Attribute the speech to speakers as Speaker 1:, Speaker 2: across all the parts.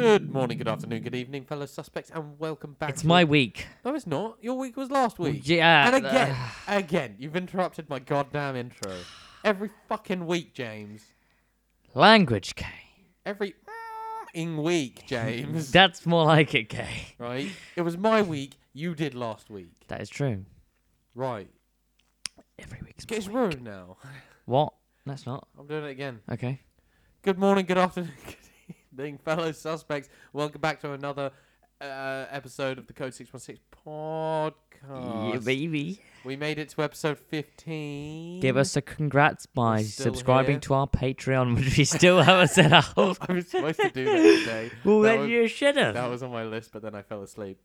Speaker 1: Good afternoon, good evening, fellow suspects, and welcome back.
Speaker 2: It's
Speaker 1: to-
Speaker 2: my week.
Speaker 1: No, it's not. Your week was last week.
Speaker 2: Yeah. uh,
Speaker 1: And again, again, you've interrupted my goddamn intro. Every fucking week, James.
Speaker 2: Language, Kay.
Speaker 1: Every in week, James.
Speaker 2: That's more like it, Kay.
Speaker 1: right? It was my week. You did last week.
Speaker 2: That is true.
Speaker 1: Right.
Speaker 2: Every week's my
Speaker 1: It's
Speaker 2: week.
Speaker 1: ruined now.
Speaker 2: What? That's not.
Speaker 1: I'm doing it again.
Speaker 2: Okay.
Speaker 1: Good morning, good afternoon, good evening, fellow suspects. Welcome back to another uh, episode of the Code 616 podcast.
Speaker 2: Yeah, baby.
Speaker 1: We made it to episode 15.
Speaker 2: Give us a congrats by
Speaker 1: still
Speaker 2: subscribing
Speaker 1: here.
Speaker 2: to our Patreon, which we still haven't set up. well,
Speaker 1: I was supposed to do that today. that
Speaker 2: then
Speaker 1: was,
Speaker 2: you should have.
Speaker 1: that was on my list, but then I fell asleep.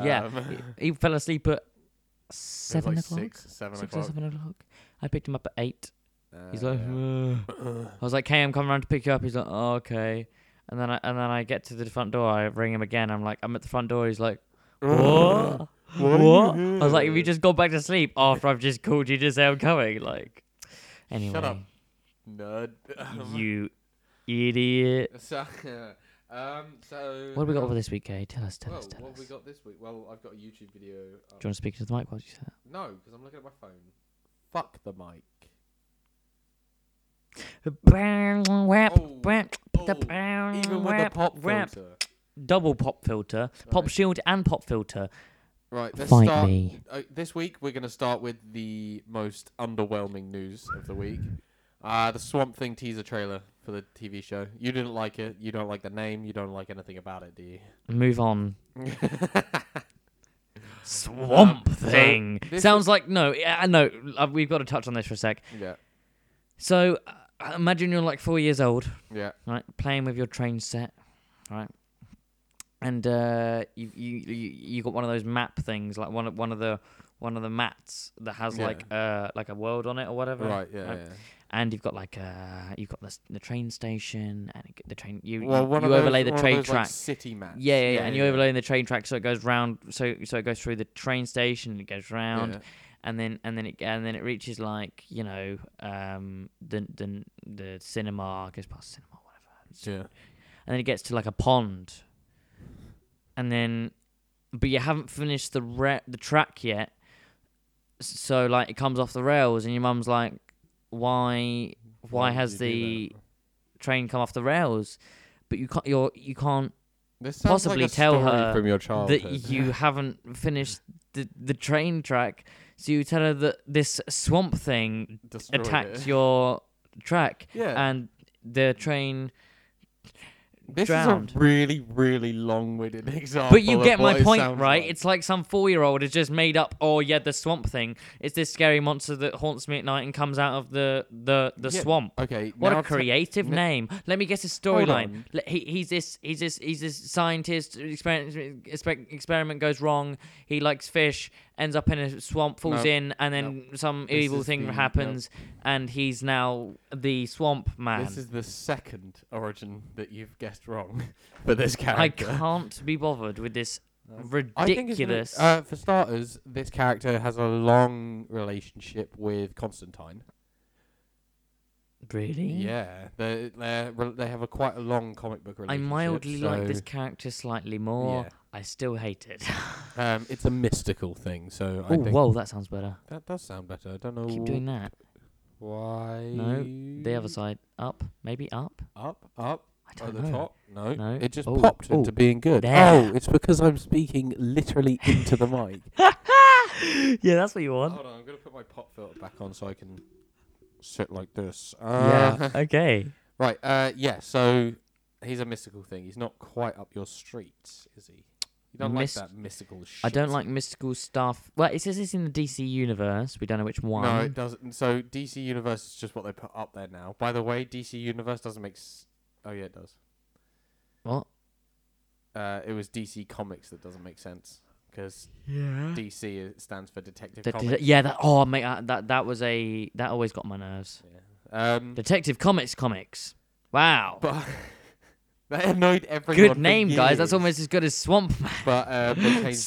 Speaker 2: Yeah.
Speaker 1: Um, it
Speaker 2: he fell asleep at
Speaker 1: was
Speaker 2: seven
Speaker 1: like
Speaker 2: o'clock.
Speaker 1: six, seven
Speaker 2: six or
Speaker 1: o'clock.
Speaker 2: seven o'clock. I picked him up at eight. He's like,
Speaker 1: Uh,
Speaker 2: "Ugh." I was like, "Hey, I'm coming around to pick you up." He's like, oh, "Okay," and then I, and then I get to the front door. I ring him again. I'm like, "I'm at the front door." He's like, "What?
Speaker 1: What are you
Speaker 2: what?" I was like, "Have
Speaker 1: here?"
Speaker 2: you just gone back to sleep after I've just called you to say I'm coming?" Like, anyway,
Speaker 1: up, nerd. Um,
Speaker 2: you idiot.
Speaker 1: So, um, so
Speaker 2: What have we got
Speaker 1: how-
Speaker 2: over this week, Kay? Tell us, tell
Speaker 1: Well,
Speaker 2: us, tell
Speaker 1: what have
Speaker 2: us.
Speaker 1: we
Speaker 2: Do you
Speaker 1: got this week? Well, I've got a YouTube video. Up.
Speaker 2: want to speak to the mic while you say that?
Speaker 1: No, because I'm looking at my phone. Fuck the mic. Oh, oh, Even with oh. the pop
Speaker 2: whap.
Speaker 1: filter.
Speaker 2: Double pop filter, pop
Speaker 1: Right.
Speaker 2: shield, and pop filter.
Speaker 1: Right, let's
Speaker 2: Fight
Speaker 1: start.
Speaker 2: me.
Speaker 1: Uh, this week, we're going to start with the most underwhelming news of the week. Uh, the Swamp Thing teaser trailer for the TV show. You didn't like it. You don't like the name. You don't like anything about it, do you?
Speaker 2: Move on.
Speaker 1: Um,
Speaker 2: Swamp
Speaker 1: so
Speaker 2: Thing.
Speaker 1: this
Speaker 2: Sounds like no. Yeah, no. Uh, we've got to touch on this for a sec.
Speaker 1: yeah,
Speaker 2: So uh, imagine you're like four years old,
Speaker 1: yeah.
Speaker 2: right, playing with your train set, right, and uh, you you you you got one of those map things, like one of one of the one of the mats that has
Speaker 1: Yeah.
Speaker 2: like uh like a world on it or whatever.
Speaker 1: Right, yeah,
Speaker 2: Right. And you've got like uh you've got the s- the train station and it g- the train you
Speaker 1: yeah.
Speaker 2: you-
Speaker 1: Well, one
Speaker 2: you,
Speaker 1: of those,
Speaker 2: overlay the
Speaker 1: one of
Speaker 2: train
Speaker 1: those,
Speaker 2: track.
Speaker 1: Like, city maps.
Speaker 2: yeah, yeah, yeah, and you overlay the train track so it goes round. So so it goes through the train station, it goes round,
Speaker 1: yeah.
Speaker 2: and then and then it and then it reaches like you know um the the the cinema goes past cinema whatever
Speaker 1: Yeah.
Speaker 2: and then it gets to like a pond and then but you haven't finished the re- the track yet S- so like it comes off the rails and your mum's like why why
Speaker 1: did
Speaker 2: has
Speaker 1: you do
Speaker 2: the train come off the rails but you can't you're you can't
Speaker 1: that? This sounds
Speaker 2: possibly
Speaker 1: like a
Speaker 2: tell
Speaker 1: story
Speaker 2: her
Speaker 1: from your
Speaker 2: that
Speaker 1: childhood?
Speaker 2: you haven't finished the the train track so you tell her that this swamp thing
Speaker 1: Destroyed
Speaker 2: attacked
Speaker 1: it. Uh,
Speaker 2: your track
Speaker 1: Yeah,
Speaker 2: and the train
Speaker 1: this
Speaker 2: drowned.
Speaker 1: is a really, really long-winded example.
Speaker 2: but you
Speaker 1: of
Speaker 2: get
Speaker 1: what
Speaker 2: my
Speaker 1: it
Speaker 2: point
Speaker 1: sounds
Speaker 2: right
Speaker 1: like.
Speaker 2: it's like some four-year-old has just made up oh yeah the swamp thing it's this scary monster that haunts me at night and comes out of the the the
Speaker 1: Yeah.
Speaker 2: swamp
Speaker 1: okay.
Speaker 2: what
Speaker 1: now
Speaker 2: a
Speaker 1: ta-
Speaker 2: creative
Speaker 1: n-
Speaker 2: name let me guess his
Speaker 1: Hold
Speaker 2: storyline
Speaker 1: on.
Speaker 2: Le- he, he's this he's this he's this scientist experiment exper- experiment goes wrong he likes fish ends up in a swamp falls
Speaker 1: No.
Speaker 2: in and then some
Speaker 1: This
Speaker 2: evil
Speaker 1: is
Speaker 2: thing
Speaker 1: the- no.
Speaker 2: happens and he's now the swamp man
Speaker 1: This is the second origin that you've guessed wrong for this
Speaker 2: I
Speaker 1: character.
Speaker 2: can't be bothered with this
Speaker 1: I think it's re-
Speaker 2: ridiculous.
Speaker 1: uh, for starters, this character has a long relationship with Constantine.
Speaker 2: really?
Speaker 1: Yeah, they they they have a quite a long comic book
Speaker 2: I
Speaker 1: relationship.
Speaker 2: mildly like this
Speaker 1: so,
Speaker 2: character slightly more.
Speaker 1: yeah.
Speaker 2: I still hate it.
Speaker 1: Um, it's a mystical thing, so I
Speaker 2: oh,
Speaker 1: think Oh,
Speaker 2: whoa, that sounds better.
Speaker 1: that does sound better. I don't know
Speaker 2: Keep doing that.
Speaker 1: why.
Speaker 2: The other side. Up. Maybe up?
Speaker 1: Up, up.
Speaker 2: I
Speaker 1: At
Speaker 2: don't
Speaker 1: the
Speaker 2: know.
Speaker 1: top? No.
Speaker 2: No.
Speaker 1: It just
Speaker 2: Oh,
Speaker 1: popped
Speaker 2: oh,
Speaker 1: into being good.
Speaker 2: there.
Speaker 1: Oh, it's because I'm speaking literally into the mic.
Speaker 2: yeah, that's what you want.
Speaker 1: Hold on, I'm gonna put my pop filter back on so I can sit like this.
Speaker 2: yeah.
Speaker 1: Uh,
Speaker 2: Okay.
Speaker 1: Right. Uh. Yeah. So he's a mystical thing. He's not quite up your street, is he? You don't
Speaker 2: Myst-
Speaker 1: like that mystical shit.
Speaker 2: I don't like mystical stuff. Well, it says it's in the DC universe. We don't know which one.
Speaker 1: No, it doesn't. So DC Universe is just what they put up there now. By the way, DC Universe doesn't make. S- oh yeah, it does.
Speaker 2: What?
Speaker 1: Uh, it was DC Comics that doesn't make sense because
Speaker 2: Yeah.
Speaker 1: DC is- stands for Detective
Speaker 2: That,
Speaker 1: Comics.
Speaker 2: yeah. That. Oh, mate. uh, That. That was a. That always got my nerves.
Speaker 1: Yeah. Um.
Speaker 2: Detective Comics comics. Wow.
Speaker 1: But that annoyed everyone.
Speaker 2: Good
Speaker 1: for
Speaker 2: name, guys. That's
Speaker 1: years.
Speaker 2: almost as good as Swamp Man.
Speaker 1: But uh, they changed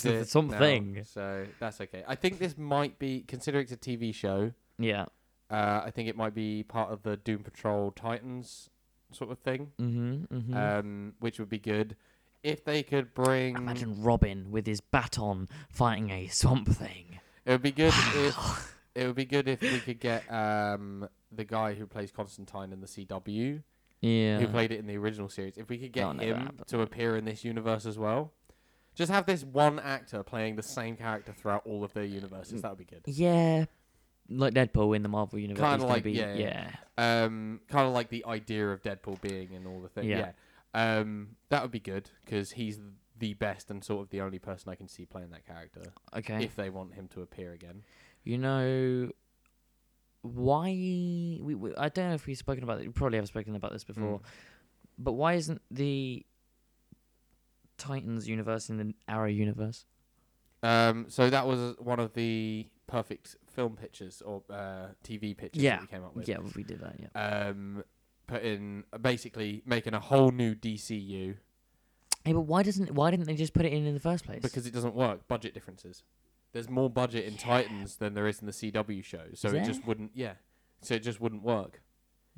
Speaker 1: it
Speaker 2: Something.
Speaker 1: now, so that's okay. I think this might be considering it's a TV show.
Speaker 2: Yeah.
Speaker 1: Uh, I think it might be part of the Doom Patrol Titans sort of thing,
Speaker 2: Mm-hmm. hmm
Speaker 1: um, which would be good. if they could bring,
Speaker 2: Imagine Robin with his baton fighting a swamp thing.
Speaker 1: it would be good if it would be good if we could get um the guy who plays Constantine in the CW,
Speaker 2: Yeah. Oh,
Speaker 1: who played it in the original series. If we could get
Speaker 2: That'll never
Speaker 1: him
Speaker 2: happen.
Speaker 1: to appear in this universe as well, just have this one actor playing the same character throughout all of their universes. That would be good.
Speaker 2: yeah. Like Deadpool in the Marvel universe.
Speaker 1: Kinda
Speaker 2: he's gonna
Speaker 1: like-
Speaker 2: be,
Speaker 1: yeah, yeah. um, kind of like the idea of Deadpool being in all the things. Yeah.
Speaker 2: Yeah.
Speaker 1: Um, that would be good because he's the best and sort of the only person I can see playing that character
Speaker 2: Okay.
Speaker 1: if they want him to appear again.
Speaker 2: You know why we, we I don't know if we've spoken about it. We probably have spoken about this
Speaker 1: Mm.
Speaker 2: before. But why isn't the Titans universe in the Arrow universe?
Speaker 1: Um, so that was one of the perfect film pitches or uh, TV pitches
Speaker 2: Yeah.
Speaker 1: that we came up with.
Speaker 2: Yeah, we did that. Yeah.
Speaker 1: Um, put in basically making a whole new DCU
Speaker 2: Hey, but why doesn't why didn't they just put it in in the first place?
Speaker 1: because it doesn't work. Budget differences. There's more budget in
Speaker 2: Yeah.
Speaker 1: Titans than there is in the CW show, so
Speaker 2: Is
Speaker 1: it just
Speaker 2: there?
Speaker 1: wouldn't. Yeah, so it just wouldn't work.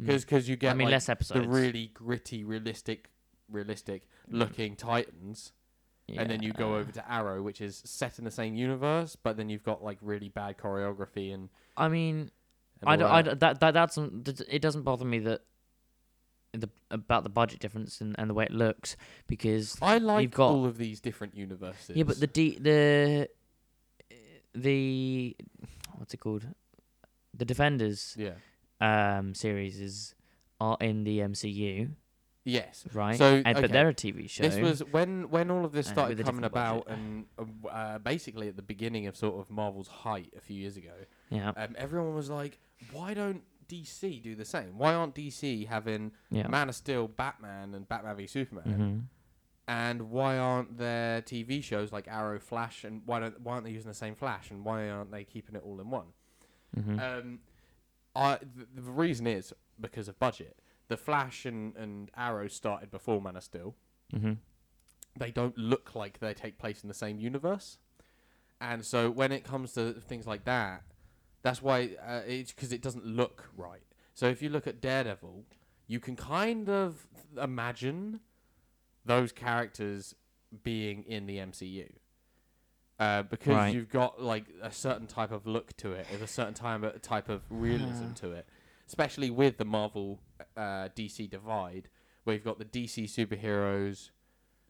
Speaker 2: Mm.
Speaker 1: because you get
Speaker 2: I mean
Speaker 1: like,
Speaker 2: less episodes.
Speaker 1: the really gritty, realistic, realistic looking Titans, and then you go
Speaker 2: Yeah.
Speaker 1: over to Arrow, which is set in the same universe, but then you've got like really bad choreography and.
Speaker 2: I mean,
Speaker 1: and
Speaker 2: I
Speaker 1: all
Speaker 2: don't, I
Speaker 1: that.
Speaker 2: don't- that that that's that- it doesn't bother me that the about the budget difference and, and the way it looks because
Speaker 1: I like
Speaker 2: got-
Speaker 1: all of these different universes.
Speaker 2: Yeah, but the D, the eh, the what's it called? The Defenders
Speaker 1: yeah
Speaker 2: um series is are in the MCU,
Speaker 1: yes.
Speaker 2: right?
Speaker 1: So,
Speaker 2: And-
Speaker 1: okay.
Speaker 2: but they're a TV show.
Speaker 1: This was when when all of this
Speaker 2: And
Speaker 1: started
Speaker 2: with a
Speaker 1: coming about,
Speaker 2: different budget.
Speaker 1: and uh, uh, basically at the beginning of sort of Marvel's height a few years ago,
Speaker 2: yeah,
Speaker 1: um, everyone was like, "Why don't DC do the same? Why aren't DC having
Speaker 2: yeah.
Speaker 1: Man of Steel, Batman, and Batman v Superman?"
Speaker 2: Mhm.
Speaker 1: and why aren't there TV shows like Arrow, Flash, and why don't why aren't they using the same Flash, and why aren't they keeping it all in one?
Speaker 2: Mhm.
Speaker 1: Um, I th- the reason is because of budget. The Flash and, and Arrow started before Man of Steel.
Speaker 2: Mhm.
Speaker 1: They don't look like they take place in the same universe, and so when it comes to things like that, that's why uh, it's because it doesn't look right. So if you look at Daredevil, you can kind of imagine those characters being in the MCU. Uh, because
Speaker 2: Right.
Speaker 1: you've got like a certain type of look to it, there's a certain time, type of realism to it, especially with the Marvel uh, DC divide, where you've got the DC superheroes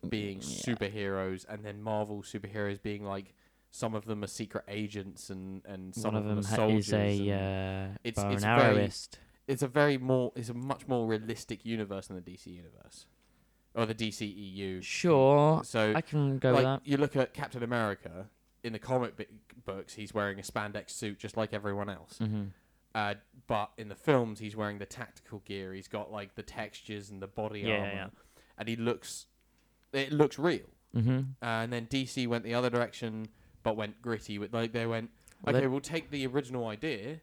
Speaker 2: Mm,
Speaker 1: being superheroes, and then Marvel superheroes being like some of them are secret agents, and and some
Speaker 2: One of them
Speaker 1: are
Speaker 2: ha-
Speaker 1: soldiers.
Speaker 2: is a
Speaker 1: and
Speaker 2: uh,
Speaker 1: it's-
Speaker 2: bow
Speaker 1: it's
Speaker 2: and
Speaker 1: very-
Speaker 2: arrowist.
Speaker 1: it's a very more it's a much more realistic universe than the DC universe or the DCEU.
Speaker 2: Sure,
Speaker 1: So
Speaker 2: I can go
Speaker 1: like
Speaker 2: with that.
Speaker 1: you look at Captain America in the comic bi- books, he's wearing a spandex suit just like everyone else.
Speaker 2: hmm
Speaker 1: Uh, but in the films, he's wearing the tactical gear. He's got like the textures and the body
Speaker 2: Yeah, yeah,
Speaker 1: armor,
Speaker 2: yeah.
Speaker 1: and he looks it looks real.
Speaker 2: hmm
Speaker 1: Uh, and then DC went the other direction, but went gritty. With like they went,
Speaker 2: Well,
Speaker 1: okay,
Speaker 2: they-
Speaker 1: we'll take the original idea,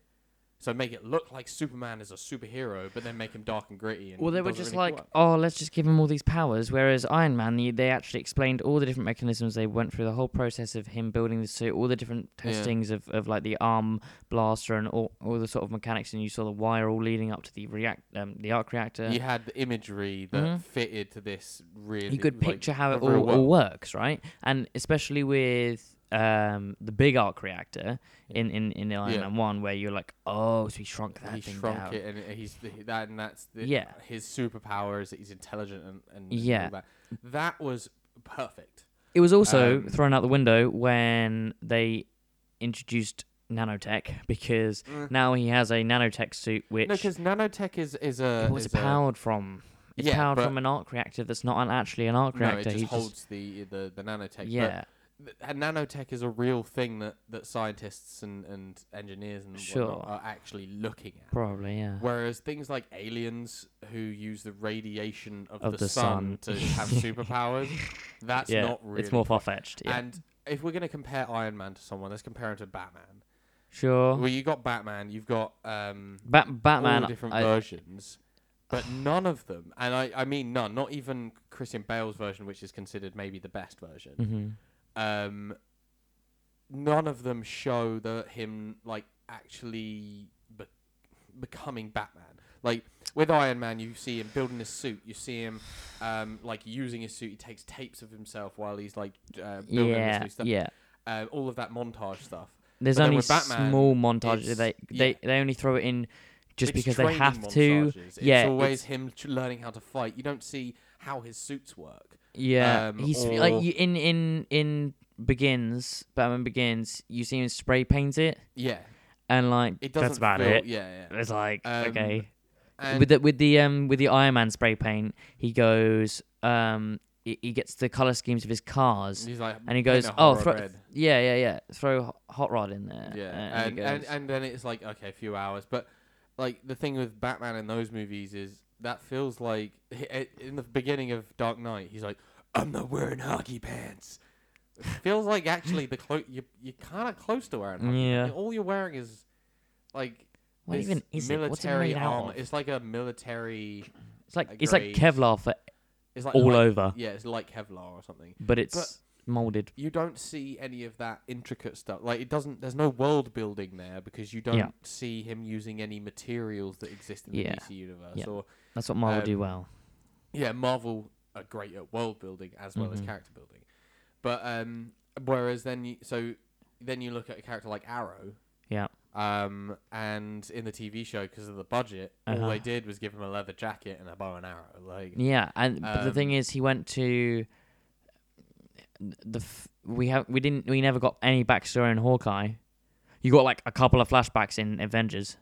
Speaker 1: so make it look like Superman is a superhero, but then make him dark and gritty. And
Speaker 2: Well, they
Speaker 1: it
Speaker 2: were
Speaker 1: doesn't
Speaker 2: just
Speaker 1: really
Speaker 2: like,
Speaker 1: work.
Speaker 2: oh, let's just give him all these powers. Whereas Iron Man, they, they actually explained all the different mechanisms they went through, the whole process of him building the suit, all the different
Speaker 1: Yeah.
Speaker 2: testings of, of like the arm blaster and all, all the sort of mechanics, and you saw the wire all leading up to the react um, the arc reactor.
Speaker 1: you had the imagery that
Speaker 2: Mhm.
Speaker 1: fitted to this really.
Speaker 2: you could
Speaker 1: like,
Speaker 2: picture how it
Speaker 1: the real
Speaker 2: all, all
Speaker 1: world.
Speaker 2: works, right? And especially with um, the big arc reactor in in, in Iron
Speaker 1: Yeah.
Speaker 2: Man one, where you're like, oh, so he shrunk that
Speaker 1: he
Speaker 2: thing
Speaker 1: shrunk
Speaker 2: down.
Speaker 1: it, and it- he's the, that, and that's the,
Speaker 2: Yeah.
Speaker 1: His superpower is that he's intelligent and, and
Speaker 2: Yeah.
Speaker 1: All that. that was perfect.
Speaker 2: It was also
Speaker 1: Um,
Speaker 2: thrown out the window when they introduced nanotech because
Speaker 1: Mm.
Speaker 2: now he has a nanotech suit which
Speaker 1: no, because nanotech is is a
Speaker 2: it was
Speaker 1: is
Speaker 2: powered from. It's
Speaker 1: Yeah,
Speaker 2: powered
Speaker 1: but-
Speaker 2: from an arc reactor that's not an, actually an arc
Speaker 1: No, it
Speaker 2: reactor.
Speaker 1: just
Speaker 2: he
Speaker 1: holds the the the nanotech. but
Speaker 2: yeah,
Speaker 1: th- and nanotech is a real thing that, that scientists and, and engineers and
Speaker 2: Sure.
Speaker 1: whatnot are actually looking at.
Speaker 2: probably yeah.
Speaker 1: Whereas things like aliens who use the radiation of,
Speaker 2: Of
Speaker 1: the,
Speaker 2: the
Speaker 1: sun,
Speaker 2: sun.
Speaker 1: to have superpowers, that's
Speaker 2: yeah,
Speaker 1: not really.
Speaker 2: it's more far fetched. Yeah,
Speaker 1: And if we're going to compare Iron Man to someone, let's compare him to Batman.
Speaker 2: sure.
Speaker 1: Well, you got Batman, you've got um,
Speaker 2: Bat- Batman.
Speaker 1: all different
Speaker 2: I-
Speaker 1: versions, but none of them, and I, I mean none, not even Christian Bale's version, which is considered maybe the best version
Speaker 2: Mhm.
Speaker 1: um, none of them show the him like actually be- becoming Batman. Like with Iron Man, you see him building his suit. You see him um, like using his suit. He takes tapes of himself while he's like uh, building this
Speaker 2: yeah,
Speaker 1: new stuff.
Speaker 2: yeah.
Speaker 1: Uh, all of that montage stuff.
Speaker 2: There's
Speaker 1: But then
Speaker 2: only
Speaker 1: with Batman,
Speaker 2: small montages.
Speaker 1: it's-
Speaker 2: They they they only throw it in just
Speaker 1: It's
Speaker 2: because they
Speaker 1: training
Speaker 2: have to.
Speaker 1: montages. It's
Speaker 2: yeah,
Speaker 1: always him tr- learning how to fight. You don't see how his suits work.
Speaker 2: Yeah,
Speaker 1: um,
Speaker 2: he's
Speaker 1: or-
Speaker 2: like you, in in in begins Batman begins. You see him spray paint it,
Speaker 1: Yeah,
Speaker 2: and like
Speaker 1: it doesn't.
Speaker 2: that's about
Speaker 1: feel,
Speaker 2: it.
Speaker 1: Yeah, yeah.
Speaker 2: It's like
Speaker 1: Um,
Speaker 2: okay,
Speaker 1: And
Speaker 2: with the with the um with the Iron Man spray paint, he goes um he, he gets the color schemes of his cars,
Speaker 1: he's like,
Speaker 2: and he
Speaker 1: "Paint
Speaker 2: goes
Speaker 1: a
Speaker 2: oh
Speaker 1: horror
Speaker 2: throw
Speaker 1: red."
Speaker 2: yeah yeah yeah throw ho- hot rod in there
Speaker 1: Yeah,
Speaker 2: uh,
Speaker 1: and
Speaker 2: he
Speaker 1: and,
Speaker 2: goes-
Speaker 1: and then it's like okay, a few hours, but like the thing with Batman in those movies is that feels like i- i- in the beginning of Dark Knight, he's like, I'm not wearing hockey pants. It feels like actually the clo- you you're kind of close to wearing. Hockey
Speaker 2: Yeah.
Speaker 1: pants. All you're wearing is like
Speaker 2: what
Speaker 1: this
Speaker 2: even is it? What's it
Speaker 1: military
Speaker 2: made out
Speaker 1: armor.
Speaker 2: of?
Speaker 1: It's like a military.
Speaker 2: It's like
Speaker 1: like
Speaker 2: it's like
Speaker 1: grays.
Speaker 2: Kevlar for
Speaker 1: It's like
Speaker 2: all
Speaker 1: like-
Speaker 2: over,
Speaker 1: Yeah, it's like Kevlar or something.
Speaker 2: but it's molded.
Speaker 1: you don't see any of that intricate stuff. Like it doesn't. There's no world building there because you don't
Speaker 2: Yeah.
Speaker 1: see him using any materials that exist in the
Speaker 2: Yeah.
Speaker 1: DC universe.
Speaker 2: Yeah.
Speaker 1: Or
Speaker 2: That's what Marvel do
Speaker 1: um,
Speaker 2: well.
Speaker 1: yeah, Marvel are great at world building as well as
Speaker 2: Mhm.
Speaker 1: character building. But um, whereas then you so then you look at a character like Arrow.
Speaker 2: Yeah.
Speaker 1: Um, and in the TV show, because of the budget, all
Speaker 2: Uh-huh.
Speaker 1: they did was give him a leather jacket and a bow and arrow. Like,
Speaker 2: Yeah, and but the thing
Speaker 1: Um,
Speaker 2: is, he went to the f- we have we didn't we never got any backstory in Hawkeye. You got like a couple of flashbacks in Avengers.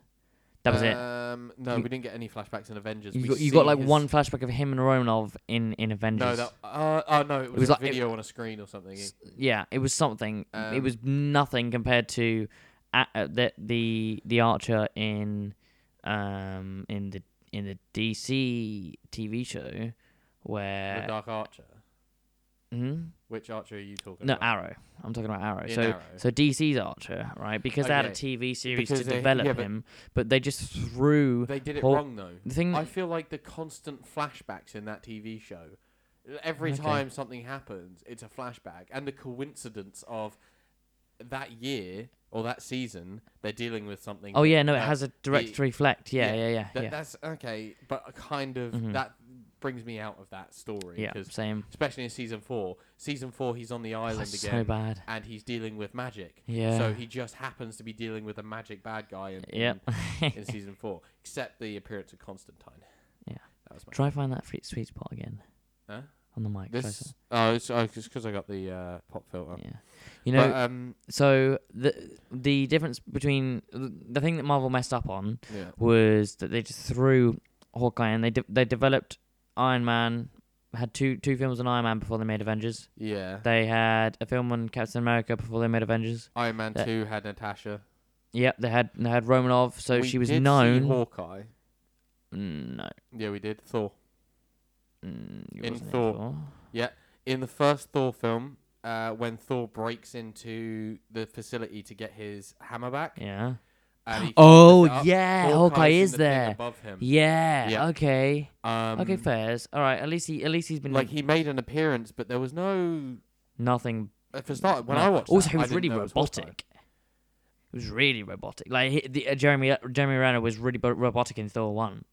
Speaker 2: That was it.
Speaker 1: Um, no,
Speaker 2: You-
Speaker 1: we didn't get any flashbacks in Avengers.
Speaker 2: You
Speaker 1: We
Speaker 2: got, you
Speaker 1: see
Speaker 2: got like
Speaker 1: his-
Speaker 2: one flashback of him and Romanov in in Avengers.
Speaker 1: No, that, uh, oh no, it was,
Speaker 2: was
Speaker 1: a
Speaker 2: like- it-
Speaker 1: video on a screen or something.
Speaker 2: S- yeah, it was something. it
Speaker 1: Um,
Speaker 2: was nothing compared to a uh, the the the Archer in um in the in the DC TV show
Speaker 1: The
Speaker 2: where
Speaker 1: Dark Archer.
Speaker 2: hmm?
Speaker 1: Which Archer are you talking
Speaker 2: no
Speaker 1: about?
Speaker 2: Arrow. I'm talking about Arrow.
Speaker 1: In
Speaker 2: so
Speaker 1: Arrow.
Speaker 2: So DC's Archer, right? Because they had a
Speaker 1: Okay.
Speaker 2: TV series
Speaker 1: Because
Speaker 2: to
Speaker 1: they-
Speaker 2: develop
Speaker 1: yeah, but-
Speaker 2: him, but they just threw
Speaker 1: they did it
Speaker 2: Hawk-
Speaker 1: wrong though.
Speaker 2: the thing.
Speaker 1: I feel like the constant flashbacks in that TV show. Every
Speaker 2: Okay.
Speaker 1: time something happens, it's a flashback, and the coincidence of that year or that season, they're dealing with something.
Speaker 2: oh
Speaker 1: that-
Speaker 2: yeah, no, it
Speaker 1: that-
Speaker 2: has a direct reflect. Yeah, yeah,
Speaker 1: yeah,
Speaker 2: yeah, yeah.
Speaker 1: that- That's okay, but a kind of
Speaker 2: Mhm.
Speaker 1: that brings me out of that story
Speaker 2: yeah,
Speaker 1: because,
Speaker 2: same.
Speaker 1: especially in season four, season four, he's on the
Speaker 2: Oh,
Speaker 1: island
Speaker 2: it's so
Speaker 1: again,
Speaker 2: bad.
Speaker 1: and he's dealing with magic.
Speaker 2: Yeah.
Speaker 1: So he just happens to be dealing with a magic bad guy in,
Speaker 2: Yep.
Speaker 1: in, in season four, except the appearance of Constantine.
Speaker 2: Yeah.
Speaker 1: That was my.
Speaker 2: Try find that free- sweet spot again
Speaker 1: Huh?
Speaker 2: on the mic. try
Speaker 1: This, oh, it's oh, because I got the uh, pop filter.
Speaker 2: some- yeah. You know,
Speaker 1: but, um,
Speaker 2: so the the difference between the thing that Marvel messed up on
Speaker 1: yeah.
Speaker 2: was that they just threw Hawkeye and they de- they developed Iron Man. Had two two films on Iron Man before they made Avengers.
Speaker 1: yeah.
Speaker 2: They had a film on Captain America before they made Avengers.
Speaker 1: Iron Man
Speaker 2: that-
Speaker 1: 2 had Natasha.
Speaker 2: Yep, they had they had Romanov, so
Speaker 1: We
Speaker 2: she was
Speaker 1: did see
Speaker 2: known.
Speaker 1: Hawkeye.
Speaker 2: Mm, No,
Speaker 1: Yeah, we did. Thor.
Speaker 2: Mm, it
Speaker 1: In
Speaker 2: wasn't
Speaker 1: Thor.
Speaker 2: Thor.
Speaker 1: In the first Thor film, uh, when Thor breaks into the facility to get his hammer back.
Speaker 2: Yeah.
Speaker 1: And he can't
Speaker 2: Oh
Speaker 1: lift it up,
Speaker 2: yeah,
Speaker 1: Hawkeye's
Speaker 2: Hawkeye
Speaker 1: in
Speaker 2: is
Speaker 1: the thing
Speaker 2: there.
Speaker 1: Above him.
Speaker 2: Yeah.
Speaker 1: Yeah.
Speaker 2: Okay.
Speaker 1: Um,
Speaker 2: okay. Fairs. All right. At least he at least he's been
Speaker 1: Like he made an appearance, but there was no.
Speaker 2: nothing.
Speaker 1: uh, For start, when
Speaker 2: no-
Speaker 1: I watched,
Speaker 2: also
Speaker 1: that,
Speaker 2: he
Speaker 1: I
Speaker 2: was
Speaker 1: didn't
Speaker 2: really
Speaker 1: know it was Hawkeye.
Speaker 2: robotic. It was really robotic. Like he, the, uh, Jeremy Jeremy Renner was really bo- robotic in Thor one.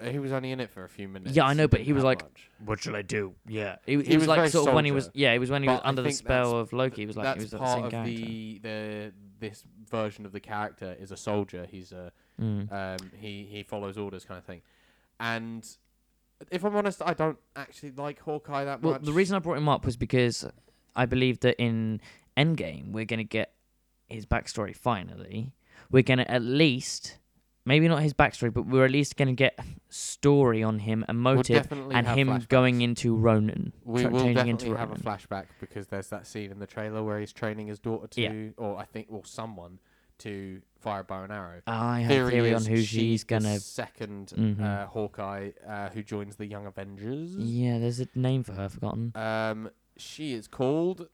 Speaker 1: Uh, He was only in it for a few minutes.
Speaker 2: I know, but
Speaker 1: didn't
Speaker 2: he was
Speaker 1: have
Speaker 2: like,
Speaker 1: much.
Speaker 2: What shall I do? Yeah. It, it
Speaker 1: He
Speaker 2: was,
Speaker 1: was
Speaker 2: like
Speaker 1: very
Speaker 2: sort of when he was
Speaker 1: soldier,
Speaker 2: yeah he was when he was
Speaker 1: but I
Speaker 2: under the
Speaker 1: think that's-
Speaker 2: spell of Loki. He was like
Speaker 1: that's
Speaker 2: he was the
Speaker 1: part
Speaker 2: same
Speaker 1: of
Speaker 2: character.
Speaker 1: the uh, the this version of the character is a soldier. He's a
Speaker 2: Mm.
Speaker 1: um, he he follows orders kind of thing, and if I'm honest, I don't actually like Hawkeye that
Speaker 2: Well,
Speaker 1: much.
Speaker 2: the reason I brought him up was because I believe that in Endgame we're going to get his backstory finally. We're going to at least, maybe not his backstory, but we're at least going to get story on him and
Speaker 1: We'll
Speaker 2: motive,
Speaker 1: definitely
Speaker 2: and
Speaker 1: have
Speaker 2: him
Speaker 1: flashbacks.
Speaker 2: going into Ronan,
Speaker 1: We
Speaker 2: tra-
Speaker 1: will
Speaker 2: changing
Speaker 1: definitely
Speaker 2: into
Speaker 1: have a
Speaker 2: Ronan.
Speaker 1: flashback because there's that scene in the trailer where he's training his daughter to,
Speaker 2: Yeah.
Speaker 1: or I think, or someone to fire a bow and arrow.
Speaker 2: I have a theory on
Speaker 1: is
Speaker 2: who
Speaker 1: she's
Speaker 2: she's
Speaker 1: the
Speaker 2: going to.
Speaker 1: 2nd
Speaker 2: Mhm.
Speaker 1: uh, Hawkeye, uh, who joins the Young Avengers.
Speaker 2: Yeah, there's a name for her. I've Forgotten.
Speaker 1: Um, she is called.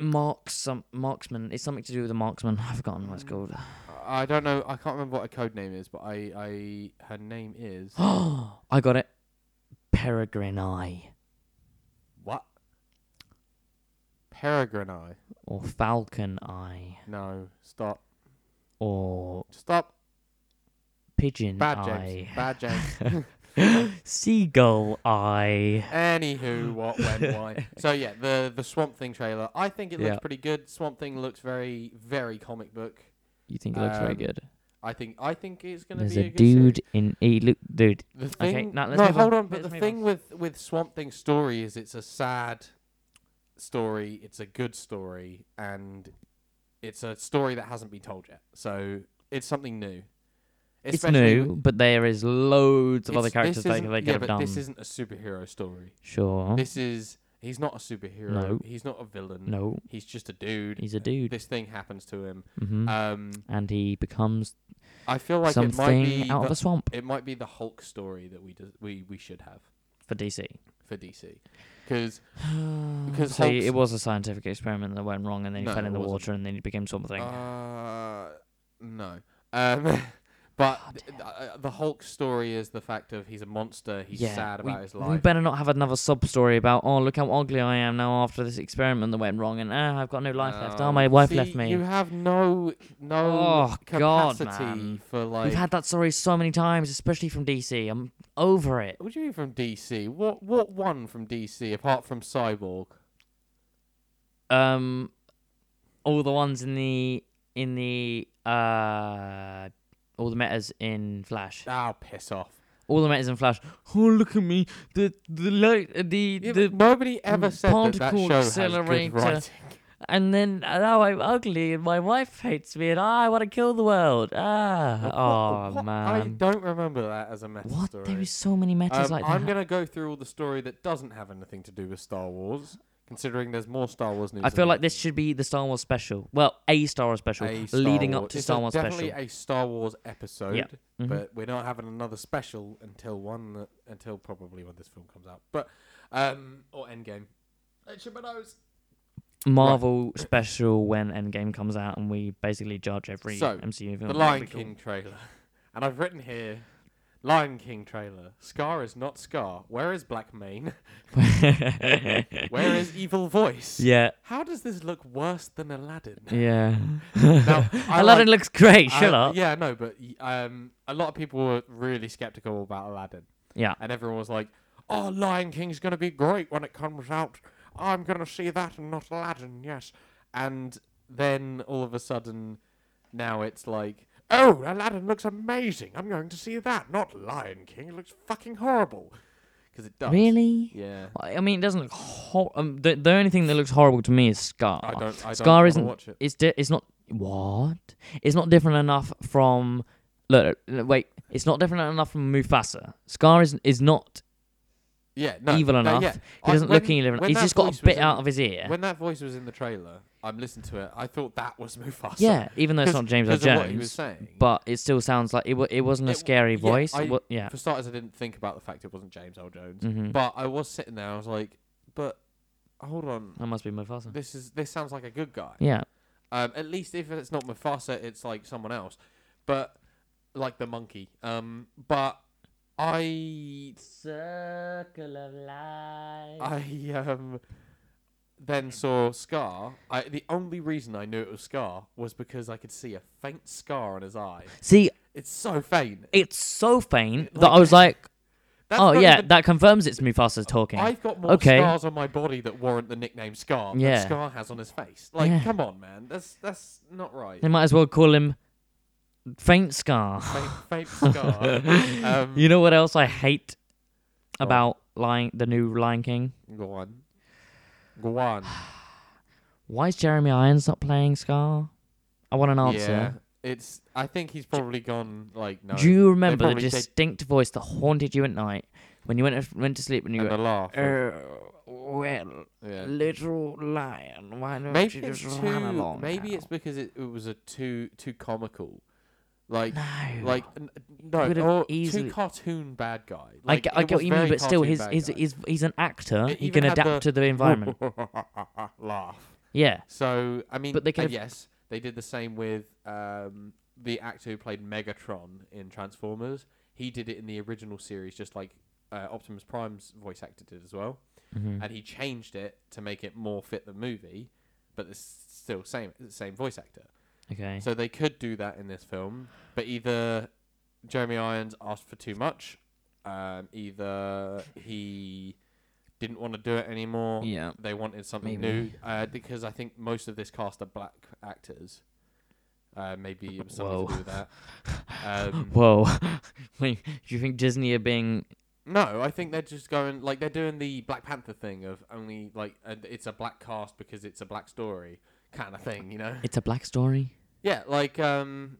Speaker 2: Mark some marksman. It's something to do with a marksman. I've forgotten what it's called.
Speaker 1: Mm. I don't know. I can't remember what her code name is, but I, I her name is
Speaker 2: I got it. Peregrine Eye.
Speaker 1: what? Peregrine Eye.
Speaker 2: or Falcon Eye
Speaker 1: No, stop,
Speaker 2: or
Speaker 1: stop.
Speaker 2: pigeon
Speaker 1: Bad James.
Speaker 2: eye,
Speaker 1: Bad James.
Speaker 2: seagull eye.
Speaker 1: Anywho, what, when, why? So yeah, the the Swamp Thing trailer. I think it looks
Speaker 2: Yeah.
Speaker 1: pretty good. Swamp Thing looks very very comic book.
Speaker 2: You think it looks very
Speaker 1: Um,
Speaker 2: good?
Speaker 1: I think I think it's gonna
Speaker 2: There's
Speaker 1: be
Speaker 2: a,
Speaker 1: a, good series.
Speaker 2: dude in he look dude.
Speaker 1: The
Speaker 2: Okay,
Speaker 1: thing,
Speaker 2: now let's
Speaker 1: no,
Speaker 2: move
Speaker 1: hold
Speaker 2: on.
Speaker 1: on. But
Speaker 2: Let's
Speaker 1: the
Speaker 2: move
Speaker 1: thing
Speaker 2: on.
Speaker 1: with with Swamp Thing's story is it's a sad story. It's a good story, and it's a story that hasn't been told yet. So it's something new.
Speaker 2: It's
Speaker 1: Especially
Speaker 2: new,
Speaker 1: with-
Speaker 2: but there is loads of other
Speaker 1: it's- this
Speaker 2: characters they,
Speaker 1: isn't-
Speaker 2: they could
Speaker 1: yeah,
Speaker 2: have
Speaker 1: but
Speaker 2: done.
Speaker 1: This isn't a superhero story.
Speaker 2: sure.
Speaker 1: This is he's not a superhero.
Speaker 2: No.
Speaker 1: He's not a villain.
Speaker 2: no,
Speaker 1: He's just a dude.
Speaker 2: he's a dude,
Speaker 1: This thing happens to him.
Speaker 2: hmm
Speaker 1: Um,
Speaker 2: and he becomes
Speaker 1: I feel like it might be
Speaker 2: something out
Speaker 1: the,
Speaker 2: of a swamp
Speaker 1: it might be the Hulk story that we do, we we should have
Speaker 2: for DC.
Speaker 1: for DC because
Speaker 2: because so
Speaker 1: Hulk's-
Speaker 2: it was a scientific experiment that went wrong, and then he
Speaker 1: No,
Speaker 2: fell
Speaker 1: it
Speaker 2: in the
Speaker 1: wasn't.
Speaker 2: water, and then he became something.
Speaker 1: Uh, no. Um, but
Speaker 2: Oh,
Speaker 1: th- uh, the Hulk story is the fact of he's a monster. He's sad
Speaker 2: we,
Speaker 1: about his
Speaker 2: We
Speaker 1: life.
Speaker 2: better not have another sub story about oh look how ugly I am now after this experiment that went wrong, and ah I've got no life left. Oh
Speaker 1: Um,
Speaker 2: my wife
Speaker 1: see,
Speaker 2: left me.
Speaker 1: You have no no
Speaker 2: Oh, God,
Speaker 1: capacity
Speaker 2: man.
Speaker 1: for like.
Speaker 2: We've had that story so many times, especially from DC. I'm over it.
Speaker 1: What do you mean from DC? What what one from DC apart from Cyborg?
Speaker 2: Um, all the ones in the in the uh, all the metas in Flash.
Speaker 1: Oh, piss off!
Speaker 2: All the metas in Flash. Oh look at me, the the light, uh, the
Speaker 1: Yeah,
Speaker 2: the,
Speaker 1: but nobody ever said that that
Speaker 2: particle
Speaker 1: show has good
Speaker 2: accelerator.
Speaker 1: writing.
Speaker 2: and then uh, now I'm ugly and my wife hates me and I want to kill the world.
Speaker 1: What-
Speaker 2: Ah, oh
Speaker 1: what- I
Speaker 2: man.
Speaker 1: don't remember that as a meta
Speaker 2: What?
Speaker 1: story.
Speaker 2: There is so many
Speaker 1: Um,
Speaker 2: metas like
Speaker 1: I'm
Speaker 2: that.
Speaker 1: going to go through all the story that doesn't have anything to do with Star Wars, considering there's more Star Wars news.
Speaker 2: I feel
Speaker 1: than-
Speaker 2: like this should be the Star Wars special. Well, a Star Wars special
Speaker 1: a Star
Speaker 2: leading up
Speaker 1: Wars-
Speaker 2: to
Speaker 1: it's
Speaker 2: Star
Speaker 1: a-
Speaker 2: Wars
Speaker 1: definitely
Speaker 2: special.
Speaker 1: a Star Wars episode,
Speaker 2: Mhm.
Speaker 1: but we're not having another special until one that, until probably when this film comes out, but um or Endgame. HMNOs.
Speaker 2: Marvel special when Endgame comes out, and we basically judge every
Speaker 1: So,
Speaker 2: MCU film.
Speaker 1: The Lion King trailer, and I've written here. Lion King trailer. Scar is not Scar. Where is Black Mane?
Speaker 2: King.
Speaker 1: Where is Evil Voice?
Speaker 2: yeah,
Speaker 1: How does this look worse than Aladdin?
Speaker 2: yeah.
Speaker 1: Now, I like-
Speaker 2: Aladdin looks great.
Speaker 1: I-
Speaker 2: Shut up.
Speaker 1: Yeah, no, but y- um, a lot of people were really skeptical about Aladdin,
Speaker 2: Yeah.
Speaker 1: and everyone was like, "Oh, Lion King's gonna be great when it comes out. I'm gonna see that and not Aladdin." Yes, and then all of a sudden, now it's like, "Oh, Aladdin looks amazing. I'm going to see that, not Lion King. It looks fucking horrible." Because it does.
Speaker 2: Really?
Speaker 1: Yeah.
Speaker 2: I I mean, it doesn't look hor- um, the, the only thing that looks horrible to me is Scar.
Speaker 1: I don't. I don't
Speaker 2: Scar
Speaker 1: wanna
Speaker 2: isn't-
Speaker 1: Watch it.
Speaker 2: It's di- it's not what? It's not different enough from look. look, Wait, it's not different enough from Mufasa. Scar is is not
Speaker 1: Yeah. No.
Speaker 2: evil
Speaker 1: no,
Speaker 2: enough.
Speaker 1: Yeah.
Speaker 2: He
Speaker 1: I-
Speaker 2: doesn't
Speaker 1: when-
Speaker 2: look evil enough.
Speaker 1: when
Speaker 2: He's
Speaker 1: that
Speaker 2: just got
Speaker 1: voice
Speaker 2: a
Speaker 1: was
Speaker 2: bit
Speaker 1: in-
Speaker 2: out of his ear.
Speaker 1: When that voice was in the trailer, I'm listening to it. I thought that was Mufasa.
Speaker 2: yeah, even though it's not James Earl
Speaker 1: because of what he was
Speaker 2: Jones,
Speaker 1: saying.
Speaker 2: but it still sounds like it. W- it wasn't a
Speaker 1: It-
Speaker 2: scary
Speaker 1: yeah,
Speaker 2: voice.
Speaker 1: I-
Speaker 2: it wa- yeah.
Speaker 1: for starters, I didn't think about the fact it wasn't James Earl Jones.
Speaker 2: Mhm.
Speaker 1: But I was sitting there. I was like, but hold on,
Speaker 2: that must be Mufasa.
Speaker 1: this is this sounds like a good guy.
Speaker 2: Yeah,
Speaker 1: Um, at least if it's not Mufasa, it's like someone else. But like the monkey. Um, but I
Speaker 2: circle of life.
Speaker 1: I um then saw Scar. I, the only reason I knew it was Scar was because I could see a faint scar on his eye.
Speaker 2: See,
Speaker 1: It's so faint.
Speaker 2: it's so faint that
Speaker 1: Like-
Speaker 2: I was like,
Speaker 1: That's
Speaker 2: "Oh
Speaker 1: not
Speaker 2: yeah,
Speaker 1: even-
Speaker 2: that confirms it's Mufasa talking."
Speaker 1: I've got more
Speaker 2: Okay.
Speaker 1: scars on my body that warrant the nickname Scar
Speaker 2: Yeah.
Speaker 1: than Scar has on his face. Like,
Speaker 2: Yeah.
Speaker 1: come on, man. That's that's not right.
Speaker 2: They might as well call him Faint Scar.
Speaker 1: Faint, faint Scar. um,
Speaker 2: You know what else I hate
Speaker 1: Go on.
Speaker 2: about Lion, the new Lion King?
Speaker 1: Go on. Go on.
Speaker 2: Why is Jeremy Irons not playing Scar? I want an answer.
Speaker 1: Yeah. It's. I think he's probably gone. Like no.
Speaker 2: Do you remember the
Speaker 1: probably said-
Speaker 2: distinct voice that haunted you at night when you went went to sleep and you
Speaker 1: and a
Speaker 2: were,
Speaker 1: laugh.
Speaker 2: oh, well,
Speaker 1: yeah.
Speaker 2: little lion, why don't
Speaker 1: Maybe
Speaker 2: you
Speaker 1: it's
Speaker 2: just
Speaker 1: too.
Speaker 2: run along?
Speaker 1: Maybe
Speaker 2: now?"
Speaker 1: it's because it, it was a too too comical. Like
Speaker 2: no.
Speaker 1: like n- no
Speaker 2: Would have
Speaker 1: or
Speaker 2: easily-
Speaker 1: too cartoon bad guy.
Speaker 2: I
Speaker 1: Like,
Speaker 2: get, I
Speaker 1: it
Speaker 2: get
Speaker 1: was
Speaker 2: what you mean,
Speaker 1: very
Speaker 2: but still,
Speaker 1: cartoon
Speaker 2: his
Speaker 1: bad
Speaker 2: his,
Speaker 1: guy.
Speaker 2: he's he's an actor.
Speaker 1: It
Speaker 2: he
Speaker 1: even
Speaker 2: can
Speaker 1: had
Speaker 2: adapt
Speaker 1: the-
Speaker 2: to the environment.
Speaker 1: laugh.
Speaker 2: yeah,
Speaker 1: So I mean,
Speaker 2: But they could
Speaker 1: and
Speaker 2: have-
Speaker 1: yes, they did the same with um, the actor who played Megatron in Transformers. He did it in the original series, just like uh, Optimus Prime's voice actor did as well,
Speaker 2: Mhm.
Speaker 1: and he changed it to make it more fit the movie, but it's still same same voice actor.
Speaker 2: okay.
Speaker 1: So they could do that in this film, but either Jeremy Irons asked for too much. Um, either he didn't want to do it anymore.
Speaker 2: Yeah.
Speaker 1: They wanted something
Speaker 2: Maybe.
Speaker 1: new uh, because I think most of this cast are black actors. Uh, maybe it was something
Speaker 2: Whoa.
Speaker 1: to do with that. Um,
Speaker 2: Whoa. Wait, do you think Disney are being
Speaker 1: no, I think they're just going like they're doing the Black Panther thing of only like uh, it's a black cast because it's a black story kind of thing, you know?
Speaker 2: it's a black story?
Speaker 1: Yeah, like um,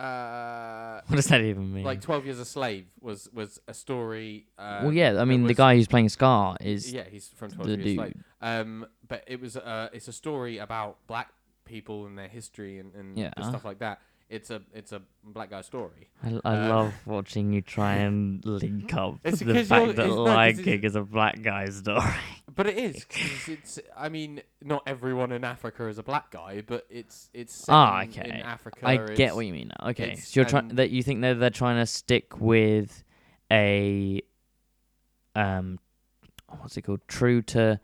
Speaker 1: uh,
Speaker 2: What does that even mean?
Speaker 1: like Twelve Years a Slave was was a story. Uh,
Speaker 2: well, yeah, I
Speaker 1: that
Speaker 2: mean the
Speaker 1: was-
Speaker 2: guy who's playing Scar is
Speaker 1: Yeah, he's from Twelve
Speaker 2: the
Speaker 1: Years a Slave.
Speaker 2: dude.
Speaker 1: Um, but it was uh, it's a story about black people and their history and, and the
Speaker 2: Yeah. uh-huh.
Speaker 1: stuff like that. It's a it's a black guy story.
Speaker 2: I, I
Speaker 1: Uh,
Speaker 2: love watching you try and link up
Speaker 1: It's
Speaker 2: the
Speaker 1: because
Speaker 2: fact
Speaker 1: you're-
Speaker 2: that
Speaker 1: it's not-
Speaker 2: Lion
Speaker 1: it's-
Speaker 2: King is a black guy's story.
Speaker 1: But it is. 'cause it's, it's- I mean, not everyone in Africa is a black guy, but it's it's set
Speaker 2: Ah,
Speaker 1: in- in
Speaker 2: okay.
Speaker 1: Africa.
Speaker 2: I
Speaker 1: it's-
Speaker 2: get what you mean. now. Okay,
Speaker 1: it's,
Speaker 2: so you're trying
Speaker 1: um,
Speaker 2: that you think that they're trying to stick with a um, what's it called? True to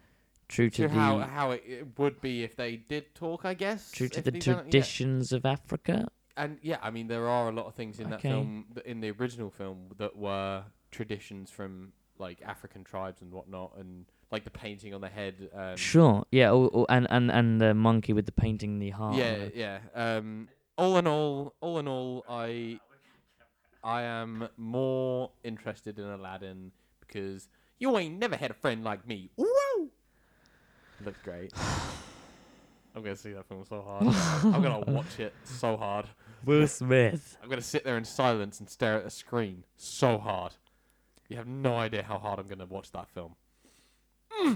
Speaker 2: true to,
Speaker 1: to
Speaker 2: the
Speaker 1: how how it, it would be if they did talk, I guess.
Speaker 2: true to
Speaker 1: if
Speaker 2: the
Speaker 1: they done it, yeah. Um,
Speaker 2: traditions of Africa.
Speaker 1: and yeah, I mean there are a lot of things in that
Speaker 2: Okay.
Speaker 1: film th- in the original film that were traditions from like African tribes and whatnot, and like the painting on the head. Um,
Speaker 2: Sure, yeah, or, or, and and and the monkey with the painting the heart. on
Speaker 1: yeah,
Speaker 2: it.
Speaker 1: yeah. Um, all in all, all in all, I I am more interested in Aladdin because you ain't never had a friend like me. Woo! Looks great. I'm gonna see that film so hard. I'm gonna watch it so hard.
Speaker 2: Will Smith.
Speaker 1: I'm gonna sit there in silence and stare at a screen so hard. You have no idea how hard I'm gonna watch that film.
Speaker 2: Hmm.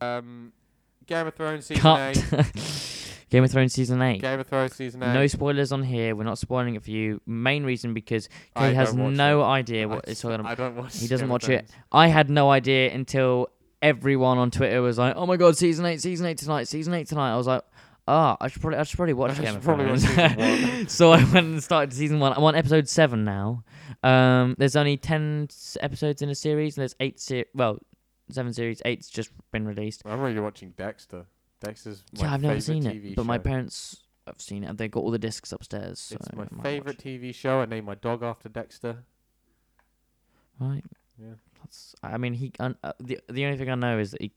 Speaker 1: um, Game of Thrones season
Speaker 2: Cut.
Speaker 1: eight.
Speaker 2: Game of Thrones season eight.
Speaker 1: Game of Thrones season eight.
Speaker 2: No spoilers on here. We're not spoiling it for you. Main reason because
Speaker 1: I
Speaker 2: Kay has
Speaker 1: don't watch
Speaker 2: no
Speaker 1: it.
Speaker 2: idea what
Speaker 1: I,
Speaker 2: it's talking about.
Speaker 1: I don't watch.
Speaker 2: He doesn't
Speaker 1: Game of
Speaker 2: watch it.
Speaker 1: Thrones.
Speaker 2: I had no idea until everyone on Twitter was like, "Oh my god, season eight, season eight tonight, season eight tonight." I was like, "Ah, I should probably, I should probably watch
Speaker 1: I
Speaker 2: Game
Speaker 1: should
Speaker 2: of
Speaker 1: probably watch
Speaker 2: Thrones."
Speaker 1: season one.
Speaker 2: so I went and started season one. I'm on episode seven now. Um, there's only ten s- episodes in a series, and there's eight se- well, seven series. Eight's just been released.
Speaker 1: I'm really watching Dexter. Dexter's my
Speaker 2: yeah, I've never
Speaker 1: favorite
Speaker 2: seen
Speaker 1: TV
Speaker 2: it, but my
Speaker 1: show.
Speaker 2: parents have seen it. and They got all the discs upstairs. So
Speaker 1: It's
Speaker 2: I
Speaker 1: my
Speaker 2: might watch
Speaker 1: favorite TV show. I named my dog after Dexter.
Speaker 2: it. Right.
Speaker 1: Yeah.
Speaker 2: That's. I mean, he. Un- uh, the the only thing I know is that he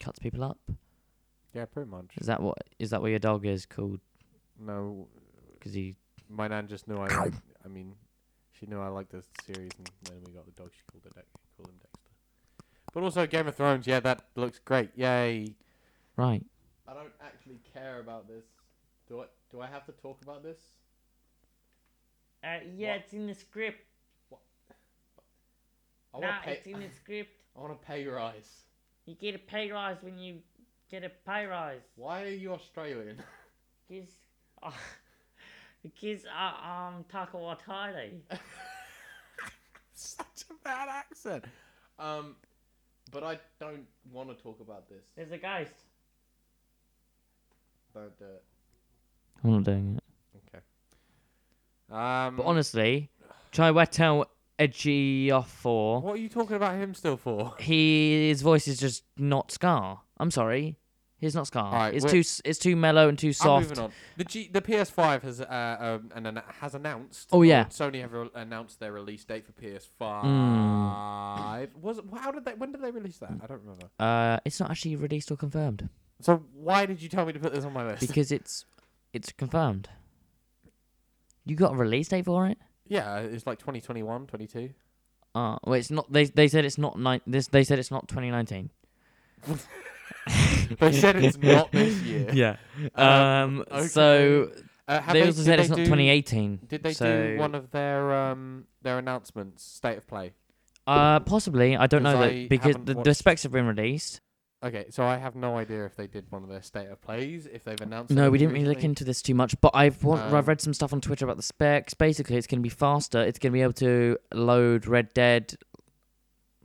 Speaker 2: cuts people up.
Speaker 1: Yeah, pretty much.
Speaker 2: Is that what is that what your dog is called?
Speaker 1: No,
Speaker 2: Because he
Speaker 1: my nan just knew I. Liked, I mean, she knew I liked the series, and when we got the dog, she called it Dex- called him Dexter. But also Game of Thrones. Yeah, that looks great. Yay!
Speaker 2: right.
Speaker 1: I don't actually care about this. Do I? Do I have to talk about this?
Speaker 3: Uh, yeah, it's in the script.
Speaker 1: I
Speaker 3: Nah, it's in the script.
Speaker 1: I want a pay rise.
Speaker 3: You get a pay rise when you get a pay rise. Oh,
Speaker 1: Why are you Australian?
Speaker 3: Because, because I, I'm Taka Wataire.
Speaker 1: Such a bad accent. Um, but I don't want to talk about this.
Speaker 3: There's a ghost.
Speaker 1: Don't do it.
Speaker 2: I'm not doing it.
Speaker 1: Um,
Speaker 2: But
Speaker 1: Mm.
Speaker 2: honestly, Chiwetel Ejiofor,
Speaker 1: what are you talking about him still for?
Speaker 2: he his voice is just not Scar. I'm sorry, he's not Scar.
Speaker 1: Alright,
Speaker 2: it's
Speaker 1: we're-
Speaker 2: too s- it's too mellow and too
Speaker 1: I'm moving
Speaker 2: soft.
Speaker 1: on. The G- the PS5 has uh, um, and an- has announced.
Speaker 2: Oh,
Speaker 1: or
Speaker 2: yeah.
Speaker 1: Sony have re- announced their release date for PS5.
Speaker 2: Mm.
Speaker 1: Was it- how did they? When did they release that? I don't remember.
Speaker 2: Uh, it's not actually released or confirmed
Speaker 1: So why did you tell me to put this on my list?
Speaker 2: because it's it's confirmed. You got a release date for it?
Speaker 1: yeah, uh, it's like 2021, 22.
Speaker 2: Uh, well, it's not. They they said it's not nine. This they said it's not 2019.
Speaker 1: they said it's not this year.
Speaker 2: Yeah. Um.
Speaker 1: Um, okay.
Speaker 2: So
Speaker 1: Uh, have
Speaker 2: they
Speaker 1: they-
Speaker 2: also
Speaker 1: did
Speaker 2: said
Speaker 1: they
Speaker 2: it's not
Speaker 1: do-
Speaker 2: 2018.
Speaker 1: Did they
Speaker 2: so-
Speaker 1: do one of their um their announcements, state of play?
Speaker 2: Uh, possibly. I don't know
Speaker 1: 'Cause
Speaker 2: that
Speaker 1: I
Speaker 2: because
Speaker 1: haven't
Speaker 2: the, the
Speaker 1: watched-
Speaker 2: specs have been released.
Speaker 1: Okay, so I have no idea if they did one of their state of plays, if they've announced.
Speaker 2: No,
Speaker 1: anything
Speaker 2: we didn't really look
Speaker 1: recently.
Speaker 2: into this too much, but I've wa- I've
Speaker 1: Um,
Speaker 2: read some stuff on Twitter about the specs. Basically, it's going to be faster. It's going to be able to load Red Dead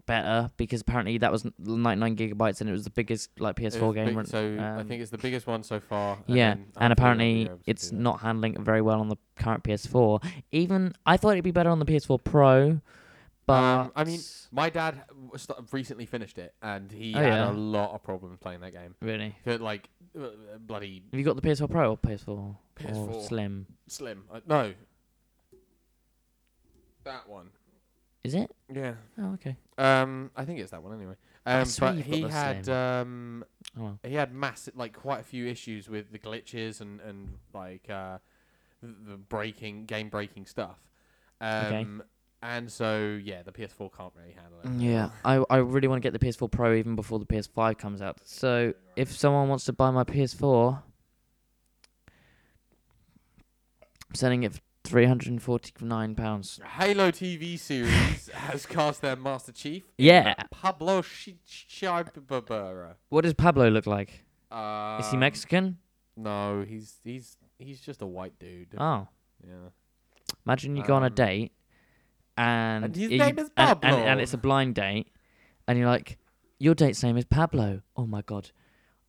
Speaker 2: better because apparently that was 99 gigabytes and it was the biggest like
Speaker 1: It
Speaker 2: PS4
Speaker 1: was
Speaker 2: game.
Speaker 1: big-
Speaker 2: run-
Speaker 1: so I
Speaker 2: um,
Speaker 1: think it's the biggest one so far.
Speaker 2: yeah,
Speaker 1: then hopefully
Speaker 2: and
Speaker 1: they'll be
Speaker 2: apparently
Speaker 1: able to
Speaker 2: it's
Speaker 1: do that.
Speaker 2: not handling it very well on the current PS4. Even I thought it'd be better on the PS4 Pro, but
Speaker 1: Um, I mean, my dad w- st- recently finished it, and he
Speaker 2: Oh,
Speaker 1: had
Speaker 2: yeah.
Speaker 1: a lot of problems playing that game.
Speaker 2: really,
Speaker 1: But, like uh, bloody
Speaker 2: have you got the PS4 Pro or PS4, Or
Speaker 1: PS4.
Speaker 2: Slim?
Speaker 1: slim. Uh, no, That one.
Speaker 2: Is it?
Speaker 1: Yeah.
Speaker 2: Oh, okay.
Speaker 1: Um, I think it's that one anyway. Um,
Speaker 2: swear
Speaker 1: but
Speaker 2: you've got
Speaker 1: he
Speaker 2: the
Speaker 1: had
Speaker 2: same.
Speaker 1: um,
Speaker 2: Oh, well.
Speaker 1: he had massive, like quite a few issues with the glitches and and like uh, th- the breaking game breaking stuff. Um,
Speaker 2: Okay.
Speaker 1: And so yeah, the PS4 can't really handle it.
Speaker 2: Yeah, I, I really want to get the PS4 Pro even before the PS5 comes out. So if someone wants to buy my PS4, I'm selling it for three hundred and forty nine pounds.
Speaker 1: Halo TV series has cast their Master Chief
Speaker 2: Yeah.
Speaker 1: Pablo Schreiber.
Speaker 2: What does Pablo look like?
Speaker 1: Um,
Speaker 2: Is he Mexican?
Speaker 1: No, he's he's he's just a white dude.
Speaker 2: Oh,
Speaker 1: Yeah.
Speaker 2: imagine you go on a
Speaker 1: um,
Speaker 2: date, and
Speaker 1: and his
Speaker 2: you-
Speaker 1: name is
Speaker 2: and- and, and
Speaker 1: Pablo.
Speaker 2: it's a blind date, and you're like, your date's name is Pablo. Oh my god,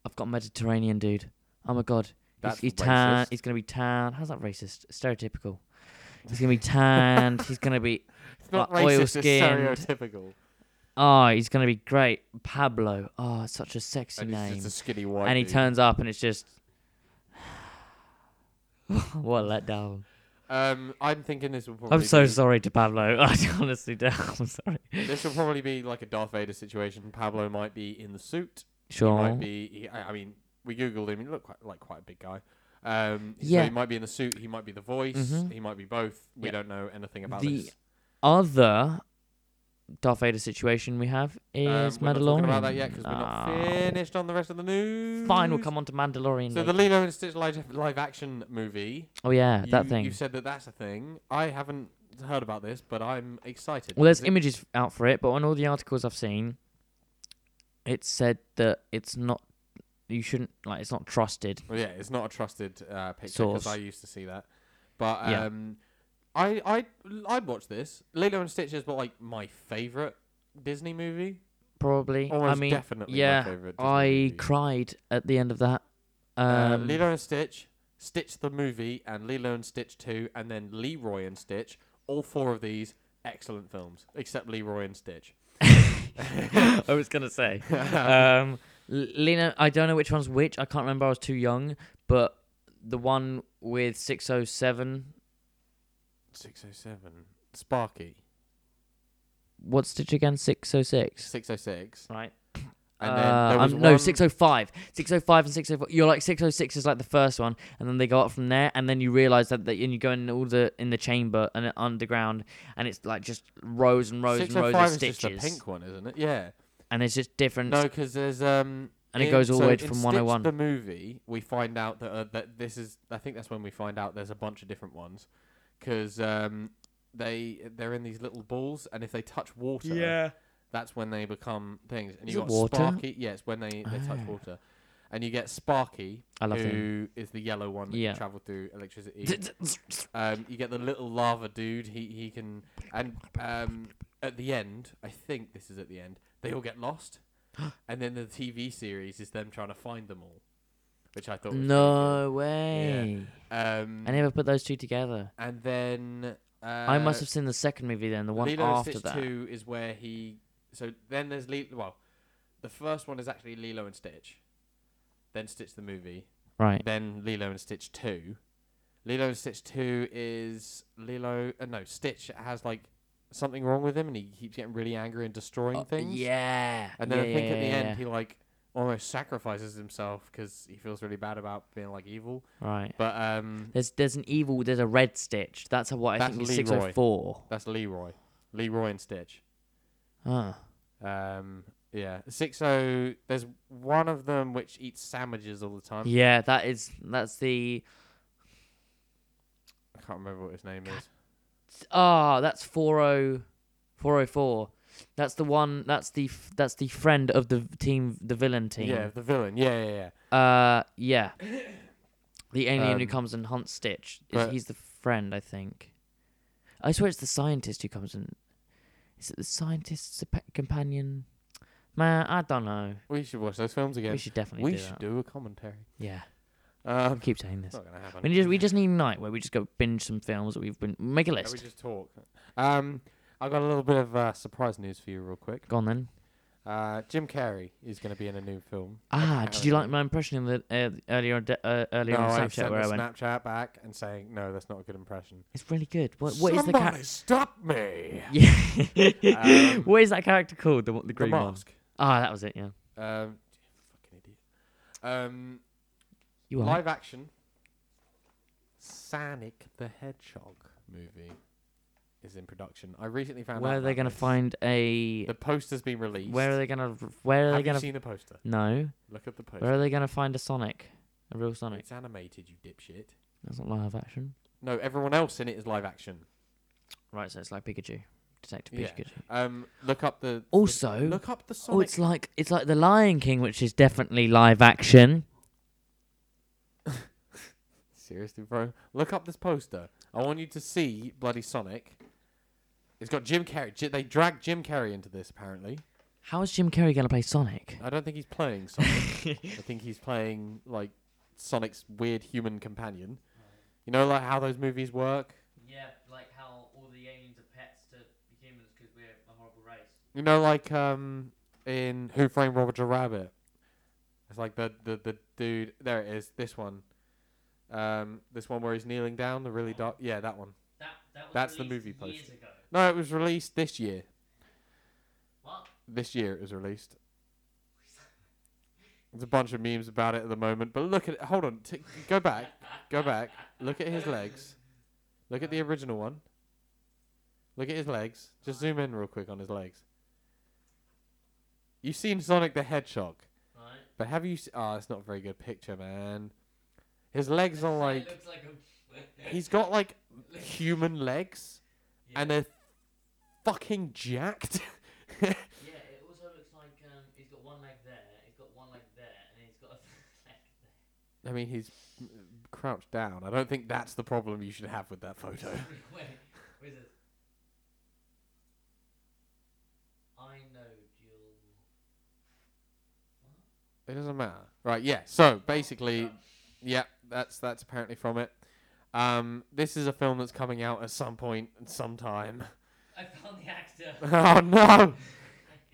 Speaker 2: I've got Mediterranean dude. Oh my god,
Speaker 1: That's
Speaker 2: he's, he's tan.
Speaker 1: racist.
Speaker 2: He's gonna be tan. How's that racist? Stereotypical. He's gonna be tanned. he's gonna be.
Speaker 1: It's not
Speaker 2: like
Speaker 1: racist. It's
Speaker 2: oil-skinned.
Speaker 1: stereotypical.
Speaker 2: Oh, he's gonna be great. Pablo. Oh, it's such a sexy
Speaker 1: And he's
Speaker 2: name.
Speaker 1: just a skinny white.
Speaker 2: And he
Speaker 1: dude.
Speaker 2: turns up, and it's just. what a letdown.
Speaker 1: Um, I'm thinking this will probably.
Speaker 2: I'm so
Speaker 1: be,
Speaker 2: sorry to Pablo. I honestly do. I'm sorry.
Speaker 1: This will probably be like a Darth Vader situation. Pablo might be in the suit.
Speaker 2: Sure.
Speaker 1: He might be. He, I I mean, we googled him. He looked quite, like quite a big guy. Um, So
Speaker 2: Yeah.
Speaker 1: he might be in the suit. He might be the voice.
Speaker 2: Mhm.
Speaker 1: He might be both. We
Speaker 2: Yeah.
Speaker 1: don't know anything about
Speaker 2: The
Speaker 1: this.
Speaker 2: Other Darth Vader situation we have is
Speaker 1: um, we're not
Speaker 2: Mandalorian.
Speaker 1: talking about that yet because we're not
Speaker 2: Oh.
Speaker 1: finished on the rest of the news.
Speaker 2: Fine, we'll come on to Mandalorian.
Speaker 1: So the
Speaker 2: later.
Speaker 1: Lilo and Stitch live, live action movie.
Speaker 2: oh yeah, that
Speaker 1: you-
Speaker 2: thing.
Speaker 1: You've said that that's a thing. I haven't heard about this, but I'm excited.
Speaker 2: Well, there's
Speaker 1: Is it-
Speaker 2: images out for it, but on all the articles I've seen, it said that it's not. You shouldn't like. It's not trusted.
Speaker 1: Well, yeah, it's not a trusted uh, picture because
Speaker 2: Source.
Speaker 1: I used to see that. But
Speaker 2: Yeah.
Speaker 1: um, I I I watched this. Lilo and Stitch is what, like my favorite Disney movie.
Speaker 2: Probably.
Speaker 1: Almost
Speaker 2: I mean,
Speaker 1: definitely
Speaker 2: yeah,
Speaker 1: my favorite. Disney
Speaker 2: I
Speaker 1: movie.
Speaker 2: cried at the end of that. Um,
Speaker 1: uh, Lilo and Stitch, Stitch the movie, and Lilo and Stitch two, and then Leroy and Stitch. All four of these excellent films, except Leroy and Stitch.
Speaker 2: I was gonna say. um, L- Lena, I don't know which one's which. I can't remember. I was too young, but the one with six oh seven.
Speaker 1: Six oh seven, Sparky,
Speaker 2: What Stitch again? Six oh six.
Speaker 1: six oh six,
Speaker 2: Right.
Speaker 1: and
Speaker 2: Uh,
Speaker 1: then there was
Speaker 2: um, no
Speaker 1: one-
Speaker 2: 605 605 and 604 you're like 606 is like the first one and then they go up from there and then you realize that, that and you go in all the in the chamber and underground and it's like just rows and rows oh and
Speaker 1: 605
Speaker 2: rows of
Speaker 1: is just
Speaker 2: stitches
Speaker 1: the pink one, isn't it? Yeah.
Speaker 2: and it's just different
Speaker 1: No, because there's um.
Speaker 2: And it
Speaker 1: in-
Speaker 2: goes all the
Speaker 1: so
Speaker 2: way
Speaker 1: in
Speaker 2: from
Speaker 1: Stitch
Speaker 2: 101.
Speaker 1: The movie we find out that uh, that this is. I think that's when we find out there's a bunch of different ones, because um, they they're in these little balls, and if they touch water, that's when they become things. And
Speaker 2: Is
Speaker 1: you
Speaker 2: it
Speaker 1: got
Speaker 2: water?
Speaker 1: Sparky. Yeah, it's when they they touch
Speaker 2: Ah.
Speaker 1: water, and you get Sparky,
Speaker 2: i love him
Speaker 1: who is the yellow one that
Speaker 2: Yeah.
Speaker 1: can travel through electricity. Um, you get the little lava dude. He he can and um, at the end, I think this is at the end. They all get lost, and then the TV series is them trying to find them all, which I thought was really
Speaker 2: no way
Speaker 1: good. Um,
Speaker 2: i never put those two together
Speaker 1: and then uh,
Speaker 2: i must have seen the second movie then the one
Speaker 1: Lilo and
Speaker 2: after
Speaker 1: Stitch
Speaker 2: that
Speaker 1: Two is where he. So then there's Lilo. Well, the first one is actually Lilo and Stitch, then Stitch the movie,
Speaker 2: right
Speaker 1: then Lilo and Stitch 2. Lilo and Stitch 2 is Lilo uh, no, Stitch has like something wrong with him and he keeps getting really angry and destroying
Speaker 2: Oh,
Speaker 1: things.
Speaker 2: yeah
Speaker 1: And then
Speaker 2: yeah,
Speaker 1: I think
Speaker 2: yeah,
Speaker 1: at the
Speaker 2: yeah,
Speaker 1: end
Speaker 2: yeah.
Speaker 1: he like almost sacrifices himself cuz he feels really bad about being like evil.
Speaker 2: right
Speaker 1: But um
Speaker 2: There's there's an evil. There's a red Stitch. That's what I
Speaker 1: That's
Speaker 2: think.
Speaker 1: Leroy.
Speaker 2: Six oh four.
Speaker 1: that's Leroy. Leroy and Stitch.
Speaker 2: Ah,
Speaker 1: Um yeah. 60 there's one of them which eats sandwiches all the time.
Speaker 2: yeah. That is that's the
Speaker 1: I can't remember what his name is.
Speaker 2: ah. that's four oh four oh four. That's the one. That's the f- that's the friend of the v- team, the villain
Speaker 1: Yeah,
Speaker 2: team.
Speaker 1: the villain. Yeah, yeah, yeah.
Speaker 2: Yeah. Uh, yeah. The alien who
Speaker 1: Um,
Speaker 2: comes and hunts Stitch. Is,
Speaker 1: but-
Speaker 2: he's the friend, I think. I swear it's the scientist who comes and. Is it the scientist's pa- companion? Man, I don't know.
Speaker 1: We should watch those films again.
Speaker 2: We should definitely
Speaker 1: We
Speaker 2: do
Speaker 1: should
Speaker 2: that.
Speaker 1: do a commentary.
Speaker 2: Yeah,
Speaker 1: Um,
Speaker 2: keep saying this.
Speaker 1: It's not gonna happen.
Speaker 2: We just we just need a night where we just go binge some films that we've been make a
Speaker 1: Yeah, we
Speaker 2: list.
Speaker 1: just talk. Um, I got a little bit of uh, surprise news for you, real quick.
Speaker 2: Go on then.
Speaker 1: Uh, Jim Carrey is going to be in a new film.
Speaker 2: Ah, did you like
Speaker 1: Apparently.
Speaker 2: my impression in the uh, earlier on de- uh, earlier
Speaker 1: No,
Speaker 2: on
Speaker 1: I
Speaker 2: Snapchat
Speaker 1: sent
Speaker 2: where
Speaker 1: a
Speaker 2: I went?
Speaker 1: Snapchat back and saying, no, that's not a good impression.
Speaker 2: It's really good. What what is the
Speaker 1: Somebody
Speaker 2: character?
Speaker 1: stop me!
Speaker 2: Yeah.
Speaker 1: Um,
Speaker 2: what is that character called? The, one-
Speaker 1: The
Speaker 2: the green one.
Speaker 1: Mask.
Speaker 2: Ah, that was it. Yeah.
Speaker 1: Um, fucking idiot. Um,
Speaker 2: You are.
Speaker 1: live action Sonic the Hedgehog movie is in production. I recently found out.
Speaker 2: Where are they
Speaker 1: about
Speaker 2: going to
Speaker 1: this.
Speaker 2: find a?
Speaker 1: The poster's been released.
Speaker 2: Where are they going to? Where are
Speaker 1: Have
Speaker 2: they going
Speaker 1: you
Speaker 2: to?
Speaker 1: seen the poster?
Speaker 2: No.
Speaker 1: Look at the poster.
Speaker 2: Where are they going to find a Sonic? A real Sonic?
Speaker 1: It's animated, you dipshit.
Speaker 2: That's not live action.
Speaker 1: No, everyone else in it is live action.
Speaker 2: Right, so it's like Pikachu, Detective
Speaker 1: Yeah.
Speaker 2: Pikachu.
Speaker 1: Um, look up the.
Speaker 2: Also,
Speaker 1: Look up the
Speaker 2: oh,
Speaker 1: Sonic.
Speaker 2: it's like it's like the Lion King, which is definitely live action.
Speaker 1: Seriously, bro. Look up this poster. I want you to see bloody Sonic. It's got Jim Carrey. J- they dragged Jim Carrey into this apparently.
Speaker 2: How is Jim Carrey going to play Sonic?
Speaker 1: I don't think he's playing Sonic. I think he's playing like Sonic's weird human companion. You know, like how those movies work.
Speaker 2: Yeah, like how all the aliens are pets to humans because we're a horrible race.
Speaker 1: You know, like um, in Who Framed Roger Rabbit. It's like the the the dude. There it is. This one. Um, this one where he's kneeling down. The really dark. Yeah, that one.
Speaker 2: That, that was
Speaker 1: That's the released movie years poster.
Speaker 2: ago.
Speaker 1: No, it was released this year.
Speaker 2: What?
Speaker 1: This year it was released. There's a bunch of memes about it at the moment, but look at it. Hold on, t- go back, go back. Look at his legs. Look at the original one. Look at his legs. Just zoom in real quick on his legs. You've seen Sonic the Hedgehog,
Speaker 2: Right.
Speaker 1: but have you? Se- oh, it's not a very good picture, man. His legs are like he's got like human legs, and they're fucking jacked.
Speaker 2: Yeah, it also looks like um, he's got one leg there, he's got one leg there, and he's got a leg there.
Speaker 1: I mean, he's crouched down. I don't think that's the problem you should have with that photo.
Speaker 2: Wait, where's this? I know you'll.
Speaker 1: It doesn't matter, right? Yeah. So
Speaker 2: Oh,
Speaker 1: basically, yeah, that's that's apparently from it. Um, this is a film that's coming out at some point, and sometime.
Speaker 2: I found the actor.
Speaker 1: oh no!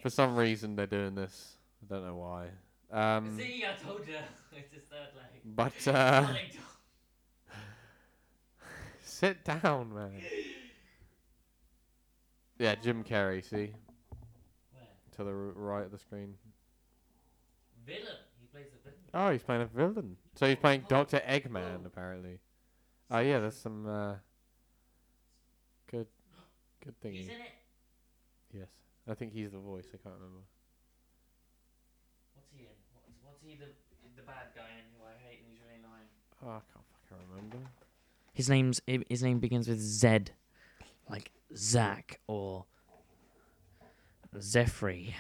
Speaker 1: For some reason, they're doing this. I don't know why. Um,
Speaker 2: See, I told you. It's his third leg.
Speaker 1: but uh,
Speaker 2: Leg dog.
Speaker 1: sit down, man. Yeah, Jim Carrey. See
Speaker 2: Where?
Speaker 1: to the r- right of the screen.
Speaker 2: Villain. He plays a villain.
Speaker 1: Oh, he's playing a villain. So he's playing Doctor Eggman, apparently. Oh yeah, there's some uh, good, good thingy.
Speaker 2: He's in it.
Speaker 1: Yes, I think he's the voice. I can't remember.
Speaker 2: What's he in? What's, what's he the the bad guy in who I hate and he's really annoying?
Speaker 1: Oh, I can't fucking remember.
Speaker 2: His name's i- his name begins with Z, like Zach or Zephyr.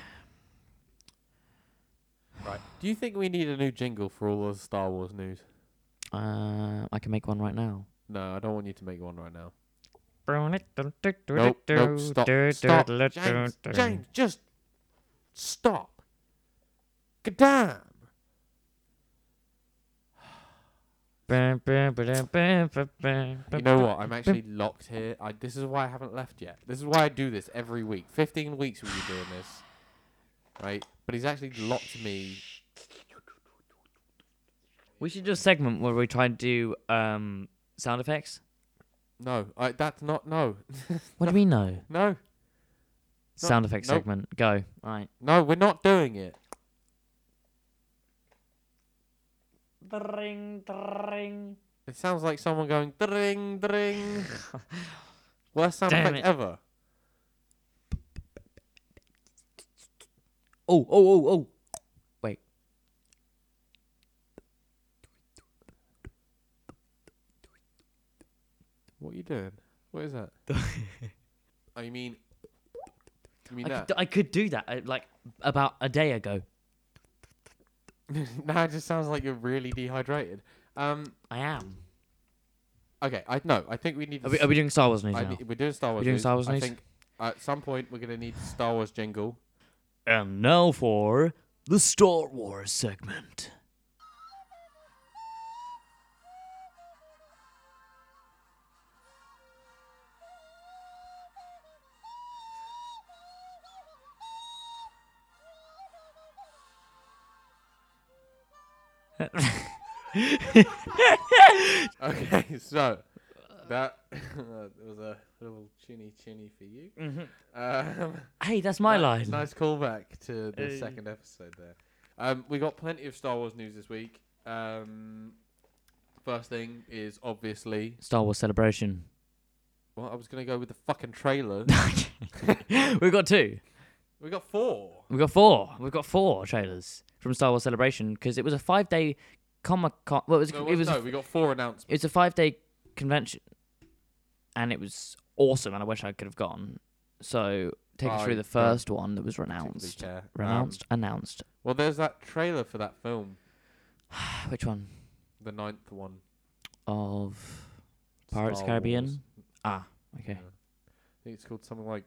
Speaker 1: Right. Do you think we need a new jingle for all the Star Wars news?
Speaker 2: Uh, I can make one right now.
Speaker 1: No, I don't want you to make one right now. Nope,
Speaker 2: Nope,
Speaker 1: nope, stop, stop, James, James, just stop. God damn. You know what? I'm actually locked here. I, this is why I haven't left yet. This is why I do this every week. 15 weeks we'll be doing this. Right? But he's actually locked me.
Speaker 2: We should do a segment where we try and do um, sound effects.
Speaker 1: No, I, that's not. No.
Speaker 2: What do we know?
Speaker 1: No.
Speaker 2: Sound effects
Speaker 1: nope.
Speaker 2: segment. Go. All right.
Speaker 1: No, we're not doing it.
Speaker 3: Dring, dring.
Speaker 1: It sounds like someone going dring dring. Worst sound
Speaker 2: Damn
Speaker 1: effect
Speaker 2: it.
Speaker 1: ever.
Speaker 2: Oh, oh, oh, oh. Wait.
Speaker 1: What are you doing? What is that? oh, you mean. You mean
Speaker 2: I
Speaker 1: that?
Speaker 2: could, I could do that uh, like about a day ago.
Speaker 1: now it just sounds like you're really dehydrated. Um.
Speaker 2: I am.
Speaker 1: Okay, I no. I think we need.
Speaker 2: Are
Speaker 1: to
Speaker 2: we, are we doing Star Wars news
Speaker 1: I
Speaker 2: now?
Speaker 1: ne- we're doing Star Wars.
Speaker 2: doing
Speaker 1: news.
Speaker 2: Star Wars
Speaker 1: I
Speaker 2: news?
Speaker 1: think at some point we're gonna need Star Wars jingle. um,
Speaker 2: And now for the Star Wars segment.
Speaker 1: Okay, so that was a little chinny chinny for you. Um,
Speaker 2: Hey, that's Mm-hmm. my
Speaker 1: Ni-
Speaker 2: line.
Speaker 1: Nice callback to the
Speaker 2: Hey.
Speaker 1: second episode there. Um, we got plenty of Star Wars news this week. Um, first thing is obviously.
Speaker 2: Star Wars Celebration.
Speaker 1: Well, I was gonna go with the fucking trailer.
Speaker 2: We've got two.
Speaker 1: we got four.
Speaker 2: We've got four. We've got four trailers from Star Wars Celebration because it was a five day Comic Con. Well, it was,
Speaker 1: No,
Speaker 2: it was
Speaker 1: no,
Speaker 2: a,
Speaker 1: we got four announcements.
Speaker 2: it was a five day convention, and it was awesome. And I wish I could have gone. So take us
Speaker 1: I
Speaker 2: through the
Speaker 1: don't
Speaker 2: first one that was
Speaker 1: particularly
Speaker 2: renounced,
Speaker 1: care. Um,
Speaker 2: renounced, announced.
Speaker 1: well, there's that trailer for that film,
Speaker 2: Which one?
Speaker 1: the ninth one.
Speaker 2: Of Pirates
Speaker 1: Star
Speaker 2: Caribbean.
Speaker 1: Wars.
Speaker 2: Ah,
Speaker 1: Yeah.
Speaker 2: okay.
Speaker 1: I think it's called something like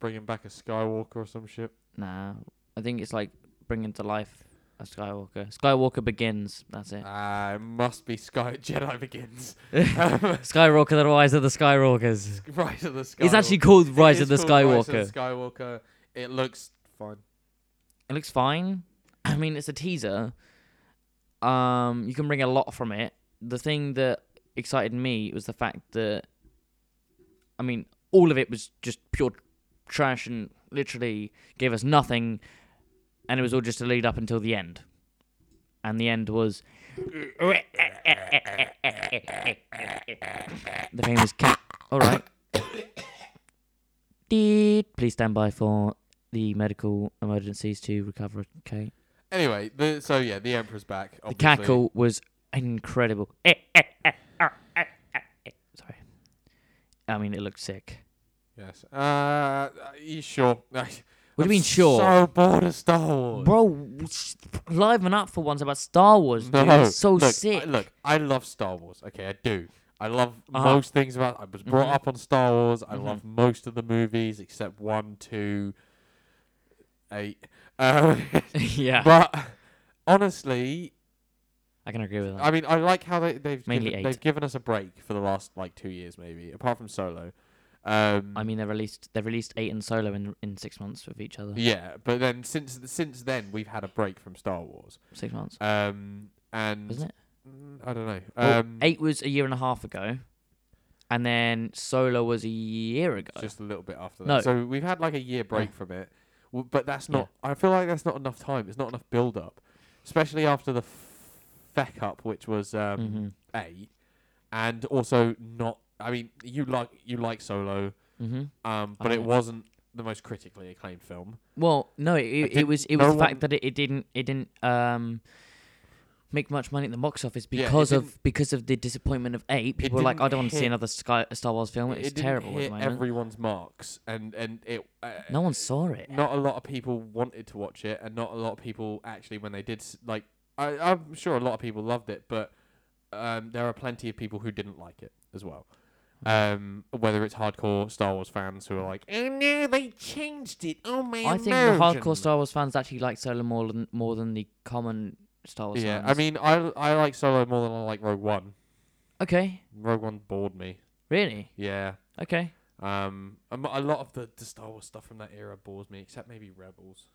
Speaker 1: bringing back a Skywalker or some shit.
Speaker 2: Nah, I think it's like bringing to life a Skywalker. Skywalker begins. That's it.
Speaker 1: Ah, it must be Sky Jedi Begins.
Speaker 2: Skywalker, the Rise of the Skywalkers.
Speaker 1: Rise of the Skywalker.
Speaker 2: It's actually called
Speaker 1: It
Speaker 2: Rise of the
Speaker 1: is called Rise
Speaker 2: Skywalker.
Speaker 1: of the Skywalker. It looks fine.
Speaker 2: It looks fine. I mean, it's a teaser. Um, you can bring a lot from it. The thing that excited me was the fact that, I mean, all of it was just pure trash and literally gave us nothing, and it was all just a lead up until the end. And the end was the famous cat. All right. Deed. Please stand by for the medical emergencies to recover. Okay.
Speaker 1: Anyway, the, so yeah, the Emperor's back.
Speaker 2: The
Speaker 1: Obviously.
Speaker 2: cackle was incredible. Eh, eh, eh, ah, eh, eh, eh. Sorry. I mean, it looked sick.
Speaker 1: Yes. Uh, are you sure? what
Speaker 2: What do you mean, sure?
Speaker 1: So bored of Star Wars.
Speaker 2: Bro, sh- liven up for once about Star Wars, dude. It's so
Speaker 1: look,
Speaker 2: sick.
Speaker 1: I, look, I love Star Wars. Okay, I do. I love
Speaker 2: Uh-huh.
Speaker 1: most things about. I was brought
Speaker 2: Mhm.
Speaker 1: up on Star Wars. I
Speaker 2: Mhm.
Speaker 1: love most of the movies except one, two, eight. Um,
Speaker 2: yeah,
Speaker 1: but honestly,
Speaker 2: I can agree with that.
Speaker 1: I mean, I like how they, they've
Speaker 2: Mainly
Speaker 1: given,
Speaker 2: eight.
Speaker 1: they've given us a break for the last like two years, maybe apart from Solo. Um,
Speaker 2: I mean, they released they released eight and Solo in in six months with each other.
Speaker 1: yeah, but then since since then we've had a break from Star Wars.
Speaker 2: Six months,
Speaker 1: Um, and
Speaker 2: wasn't it?
Speaker 1: Mm, I don't know.
Speaker 2: Well,
Speaker 1: Um,
Speaker 2: eight was a year and a half ago, and then Solo was a year ago.
Speaker 1: just a little bit after that.
Speaker 2: No.
Speaker 1: So we've had like a year break from it, w- but that's not. I feel like that's not enough time. It's not enough build up, especially after the f- feck up, which was um,
Speaker 2: Mhm.
Speaker 1: eight, and also not. I mean, you like you like Solo,
Speaker 2: hmm
Speaker 1: um,
Speaker 2: I
Speaker 1: but
Speaker 2: like
Speaker 1: it
Speaker 2: it.
Speaker 1: wasn't the most critically acclaimed film.
Speaker 2: Well, no, it, it,
Speaker 1: didn't-
Speaker 2: was it was
Speaker 1: no
Speaker 2: the
Speaker 1: one-
Speaker 2: fact that it, it didn't it didn't um make much money at the box office
Speaker 1: Yeah, it
Speaker 2: because of
Speaker 1: didn't-
Speaker 2: because of the disappointment of eight. People were like,
Speaker 1: didn't
Speaker 2: I don't want to see
Speaker 1: hit-
Speaker 2: another Sky, Star Wars film.
Speaker 1: It
Speaker 2: Oh, It's
Speaker 1: didn't
Speaker 2: terrible at
Speaker 1: hit
Speaker 2: the moment.
Speaker 1: everyone's marks, and and it. Uh,
Speaker 2: No one saw it.
Speaker 1: not a lot of people wanted to watch it, and not a lot of people actually, when they did, s- like, I, I'm sure a lot of people loved it, but um, there are plenty of people who didn't like it as well.
Speaker 2: Hmm.
Speaker 1: Um, whether it's hardcore Star Wars fans who are like, oh no, they changed it. Oh my
Speaker 2: I think the hardcore Star Wars fans actually like Solo more than more than the common Star Wars
Speaker 1: Yeah,
Speaker 2: fans.
Speaker 1: I mean, I I like Solo more than I like Rogue One.
Speaker 2: okay,
Speaker 1: Rogue One bored me.
Speaker 2: really,
Speaker 1: Yeah.
Speaker 2: okay.
Speaker 1: Um, a mo- a lot of the, the Star Wars stuff from that era bores me, except maybe Rebels.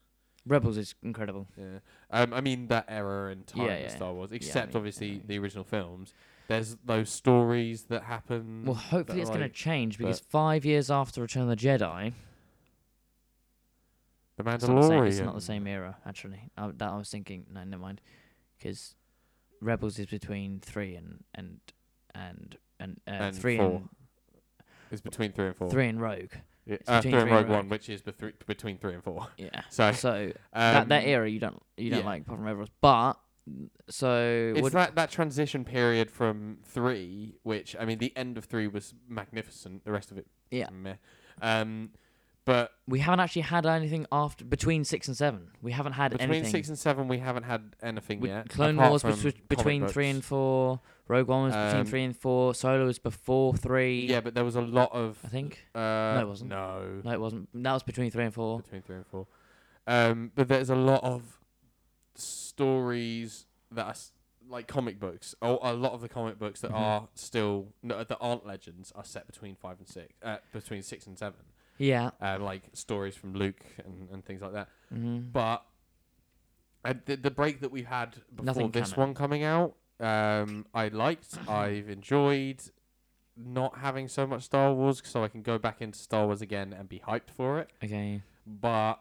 Speaker 2: Rebels is incredible.
Speaker 1: Yeah. Um, I mean that era and time
Speaker 2: Yeah,
Speaker 1: of
Speaker 2: yeah.
Speaker 1: Star Wars,
Speaker 2: I
Speaker 1: except
Speaker 2: mean,
Speaker 1: obviously
Speaker 2: yeah.
Speaker 1: the original films. There's those stories that happen.
Speaker 2: Well, hopefully
Speaker 1: that
Speaker 2: it's
Speaker 1: are
Speaker 2: going
Speaker 1: Mm, like-
Speaker 2: to change because five years after Return of the Jedi,
Speaker 1: the
Speaker 2: It's not the same,
Speaker 1: Mandalorian.
Speaker 2: it's not the same era, actually. I, that I was thinking. No, never mind. Because Rebels is between three and and and and, uh,
Speaker 1: And
Speaker 2: three
Speaker 1: four. It's between three and four.
Speaker 2: and three and Rogue.
Speaker 1: Yeah,
Speaker 2: it's
Speaker 1: uh,
Speaker 2: between
Speaker 1: three and
Speaker 2: three and
Speaker 1: Rogue One, which is between between three and four.
Speaker 2: Yeah.
Speaker 1: So um,
Speaker 2: So that that era you don't you don't
Speaker 1: yeah.
Speaker 2: like apart from Rebels, but so
Speaker 1: It's
Speaker 2: what-
Speaker 1: that, that transition period from three, which I mean, the end of three was magnificent. The rest of it, was
Speaker 2: Yeah.
Speaker 1: meh. Um, but
Speaker 2: we haven't actually had anything after between six and seven. We haven't had
Speaker 1: between
Speaker 2: anything.
Speaker 1: six and seven, we haven't had anything
Speaker 2: We-
Speaker 1: yet.
Speaker 2: Clone
Speaker 1: apart
Speaker 2: Wars
Speaker 1: from
Speaker 2: was
Speaker 1: comic
Speaker 2: between three
Speaker 1: books.
Speaker 2: and four. Rogue One was between
Speaker 1: Um,
Speaker 2: three and four. Solo was before three.
Speaker 1: Yeah, but there was a lot of.
Speaker 2: I think.
Speaker 1: Uh,
Speaker 2: it wasn't.
Speaker 1: No,
Speaker 2: No, it wasn't. That was between three and four.
Speaker 1: between three and four. Um, but there's a lot of stories that are s- like comic books. Oh, a lot of the comic books that
Speaker 2: Mhm.
Speaker 1: are still no, that aren't legends are set between five and six, uh, between six and seven. Uh,
Speaker 2: Yeah.
Speaker 1: Um, like stories from Luke and, and things like that.
Speaker 2: Mm-hmm.
Speaker 1: But And uh, the, the break that we had before
Speaker 2: Nothing
Speaker 1: this
Speaker 2: canon.
Speaker 1: one coming out, um, I liked. I've enjoyed not having so much Star Wars, so I can go back into Star Wars again and be hyped for it.
Speaker 2: Okay.
Speaker 1: But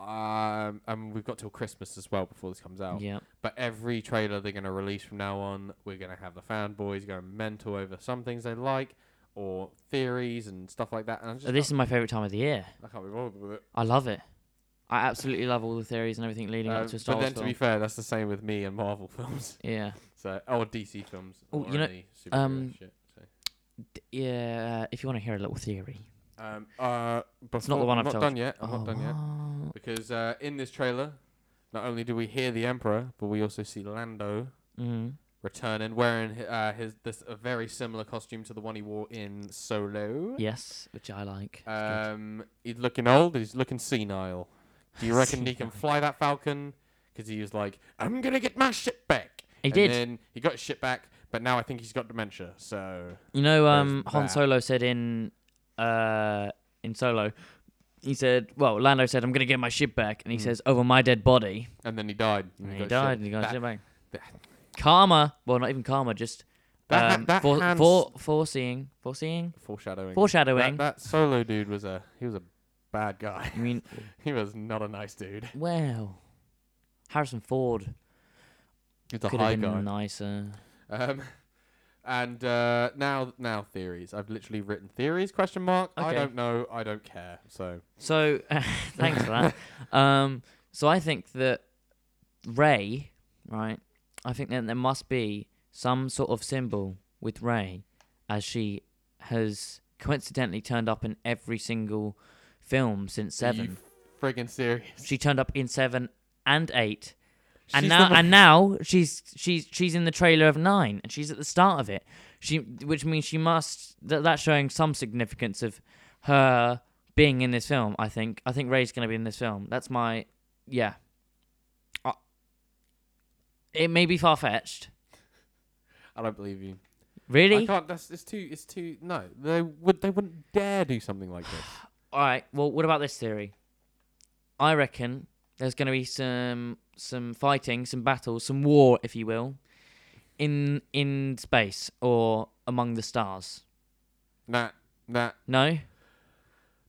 Speaker 1: um, and we've got till Christmas as well before this comes out.
Speaker 2: Yeah.
Speaker 1: But every trailer they're going to release from now on, we're going to have the fanboys going mental over some things they like or theories and stuff like that. And I'm just
Speaker 2: This is my favorite time of the year.
Speaker 1: I can't be bothered with it.
Speaker 2: I love it. I absolutely love all the theories and everything leading
Speaker 1: Um,
Speaker 2: up to a Star
Speaker 1: but
Speaker 2: Wars
Speaker 1: then, to be
Speaker 2: film.
Speaker 1: fair, that's the same with me and Marvel films.
Speaker 2: yeah.
Speaker 1: So, or DC films.
Speaker 2: Oh,
Speaker 1: or
Speaker 2: you know,
Speaker 1: any superhero
Speaker 2: um,
Speaker 1: shit, so.
Speaker 2: D- yeah. uh, If you want to hear a little theory,
Speaker 1: um, uh, before,
Speaker 2: not the one
Speaker 1: I'm
Speaker 2: I've
Speaker 1: not
Speaker 2: told
Speaker 1: done yet. I'm
Speaker 2: Oh,
Speaker 1: not done yet
Speaker 2: what?
Speaker 1: because uh, in this trailer, not only do we hear the Emperor, but we also see Lando
Speaker 2: Mm.
Speaker 1: returning wearing hi- uh, his this a very similar costume to the one he wore in Solo.
Speaker 2: Yes, which I like. It's good.
Speaker 1: Um, he's looking old. He's looking senile. Do you reckon he can
Speaker 2: Senile.
Speaker 1: fly that Falcon? Because he was like, "I'm gonna get my shit back."
Speaker 2: He
Speaker 1: and
Speaker 2: did.
Speaker 1: Then he got his shit back, but now I think he's got dementia. So
Speaker 2: You know, um,
Speaker 1: There's
Speaker 2: Han
Speaker 1: that.
Speaker 2: Solo said in uh, in Solo, he said, "Well, Lando said I'm gonna get my ship back," and he
Speaker 1: Mm.
Speaker 2: says, "Over my dead body,"
Speaker 1: and then he died.
Speaker 2: and he
Speaker 1: got his
Speaker 2: died,
Speaker 1: shit
Speaker 2: and he got his
Speaker 1: back.
Speaker 2: ship back.
Speaker 1: that-
Speaker 2: Karma, well, not even karma, just
Speaker 1: That ha-
Speaker 2: um,
Speaker 1: that
Speaker 2: fore-
Speaker 1: hands-
Speaker 2: fore- foreseeing, foreseeing,
Speaker 1: Foreshadowing.
Speaker 2: foreshadowing.
Speaker 1: That, that solo dude was a he was a bad guy.
Speaker 2: I mean,
Speaker 1: he was not a nice dude.
Speaker 2: well, Harrison Ford
Speaker 1: He was a
Speaker 2: could
Speaker 1: high
Speaker 2: have been
Speaker 1: guy.
Speaker 2: nicer.
Speaker 1: Um, and uh, now now theories. I've literally written theories question mark. I
Speaker 2: Okay.
Speaker 1: don't know. I don't care. So
Speaker 2: So thanks for that. Um, so I think that Ray, right? I think that there must be some sort of symbol with Ray, as she has coincidentally turned up in every single film since
Speaker 1: are
Speaker 2: Seven.
Speaker 1: You friggin' serious.
Speaker 2: She turned up in Seven and Eight, and
Speaker 1: She's
Speaker 2: now
Speaker 1: the one-
Speaker 2: and now she's she's she's in the trailer of Nine, and she's at the start of it. She, which means she must that that's showing some significance of her being in this film. I think I think Ray's gonna be in this film. That's my yeah. Uh, It may be far fetched.
Speaker 1: I don't believe you. I
Speaker 2: Really?
Speaker 1: can't. That's it's too. It's too. No, they would. They wouldn't dare do something like this.
Speaker 2: All right. Well, what about this theory? I reckon there's going to be some some fighting, some battles, some war, if you will, in in space or among the stars.
Speaker 1: Nah, nah.
Speaker 2: No,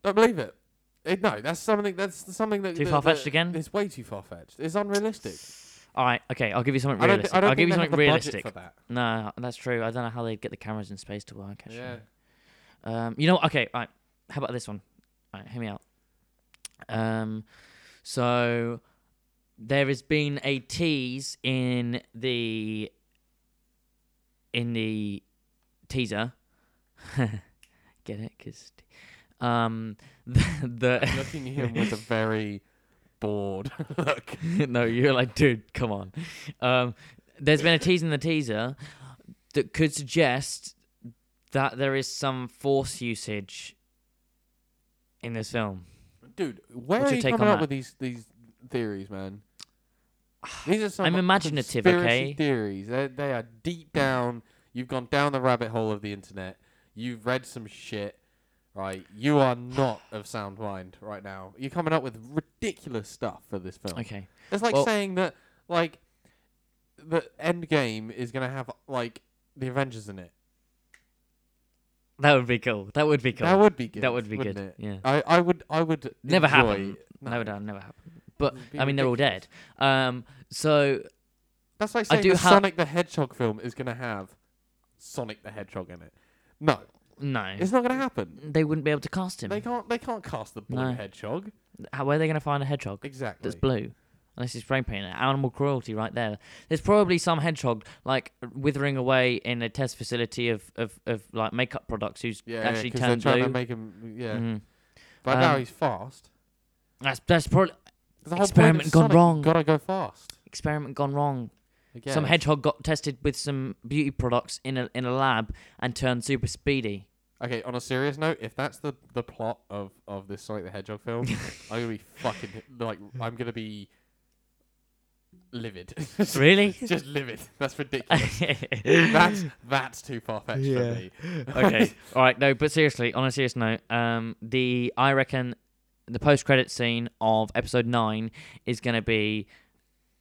Speaker 1: Don't believe it. It- no, that's something. That's something that
Speaker 2: Too
Speaker 1: that-
Speaker 2: far-fetched
Speaker 1: that-
Speaker 2: again?
Speaker 1: It's way too far fetched. It's unrealistic.
Speaker 2: All right, okay, I'll give you something
Speaker 1: I don't. thi-
Speaker 2: realistic.
Speaker 1: I don't
Speaker 2: will
Speaker 1: think
Speaker 2: give you
Speaker 1: they have
Speaker 2: something
Speaker 1: the
Speaker 2: realistic.
Speaker 1: budget for that.
Speaker 2: No, that's true. I don't know how they get the cameras in space to work. Actually,
Speaker 1: Yeah.
Speaker 2: um, you know, what? okay, all right. How about this one? All right, hear me out. Um, so there has been a tease in the in the teaser. get it? Cause t- um, the, the
Speaker 1: I'm looking at him with a very bored look.
Speaker 2: no, you're like, dude, come on. Um, there's been a tease in the teaser that could suggest that there is some force usage in this film.
Speaker 1: Dude, where
Speaker 2: What's
Speaker 1: are
Speaker 2: your
Speaker 1: you
Speaker 2: take
Speaker 1: coming
Speaker 2: on
Speaker 1: up
Speaker 2: that?
Speaker 1: with these these theories, man? These are some
Speaker 2: I'm imaginative,
Speaker 1: conspiracy
Speaker 2: okay?
Speaker 1: Theories. They they are deep down. You've gone down the rabbit hole of the internet. You've read some shit, right? You are not of sound mind right now. You're coming up with ridiculous stuff for this film.
Speaker 2: Okay.
Speaker 1: It's like
Speaker 2: Well-
Speaker 1: saying that like the end game is gonna have like the Avengers in it.
Speaker 2: That would be cool. That would be cool.
Speaker 1: That would be good.
Speaker 2: That would be
Speaker 1: wouldn't
Speaker 2: good.
Speaker 1: It?
Speaker 2: Yeah.
Speaker 1: I, I would I would
Speaker 2: Never
Speaker 1: enjoy-
Speaker 2: happen.
Speaker 1: No.
Speaker 2: No, that would never happen. But
Speaker 1: It'd be
Speaker 2: I mean, they're all dead.
Speaker 1: ridiculous.
Speaker 2: Um, so
Speaker 1: That's like
Speaker 2: I
Speaker 1: saying
Speaker 2: do
Speaker 1: the
Speaker 2: ha-
Speaker 1: Sonic the Hedgehog film is going to have Sonic the Hedgehog in it. No,
Speaker 2: no,
Speaker 1: it's not going to happen.
Speaker 2: they wouldn't be able to cast him.
Speaker 1: They can't. They can't cast the blue
Speaker 2: No.
Speaker 1: hedgehog.
Speaker 2: How where are they going to find a hedgehog?
Speaker 1: Exactly.
Speaker 2: that's blue. Unless he's brain painted. Animal cruelty right there. There's probably some hedgehog like withering away in a test facility of, of, of like makeup products who's
Speaker 1: yeah, actually,
Speaker 2: actually
Speaker 1: yeah, 'cause they're
Speaker 2: turned
Speaker 1: trying
Speaker 2: blue.
Speaker 1: to make him. Yeah,
Speaker 2: Mhm.
Speaker 1: but now
Speaker 2: um,
Speaker 1: he's fast.
Speaker 2: That's that's probably
Speaker 1: The whole
Speaker 2: experiment gone wrong.
Speaker 1: Got to go fast.
Speaker 2: experiment gone wrong.
Speaker 1: Again.
Speaker 2: Some hedgehog got tested with some beauty products in a in a lab and turned super speedy.
Speaker 1: Okay, on a serious note, if that's the the plot of of this Sonic the Hedgehog film, I'm gonna be fucking like I'm gonna be livid.
Speaker 2: Really?
Speaker 1: Just livid. That's ridiculous. that's that's too far fetched
Speaker 2: Yeah.
Speaker 1: for me.
Speaker 2: okay. All right. No, but seriously, on a serious note, um, the I reckon the post credit scene of episode nine is going to be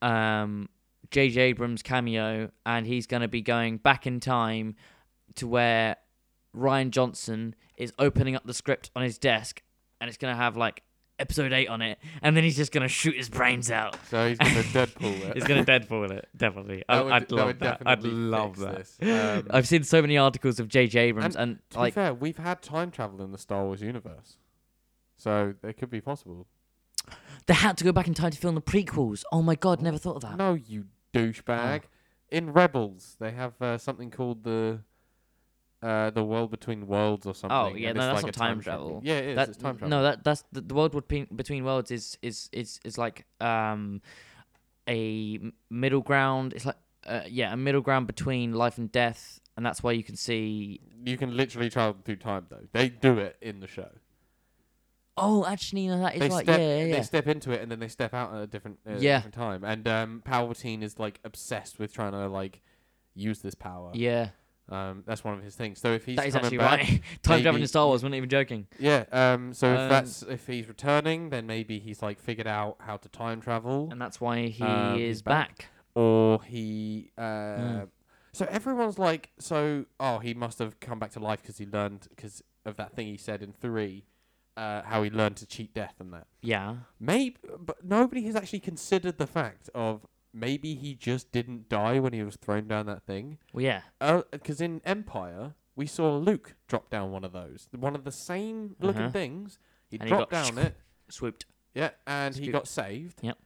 Speaker 2: um, J.J. Abrams cameo, and he's going to be going back in time to where Ryan Johnson is opening up the script on his desk, and it's going to have like episode eight on it, and then he's just going to shoot his brains out.
Speaker 1: So he's gonna Deadpool
Speaker 2: He's
Speaker 1: it.
Speaker 2: going to Deadpool it, definitely. I,
Speaker 1: That would-
Speaker 2: I'd
Speaker 1: that
Speaker 2: love
Speaker 1: would
Speaker 2: that. I'd
Speaker 1: definitely
Speaker 2: love
Speaker 1: fix
Speaker 2: that.
Speaker 1: this. Um,
Speaker 2: I've seen so many articles of J.J. Abrams, and,
Speaker 1: To be
Speaker 2: like
Speaker 1: fair, we've had time travel in the Star Wars universe, so it could be possible.
Speaker 2: they had to go back in time to film the prequels. Oh my god, never thought of that. Oh.
Speaker 1: No, you douchebag. In Rebels, they have uh, something called the uh, the world between worlds or something.
Speaker 2: Oh, yeah,
Speaker 1: and
Speaker 2: no,
Speaker 1: it's
Speaker 2: that's
Speaker 1: like
Speaker 2: not
Speaker 1: a
Speaker 2: time travel.
Speaker 1: Yeah, it is.
Speaker 2: That-
Speaker 1: it's time travel.
Speaker 2: No, that that's the, the world between between worlds is is is is like um a m- middle ground. It's like uh, yeah, a middle ground between life and death, and that's why you can see.
Speaker 1: you can literally travel through time though. They do it in the show.
Speaker 2: Oh, actually, no, that is
Speaker 1: they
Speaker 2: right.
Speaker 1: step,
Speaker 2: yeah, yeah,
Speaker 1: they
Speaker 2: yeah.
Speaker 1: step into it and then they step out at a different, uh,
Speaker 2: Yeah.
Speaker 1: different time. And um, Palpatine is like obsessed with trying to like use this power.
Speaker 2: yeah,
Speaker 1: Um, that's one of his things. So if he's
Speaker 2: that is
Speaker 1: coming
Speaker 2: actually
Speaker 1: back,
Speaker 2: right. Time traveling
Speaker 1: maybe-
Speaker 2: in Star Wars, we're not even joking.
Speaker 1: Yeah. Um. So
Speaker 2: Um,
Speaker 1: if that's if he's returning, then maybe he's like figured out how to time travel,
Speaker 2: And that's why he
Speaker 1: Um, he's
Speaker 2: is
Speaker 1: back.
Speaker 2: back.
Speaker 1: or he. Uh,
Speaker 2: Hmm.
Speaker 1: So everyone's like, so oh, he must have come back to life because he learned because of that thing he said in three, uh, how he learned to cheat death and that.
Speaker 2: Yeah.
Speaker 1: Maybe, but nobody has actually considered the fact of maybe he just didn't die when he was thrown down that thing.
Speaker 2: Well, yeah.
Speaker 1: Because in Empire, we saw Luke drop down one of those, one of the same looking
Speaker 2: Uh-huh.
Speaker 1: things. He
Speaker 2: And he
Speaker 1: dropped
Speaker 2: got
Speaker 1: down it.
Speaker 2: Swooped.
Speaker 1: Yeah, and he
Speaker 2: Scoot.
Speaker 1: got saved.
Speaker 2: Yep.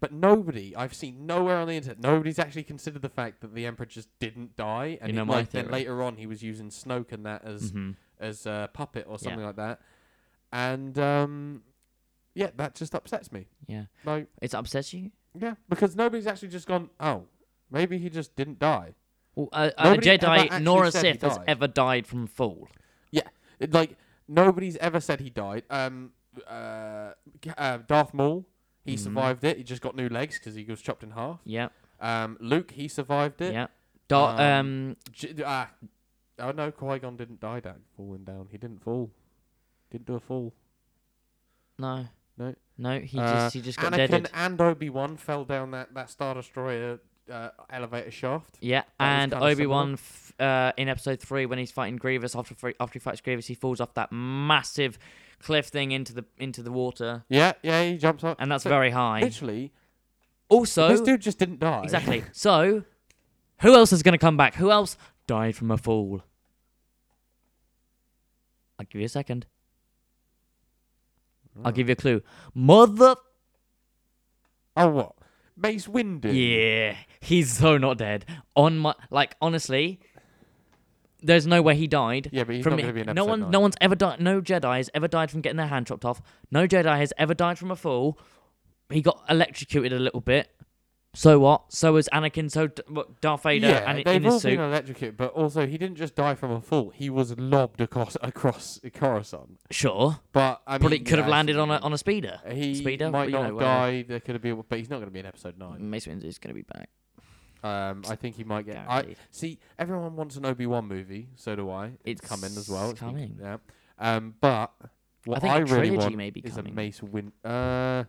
Speaker 1: But nobody, I've seen nowhere on the internet, nobody's actually considered the fact that the Emperor just didn't die, and
Speaker 2: You
Speaker 1: he,
Speaker 2: know my
Speaker 1: like, then
Speaker 2: theory.
Speaker 1: later on he was using Snoke and that as
Speaker 2: hmm
Speaker 1: as a puppet or
Speaker 2: Yeah.
Speaker 1: something like that, and um, yeah, that just upsets me.
Speaker 2: Yeah.
Speaker 1: Like,
Speaker 2: It's upset you.
Speaker 1: yeah, because nobody's actually just gone. Oh, maybe he just didn't die.
Speaker 2: Well, a, a
Speaker 1: Nobody ever
Speaker 2: Jedi
Speaker 1: actually
Speaker 2: nor a
Speaker 1: said he
Speaker 2: Sith has
Speaker 1: died.
Speaker 2: ever died from fall.
Speaker 1: It, like nobody's ever said he died. Um, uh, G- uh Darth Maul, he
Speaker 2: Mhm.
Speaker 1: survived it. He just got new legs because he was chopped in half.
Speaker 2: Yeah.
Speaker 1: Um, Luke, he survived it.
Speaker 2: Yeah. Dar-
Speaker 1: Um,
Speaker 2: um,
Speaker 1: J- uh, oh no, Qui Gon didn't die down, falling down. He didn't fall. Didn't do a fall.
Speaker 2: No.
Speaker 1: No.
Speaker 2: No, he
Speaker 1: Uh,
Speaker 2: just he just got
Speaker 1: Anakin
Speaker 2: deaded.
Speaker 1: and Obi Wan fell down that, that Star Destroyer uh, elevator shaft.
Speaker 2: Yeah,
Speaker 1: was
Speaker 2: and
Speaker 1: kinda similar.
Speaker 2: Obi Wan f- uh, in Episode Three when he's fighting Grievous after fr- after he fights Grievous, he falls off that massive cliff thing into the into the water,
Speaker 1: Yeah, yeah, he jumps up.
Speaker 2: and that's
Speaker 1: So
Speaker 2: very high.
Speaker 1: literally. this
Speaker 2: also,
Speaker 1: dude just didn't die.
Speaker 2: exactly. So, who else is going to come back? Who else died from a fall? I'll give you a second. I'll give you a clue. Mother.
Speaker 1: Oh what? Mace Windu.
Speaker 2: Yeah, he's so not dead. On my like, honestly, there's no way he died.
Speaker 1: Yeah, but he's
Speaker 2: from
Speaker 1: not going to be in
Speaker 2: no
Speaker 1: episode
Speaker 2: one,
Speaker 1: nine.
Speaker 2: no one's ever died. No Jedi has ever died from getting their hand chopped off. No Jedi has ever died from a fall. He got electrocuted a little bit. So what? So was Anakin. So D- what, Darth Vader
Speaker 1: yeah,
Speaker 2: and
Speaker 1: they've
Speaker 2: in
Speaker 1: all
Speaker 2: his
Speaker 1: been
Speaker 2: suit.
Speaker 1: electrocuted, but also he didn't just die from a fall. He was lobbed across across Coruscant.
Speaker 2: Sure,
Speaker 1: But I mean,
Speaker 2: probably could have
Speaker 1: yeah,
Speaker 2: landed on a
Speaker 1: actually,
Speaker 2: on a speeder.
Speaker 1: He
Speaker 2: speeder,
Speaker 1: might
Speaker 2: you
Speaker 1: not
Speaker 2: know,
Speaker 1: have
Speaker 2: whatever.
Speaker 1: died. There could have been, but he's not going to be in episode nine.
Speaker 2: Mace Windu's gonna be back.
Speaker 1: Um, I think he might get. I
Speaker 2: Guaranteed.
Speaker 1: see. Everyone wants an Obi Wan movie, so do I. It's,
Speaker 2: It's
Speaker 1: coming as well. It's been-
Speaker 2: coming.
Speaker 1: yeah. Um, but what
Speaker 2: I think
Speaker 1: I,
Speaker 2: a
Speaker 1: really
Speaker 2: trilogy
Speaker 1: want
Speaker 2: may be
Speaker 1: is a
Speaker 2: coming.
Speaker 1: Mace Win. Uh,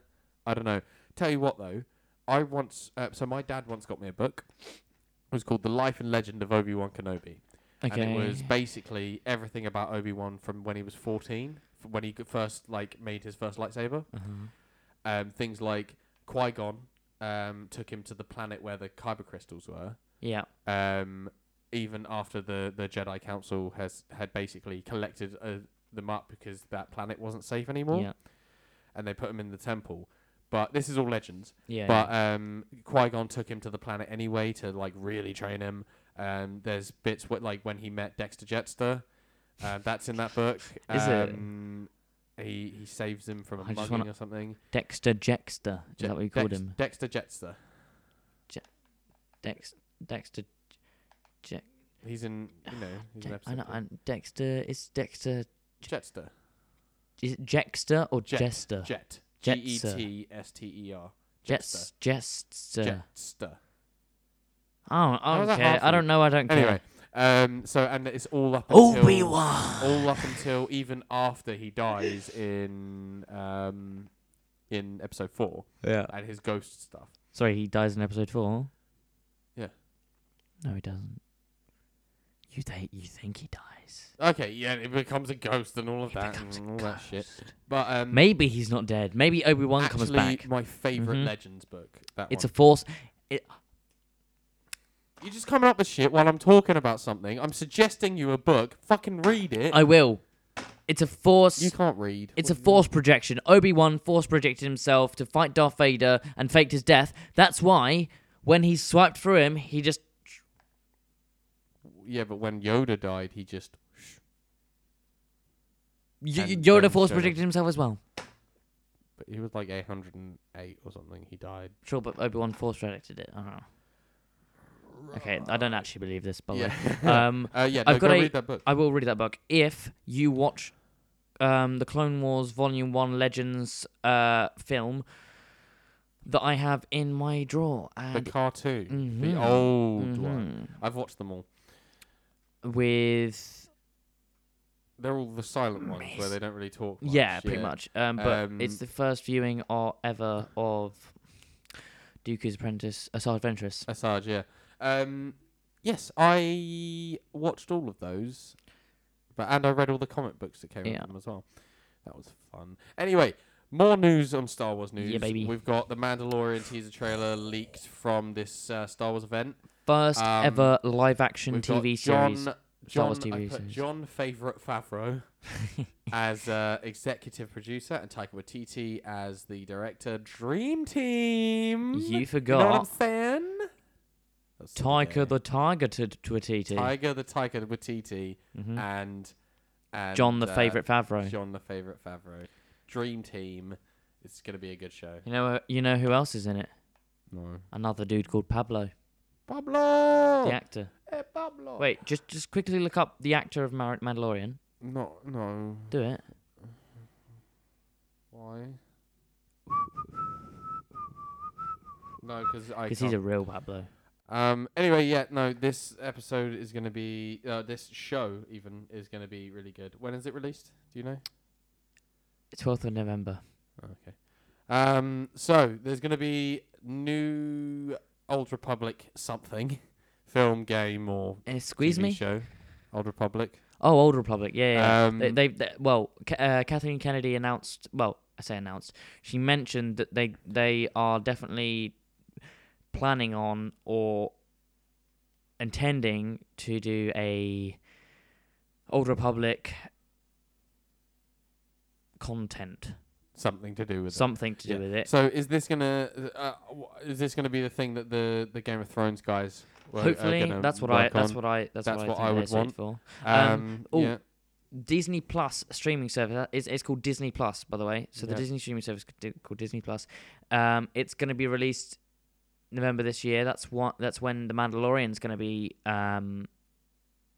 Speaker 1: I don't know. Tell you what though, I once. Uh, so my dad once got me a book. It was called The Life and Legend of Obi Wan Kenobi, and
Speaker 2: Okay.
Speaker 1: it was basically everything about Obi Wan from when he was fourteen, f- when he g- first like made his first lightsaber
Speaker 2: Uh-huh.
Speaker 1: um, things like Qui Gon um, took him to the planet where the kyber crystals were.
Speaker 2: Yeah.
Speaker 1: Um, even after the, the Jedi Council has had basically collected uh, them up because that planet wasn't safe anymore,
Speaker 2: Yeah.
Speaker 1: and they put him in the temple. But this is all legends.
Speaker 2: Yeah.
Speaker 1: But um, Qui Gon took him to the planet anyway to like really train him. Um, there's bits wh- like when he met Dexter Jetster. Um, that's in that book.
Speaker 2: Is it?
Speaker 1: um, it? He he saves him from a
Speaker 2: I just
Speaker 1: mugging
Speaker 2: wanna-
Speaker 1: or something.
Speaker 2: Dexter Jexter. Is
Speaker 1: Je-
Speaker 2: that what you called
Speaker 1: Dex-
Speaker 2: him?
Speaker 1: Dexter Jetster.
Speaker 2: Dex Dexter
Speaker 1: He's in, you know, he's in
Speaker 2: Dex-
Speaker 1: episode
Speaker 2: I
Speaker 1: two.
Speaker 2: know, I, Dexter is Dexter
Speaker 1: Jetster.
Speaker 2: is it Jexter or
Speaker 1: Jet-
Speaker 2: Jester?
Speaker 1: Jet. G E
Speaker 2: Jetster.
Speaker 1: T S T E R.
Speaker 2: Jets Jester.
Speaker 1: Jetster.
Speaker 2: Oh, I
Speaker 1: was
Speaker 2: don't
Speaker 1: that
Speaker 2: care. I
Speaker 1: halfway?
Speaker 2: don't know. I don't
Speaker 1: Anyway,
Speaker 2: care.
Speaker 1: um, so and it's all up until
Speaker 2: Obi Wan.
Speaker 1: all up until even after he dies in um, in episode four
Speaker 2: Yeah.
Speaker 1: and his ghost stuff.
Speaker 2: Sorry, he dies in episode four.
Speaker 1: Yeah.
Speaker 2: No, he doesn't. You th- you think he dies?
Speaker 1: Okay, yeah, it becomes a ghost and all of
Speaker 2: He
Speaker 1: that
Speaker 2: becomes a
Speaker 1: and all that shit.
Speaker 2: ghost.
Speaker 1: But um,
Speaker 2: Maybe he's not dead. Maybe Obi Wan
Speaker 1: actually,
Speaker 2: comes back.
Speaker 1: my favorite
Speaker 2: Mhm.
Speaker 1: Legends book. That
Speaker 2: It's a
Speaker 1: one.
Speaker 2: force.
Speaker 1: You're just coming up with shit while I'm talking about something. I'm suggesting you a book. Fucking read it.
Speaker 2: I will. It's a force.
Speaker 1: you can't read.
Speaker 2: It's a
Speaker 1: What do you
Speaker 2: force projection. Obi Wan force projected himself to fight Darth Vader and faked his death. That's why when he swiped through him, he just
Speaker 1: mean? Yeah, but when Yoda died, he just.
Speaker 2: y- y-
Speaker 1: And
Speaker 2: Yoda
Speaker 1: then
Speaker 2: force
Speaker 1: showed
Speaker 2: projected himself as well.
Speaker 1: But he was like 808 or something. He died.
Speaker 2: Sure, but Obi Wan force projected it. I don't know. Okay, I don't actually believe this, by the
Speaker 1: Yeah.
Speaker 2: way. Um,
Speaker 1: Uh, yeah, no,
Speaker 2: I've
Speaker 1: go
Speaker 2: got a-
Speaker 1: read that book.
Speaker 2: I will read that book if you watch um, the Clone Wars Volume One Legends uh, film that I have in my drawer
Speaker 1: The
Speaker 2: and
Speaker 1: cartoon.
Speaker 2: Mhm.
Speaker 1: The old one.
Speaker 2: Mhm.
Speaker 1: I've watched them all.
Speaker 2: with
Speaker 1: They're all the silent ones where they don't really talk. Much.
Speaker 2: yeah, pretty much. Um, but it's
Speaker 1: Oh, Um,
Speaker 2: the first viewing or ever of Dooku's Apprentice, uh, Asajj Ventress.
Speaker 1: Asajj, yeah. Um, yes, I watched all of those, but and I read all the comic books that came
Speaker 2: Yeah.
Speaker 1: with them as well. That was fun. Anyway, more news on Star Wars
Speaker 2: Yeah,
Speaker 1: news.
Speaker 2: baby.
Speaker 1: We've got the Mandalorian teaser trailer leaked from this uh, Star Wars event.
Speaker 2: First
Speaker 1: Um,
Speaker 2: ever live action
Speaker 1: We've got
Speaker 2: TV
Speaker 1: John,
Speaker 2: series. Star
Speaker 1: John,
Speaker 2: Wars
Speaker 1: I
Speaker 2: TV
Speaker 1: put
Speaker 2: series.
Speaker 1: John favorite Favreau as uh, executive producer and Taika Waititi as the director. Dream team.
Speaker 2: You
Speaker 1: You know what I'm
Speaker 2: forgot
Speaker 1: saying? That's so gay.
Speaker 2: Taika the Tiger to, to a TT.
Speaker 1: Tiger the Tiger Watiti
Speaker 2: Mhm.
Speaker 1: and, and
Speaker 2: John the
Speaker 1: uh,
Speaker 2: favorite Favreau.
Speaker 1: John the favorite Favreau. Dream team. It's gonna be a good show.
Speaker 2: You know, uh, you know who else is in it?
Speaker 1: No.
Speaker 2: Another dude called Pablo,
Speaker 1: Pablo.
Speaker 2: the actor.
Speaker 1: Hey, Pablo.
Speaker 2: Wait, just just quickly look up the actor of Mar- Mandalorian.
Speaker 1: No. No.
Speaker 2: Do it.
Speaker 1: Why? No, because I.
Speaker 2: Because he's a
Speaker 1: can't.
Speaker 2: real Pablo.
Speaker 1: Um. Anyway, yeah. No, this episode is gonna be. Uh, this show even is gonna be really good. When is it released? Do you know?
Speaker 2: 12th of November.
Speaker 1: Um, so there's going to be new Old Republic something, film, game, or
Speaker 2: Eh, squeeze
Speaker 1: TV
Speaker 2: me?
Speaker 1: show. Old Republic.
Speaker 2: Oh, Old Republic. Yeah, yeah.
Speaker 1: Um,
Speaker 2: they, they, they- well, Ca- uh, Kathleen Kennedy announced. Well, I say announced. She mentioned that they they are definitely planning on or intending to do a Old Republic content,
Speaker 1: Something to do with it.
Speaker 2: something to do
Speaker 1: Yeah.
Speaker 2: with it.
Speaker 1: So is this gonna uh, w- is this gonna be the thing that the, the Game of Thrones guys? were- are
Speaker 2: Hopefully,
Speaker 1: gonna
Speaker 2: that's what I.
Speaker 1: work
Speaker 2: That's
Speaker 1: on?
Speaker 2: what I. That's,
Speaker 1: That's
Speaker 2: what,
Speaker 1: what
Speaker 2: I,
Speaker 1: I
Speaker 2: think
Speaker 1: would
Speaker 2: they're suited
Speaker 1: want.
Speaker 2: for.
Speaker 1: Um,
Speaker 2: oh,
Speaker 1: yeah.
Speaker 2: Disney Plus streaming service. It's, it's called Disney Plus, by the way. So the
Speaker 1: Yeah.
Speaker 2: Disney streaming service c- called Disney Plus. Um, it's going to be released November this year. That's what. That's when the Mandalorian's going to be um,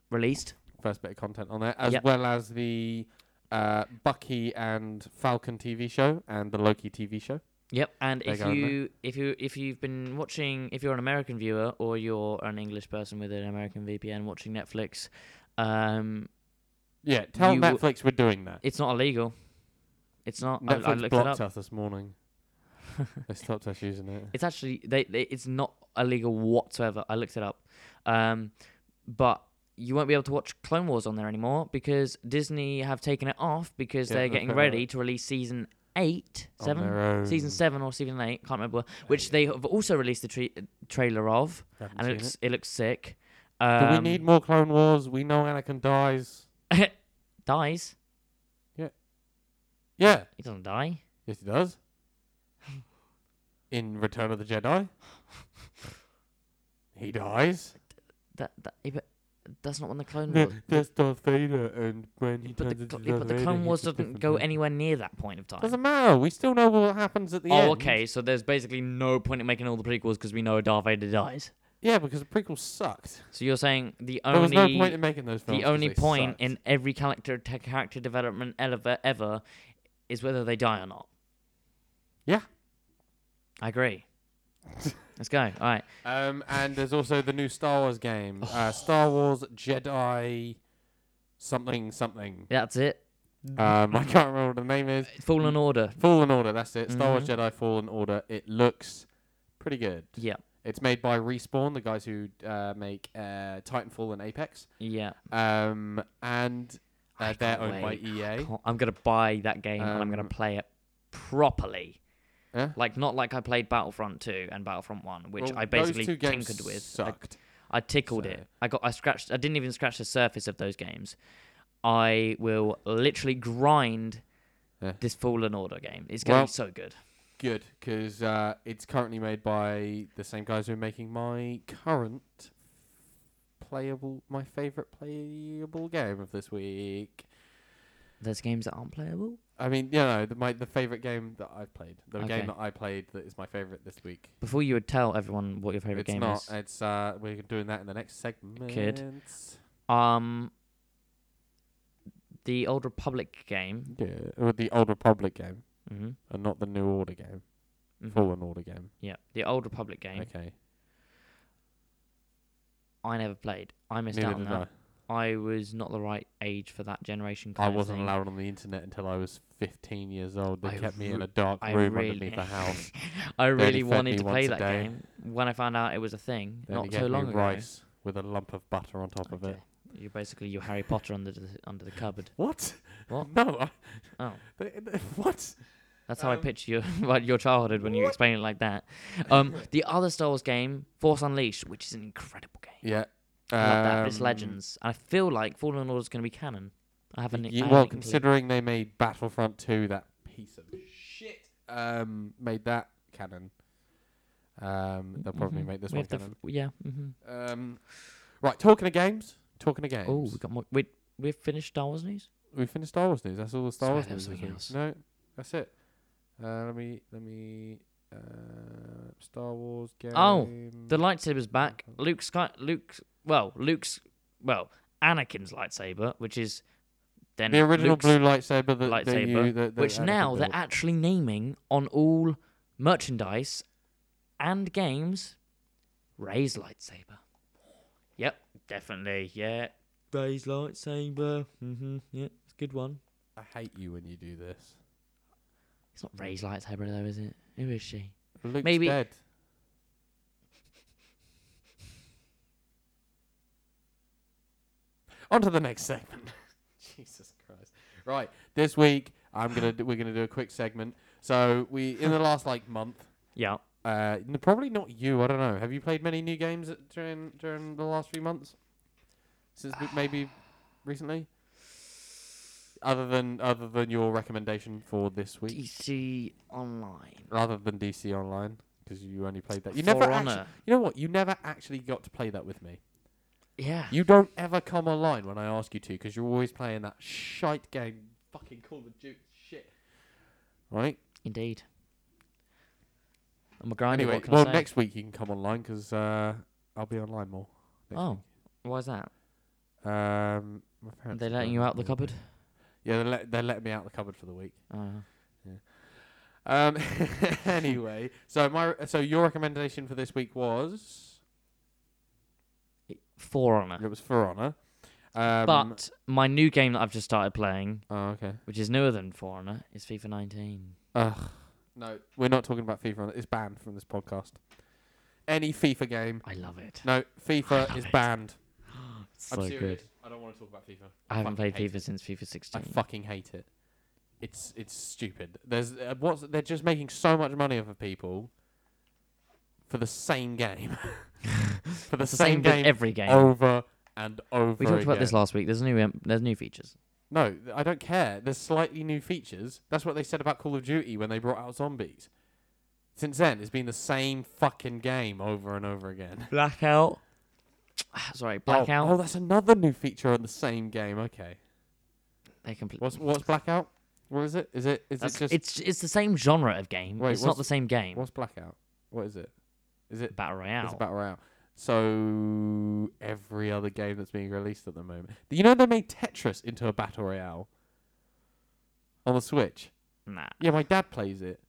Speaker 2: released.
Speaker 1: First bit of content on there, as
Speaker 2: Yep.
Speaker 1: well as the uh, Bucky and Falcon TV show and the Loki TV show.
Speaker 2: Yep. And
Speaker 1: They're
Speaker 2: if
Speaker 1: going there.
Speaker 2: you if you if you've been watching, if you're an American viewer or you're an English person with an American VPN watching Netflix, um,
Speaker 1: Yeah, tell
Speaker 2: You w-
Speaker 1: Netflix we're doing that.
Speaker 2: it's not illegal. It's not. I-
Speaker 1: Netflix
Speaker 2: I, looked it up.
Speaker 1: blocked us this morning. they stopped us using it.
Speaker 2: It's actually they, they it's not illegal whatsoever. I looked it up. Um, but you won't be able to watch Clone Wars on there anymore because Disney have taken it off because
Speaker 1: Yeah,
Speaker 2: they're
Speaker 1: they've
Speaker 2: getting
Speaker 1: put it
Speaker 2: ready to release season eight,
Speaker 1: On
Speaker 2: seven,
Speaker 1: their own.
Speaker 2: season seven or season eight, can't remember, which they have also released the tre- trailer of,
Speaker 1: Haven't
Speaker 2: and it
Speaker 1: seen
Speaker 2: looks it. looks sick.
Speaker 1: it.
Speaker 2: Um,
Speaker 1: Do we need more Clone Wars? We know Anakin dies.
Speaker 2: dies?
Speaker 1: Yeah.
Speaker 2: He doesn't die.
Speaker 1: Yes, he does. In Return of the Jedi, he dies.
Speaker 2: That, that yeah, but that's not when the Clone
Speaker 1: No,
Speaker 2: Wars.
Speaker 1: that's Darth Vader, and when he
Speaker 2: But
Speaker 1: turns
Speaker 2: the,
Speaker 1: into
Speaker 2: cl- yeah,
Speaker 1: Darth
Speaker 2: but the
Speaker 1: Vader,
Speaker 2: Clone
Speaker 1: he's
Speaker 2: Wars
Speaker 1: a
Speaker 2: doesn't
Speaker 1: different
Speaker 2: go
Speaker 1: man.
Speaker 2: anywhere near that point of time.
Speaker 1: Doesn't matter. We still know what happens at the end.
Speaker 2: Oh, okay. So there's basically no point in making all the prequels because we know Darth Vader dies.
Speaker 1: Yeah, because the prequel sucked.
Speaker 2: So you're saying the
Speaker 1: there was no
Speaker 2: only
Speaker 1: point in making those films.
Speaker 2: the
Speaker 1: 'cause
Speaker 2: only
Speaker 1: they
Speaker 2: point
Speaker 1: sucked.
Speaker 2: in every character ta- character development ever ever is whether they die or not.
Speaker 1: Yeah.
Speaker 2: I agree. Let's go. All right.
Speaker 1: Um, and there's also the new Star Wars game, uh, Star Wars Jedi something something.
Speaker 2: That's it.
Speaker 1: Um, I can't remember what the name is.
Speaker 2: Fallen Order. Mm-hmm.
Speaker 1: Fallen Order, that's it. Star Wars Jedi Fallen Order. It looks Pretty good.
Speaker 2: Yeah.
Speaker 1: It's made by Respawn, the guys who uh, make uh, Titanfall and Apex.
Speaker 2: Yeah.
Speaker 1: Um, and uh,
Speaker 2: I
Speaker 1: they're
Speaker 2: can't
Speaker 1: owned
Speaker 2: wait.
Speaker 1: by EA.
Speaker 2: Can't- I'm gonna buy that game and I'm gonna
Speaker 1: Um,
Speaker 2: play it properly.
Speaker 1: Yeah?
Speaker 2: Like not like I played Battlefront 2 and Battlefront 1, which
Speaker 1: Well,
Speaker 2: I
Speaker 1: those
Speaker 2: basically
Speaker 1: two games
Speaker 2: tinkered with. I,
Speaker 1: Sucked.
Speaker 2: I tickled
Speaker 1: so-
Speaker 2: it. I got I scratched I didn't even scratch the surface of those games. I will literally grind
Speaker 1: Yeah.
Speaker 2: this Fallen Order game. It's gonna
Speaker 1: Well-
Speaker 2: be so good.
Speaker 1: Good, because uh, it's currently made by the same guys who are making my current playable, my favorite playable game of this week.
Speaker 2: There's games that aren't playable.
Speaker 1: I mean, you know, the, my the favorite game that I've played, the
Speaker 2: Okay.
Speaker 1: game that I played that is my favorite this week.
Speaker 2: Before you would tell everyone what your favorite
Speaker 1: it's
Speaker 2: game
Speaker 1: not.
Speaker 2: is.
Speaker 1: It's uh, we're doing that in the next segment.
Speaker 2: Um, the Old Republic game.
Speaker 1: Yeah, or the Old Republic game,
Speaker 2: Mm-hmm.
Speaker 1: and not the New Order game, Fallen Order game.
Speaker 2: Yeah, the Old Republic game.
Speaker 1: Okay,
Speaker 2: I never played. I missed
Speaker 1: neither
Speaker 2: out on
Speaker 1: did
Speaker 2: that. I. was not the right age for that generation.
Speaker 1: I. I
Speaker 2: kind of
Speaker 1: wasn't
Speaker 2: thing.
Speaker 1: allowed on the internet until I was 15 years old. They
Speaker 2: I
Speaker 1: kept me in
Speaker 2: re-
Speaker 1: a dark
Speaker 2: I
Speaker 1: room
Speaker 2: really-
Speaker 1: underneath a house.
Speaker 2: I
Speaker 1: only
Speaker 2: really
Speaker 1: fed
Speaker 2: wanted
Speaker 1: me
Speaker 2: to
Speaker 1: once
Speaker 2: play
Speaker 1: a
Speaker 2: that
Speaker 1: day.
Speaker 2: game when I found out it was a thing
Speaker 1: They only
Speaker 2: not so
Speaker 1: gave me
Speaker 2: long ago.
Speaker 1: rice with a lump of butter on top of it.
Speaker 2: Okay. You're basically your Harry Potter under the under the cupboard.
Speaker 1: What?
Speaker 2: What?
Speaker 1: No. I,
Speaker 2: Oh,
Speaker 1: they, they- what?
Speaker 2: that's how I
Speaker 1: Um,
Speaker 2: picture your like your childhood when you explain it like that. Um, the other Star Wars game, Force Unleashed, which is an incredible game.
Speaker 1: Yeah.
Speaker 2: I like that, but it's
Speaker 1: um,
Speaker 2: Legends. And I feel like Fallen Order's going to be canon. I haven't.
Speaker 1: You,
Speaker 2: I
Speaker 1: well,
Speaker 2: haven't clue.
Speaker 1: considering they made Battlefront 2, that piece of shit, um, made that canon. Um, they'll probably
Speaker 2: Mhm.
Speaker 1: make this
Speaker 2: We
Speaker 1: one
Speaker 2: have to f-
Speaker 1: canon.
Speaker 2: yeah. Mm-hmm.
Speaker 1: um, right, talking of games. Talking of games.
Speaker 2: Oh, we got more. We we've finished Star Wars news.
Speaker 1: we finished Star Wars news. That's all the Star
Speaker 2: Sorry,
Speaker 1: Wars
Speaker 2: there was
Speaker 1: news. this
Speaker 2: something
Speaker 1: week.
Speaker 2: else.
Speaker 1: No, that's it. Uh, let me let me uh, Star Wars game.
Speaker 2: Oh,
Speaker 1: Mm-hmm.
Speaker 2: The lightsaber's back. Luke Sky. Luke. Well, Luke's. Well, Anakin's lightsaber, which is then
Speaker 1: the original
Speaker 2: Luke's
Speaker 1: blue lightsaber that, that
Speaker 2: lightsaber,
Speaker 1: you that, that
Speaker 2: which
Speaker 1: Anakin
Speaker 2: now they're
Speaker 1: built.
Speaker 2: actually naming on all merchandise and games. Ray's lightsaber. Yep, definitely. Yeah, Ray's lightsaber. Mm-hmm. Yeah, it's a good one.
Speaker 1: I hate you when you do this.
Speaker 2: It's not Ray's lightsaber though, is it? Who is she?
Speaker 1: Luke's
Speaker 2: Maybe-
Speaker 1: dead. On to the next segment. Jesus Christ! Right, this week I'm gonna do, we're gonna do a quick segment. So we in the last like month,
Speaker 2: Yeah.
Speaker 1: uh, n- probably not you. I don't know. Have you played many new games at- during during the last few months? Since we- maybe recently. Other than other than your recommendation for this week,
Speaker 2: DC Online.
Speaker 1: rather than DC Online, because you only played that. You
Speaker 2: For
Speaker 1: never
Speaker 2: Honor.
Speaker 1: actually. You know what? You never actually got to play that with me.
Speaker 2: Yeah.
Speaker 1: You don't ever come online when I ask you to, because you're always playing that shite game, fucking Call of Duty shit. Right.
Speaker 2: Indeed. I'm a grinder.
Speaker 1: anyway,
Speaker 2: what can I
Speaker 1: well,
Speaker 2: say?
Speaker 1: next week you can come online because uh, I'll be online more. next
Speaker 2: Oh, why's that?
Speaker 1: week. Um, my
Speaker 2: Are
Speaker 1: parents
Speaker 2: they
Speaker 1: are
Speaker 2: letting
Speaker 1: going
Speaker 2: you
Speaker 1: out
Speaker 2: out the
Speaker 1: for week.
Speaker 2: cupboard?
Speaker 1: Yeah, they're, let, they're letting me out the cupboard for the week.
Speaker 2: Oh.
Speaker 1: Um, anyway, so my so your recommendation for this week was
Speaker 2: For Honor.
Speaker 1: it was For Honor. Um,
Speaker 2: but my new game that I've just started playing,
Speaker 1: oh, okay.
Speaker 2: which is newer than For Honor, is FIFA 19.
Speaker 1: Ugh. No, we're not talking about FIFA. on it. It's banned from this podcast. Any FIFA game.
Speaker 2: I love it.
Speaker 1: No,
Speaker 2: I
Speaker 1: FIFA
Speaker 2: love
Speaker 1: is
Speaker 2: it.
Speaker 1: banned.
Speaker 2: It's so
Speaker 1: I'm serious.
Speaker 2: good.
Speaker 1: I don't want to talk about FIFA.
Speaker 2: I haven't
Speaker 1: fucking hate
Speaker 2: played FIFA since FIFA
Speaker 1: I
Speaker 2: 16.
Speaker 1: fucking hate it. It's it's stupid. There's uh, what's they're just making so much money off of people for the same game. for the
Speaker 2: It's the
Speaker 1: same,
Speaker 2: same with
Speaker 1: game, Oh,
Speaker 2: every game.
Speaker 1: over and over.
Speaker 2: we talked about
Speaker 1: again.
Speaker 2: this last week. There's new um, there's new features.
Speaker 1: No, th- I don't care. There's slightly new features. That's what they said about Call of Duty when they brought out zombies. Since then, it's been the same fucking game over and over again.
Speaker 2: Blackout. Sorry, Blackout.
Speaker 1: Oh, oh, that's another new feature on the same game. Okay.
Speaker 2: they compl-
Speaker 1: What's what's Blackout? What is it? Is it is
Speaker 2: That's-
Speaker 1: it just
Speaker 2: it's it's the same genre of game.
Speaker 1: Wait,
Speaker 2: it's not
Speaker 1: what's-
Speaker 2: the same game.
Speaker 1: what's Blackout? What is it? Is it
Speaker 2: Battle Royale.
Speaker 1: it's a battle royale? So every other game that's being released at the moment. You know they made Tetris into a battle royale on the Switch.
Speaker 2: nah.
Speaker 1: Yeah, my dad plays it.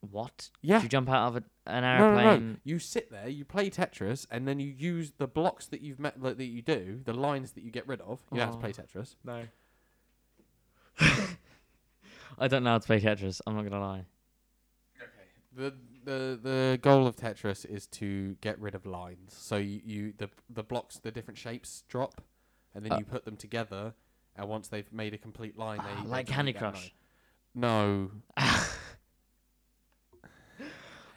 Speaker 2: What?
Speaker 1: Yeah.
Speaker 2: Do you jump out of a, an
Speaker 1: No,
Speaker 2: airplane?
Speaker 1: no, no. You sit there, you play Tetris, and then you use the blocks that you've met like, that you do, the lines that you get rid of. You don't have to play Tetris.
Speaker 2: No. I don't know how to play Tetris. I'm not gonna lie.
Speaker 1: The, the the goal of Tetris is to get rid of lines. So you, you the the blocks, the different shapes drop, and then
Speaker 2: Uh.
Speaker 1: you put them together. And once they've made a complete line, they
Speaker 2: Ah,
Speaker 1: they
Speaker 2: like
Speaker 1: delete
Speaker 2: Candy
Speaker 1: that
Speaker 2: Crush.
Speaker 1: line. No,
Speaker 2: I feel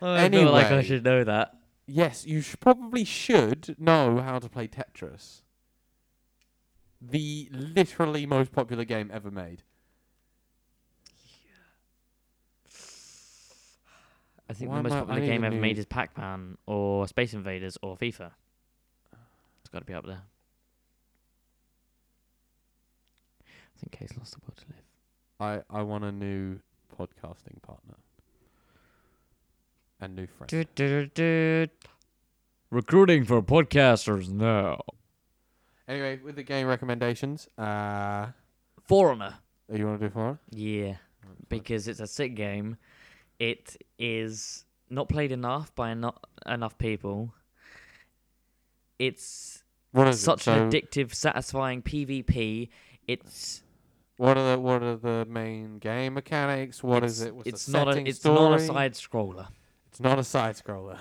Speaker 2: like I
Speaker 1: Anyway.
Speaker 2: should know that.
Speaker 1: Yes, you sh- probably should know how to play Tetris. The literally most popular game ever made.
Speaker 2: I think
Speaker 1: Why
Speaker 2: the
Speaker 1: am
Speaker 2: most
Speaker 1: I- I
Speaker 2: popular
Speaker 1: need
Speaker 2: game
Speaker 1: a
Speaker 2: ever
Speaker 1: new-
Speaker 2: made is Pac-Man or Space Invaders or FIFA. It's got to be up there. I think Kay's lost the will to live.
Speaker 1: I, I want a new podcasting partner. And new friend.
Speaker 2: Recruiting for podcasters now.
Speaker 1: Anyway, with the game recommendations, uh,
Speaker 2: Foreigner.
Speaker 1: you want to do foreign?
Speaker 2: Yeah, because it's a sick game. It is not played enough by not enough people. It's
Speaker 1: What is
Speaker 2: such
Speaker 1: it? So
Speaker 2: an addictive, satisfying PvP. It's
Speaker 1: what are the what are the main game mechanics? What is it? What's
Speaker 2: it's
Speaker 1: the
Speaker 2: not a
Speaker 1: setting,
Speaker 2: it's
Speaker 1: story?
Speaker 2: not a side scroller.
Speaker 1: It's not a side scroller.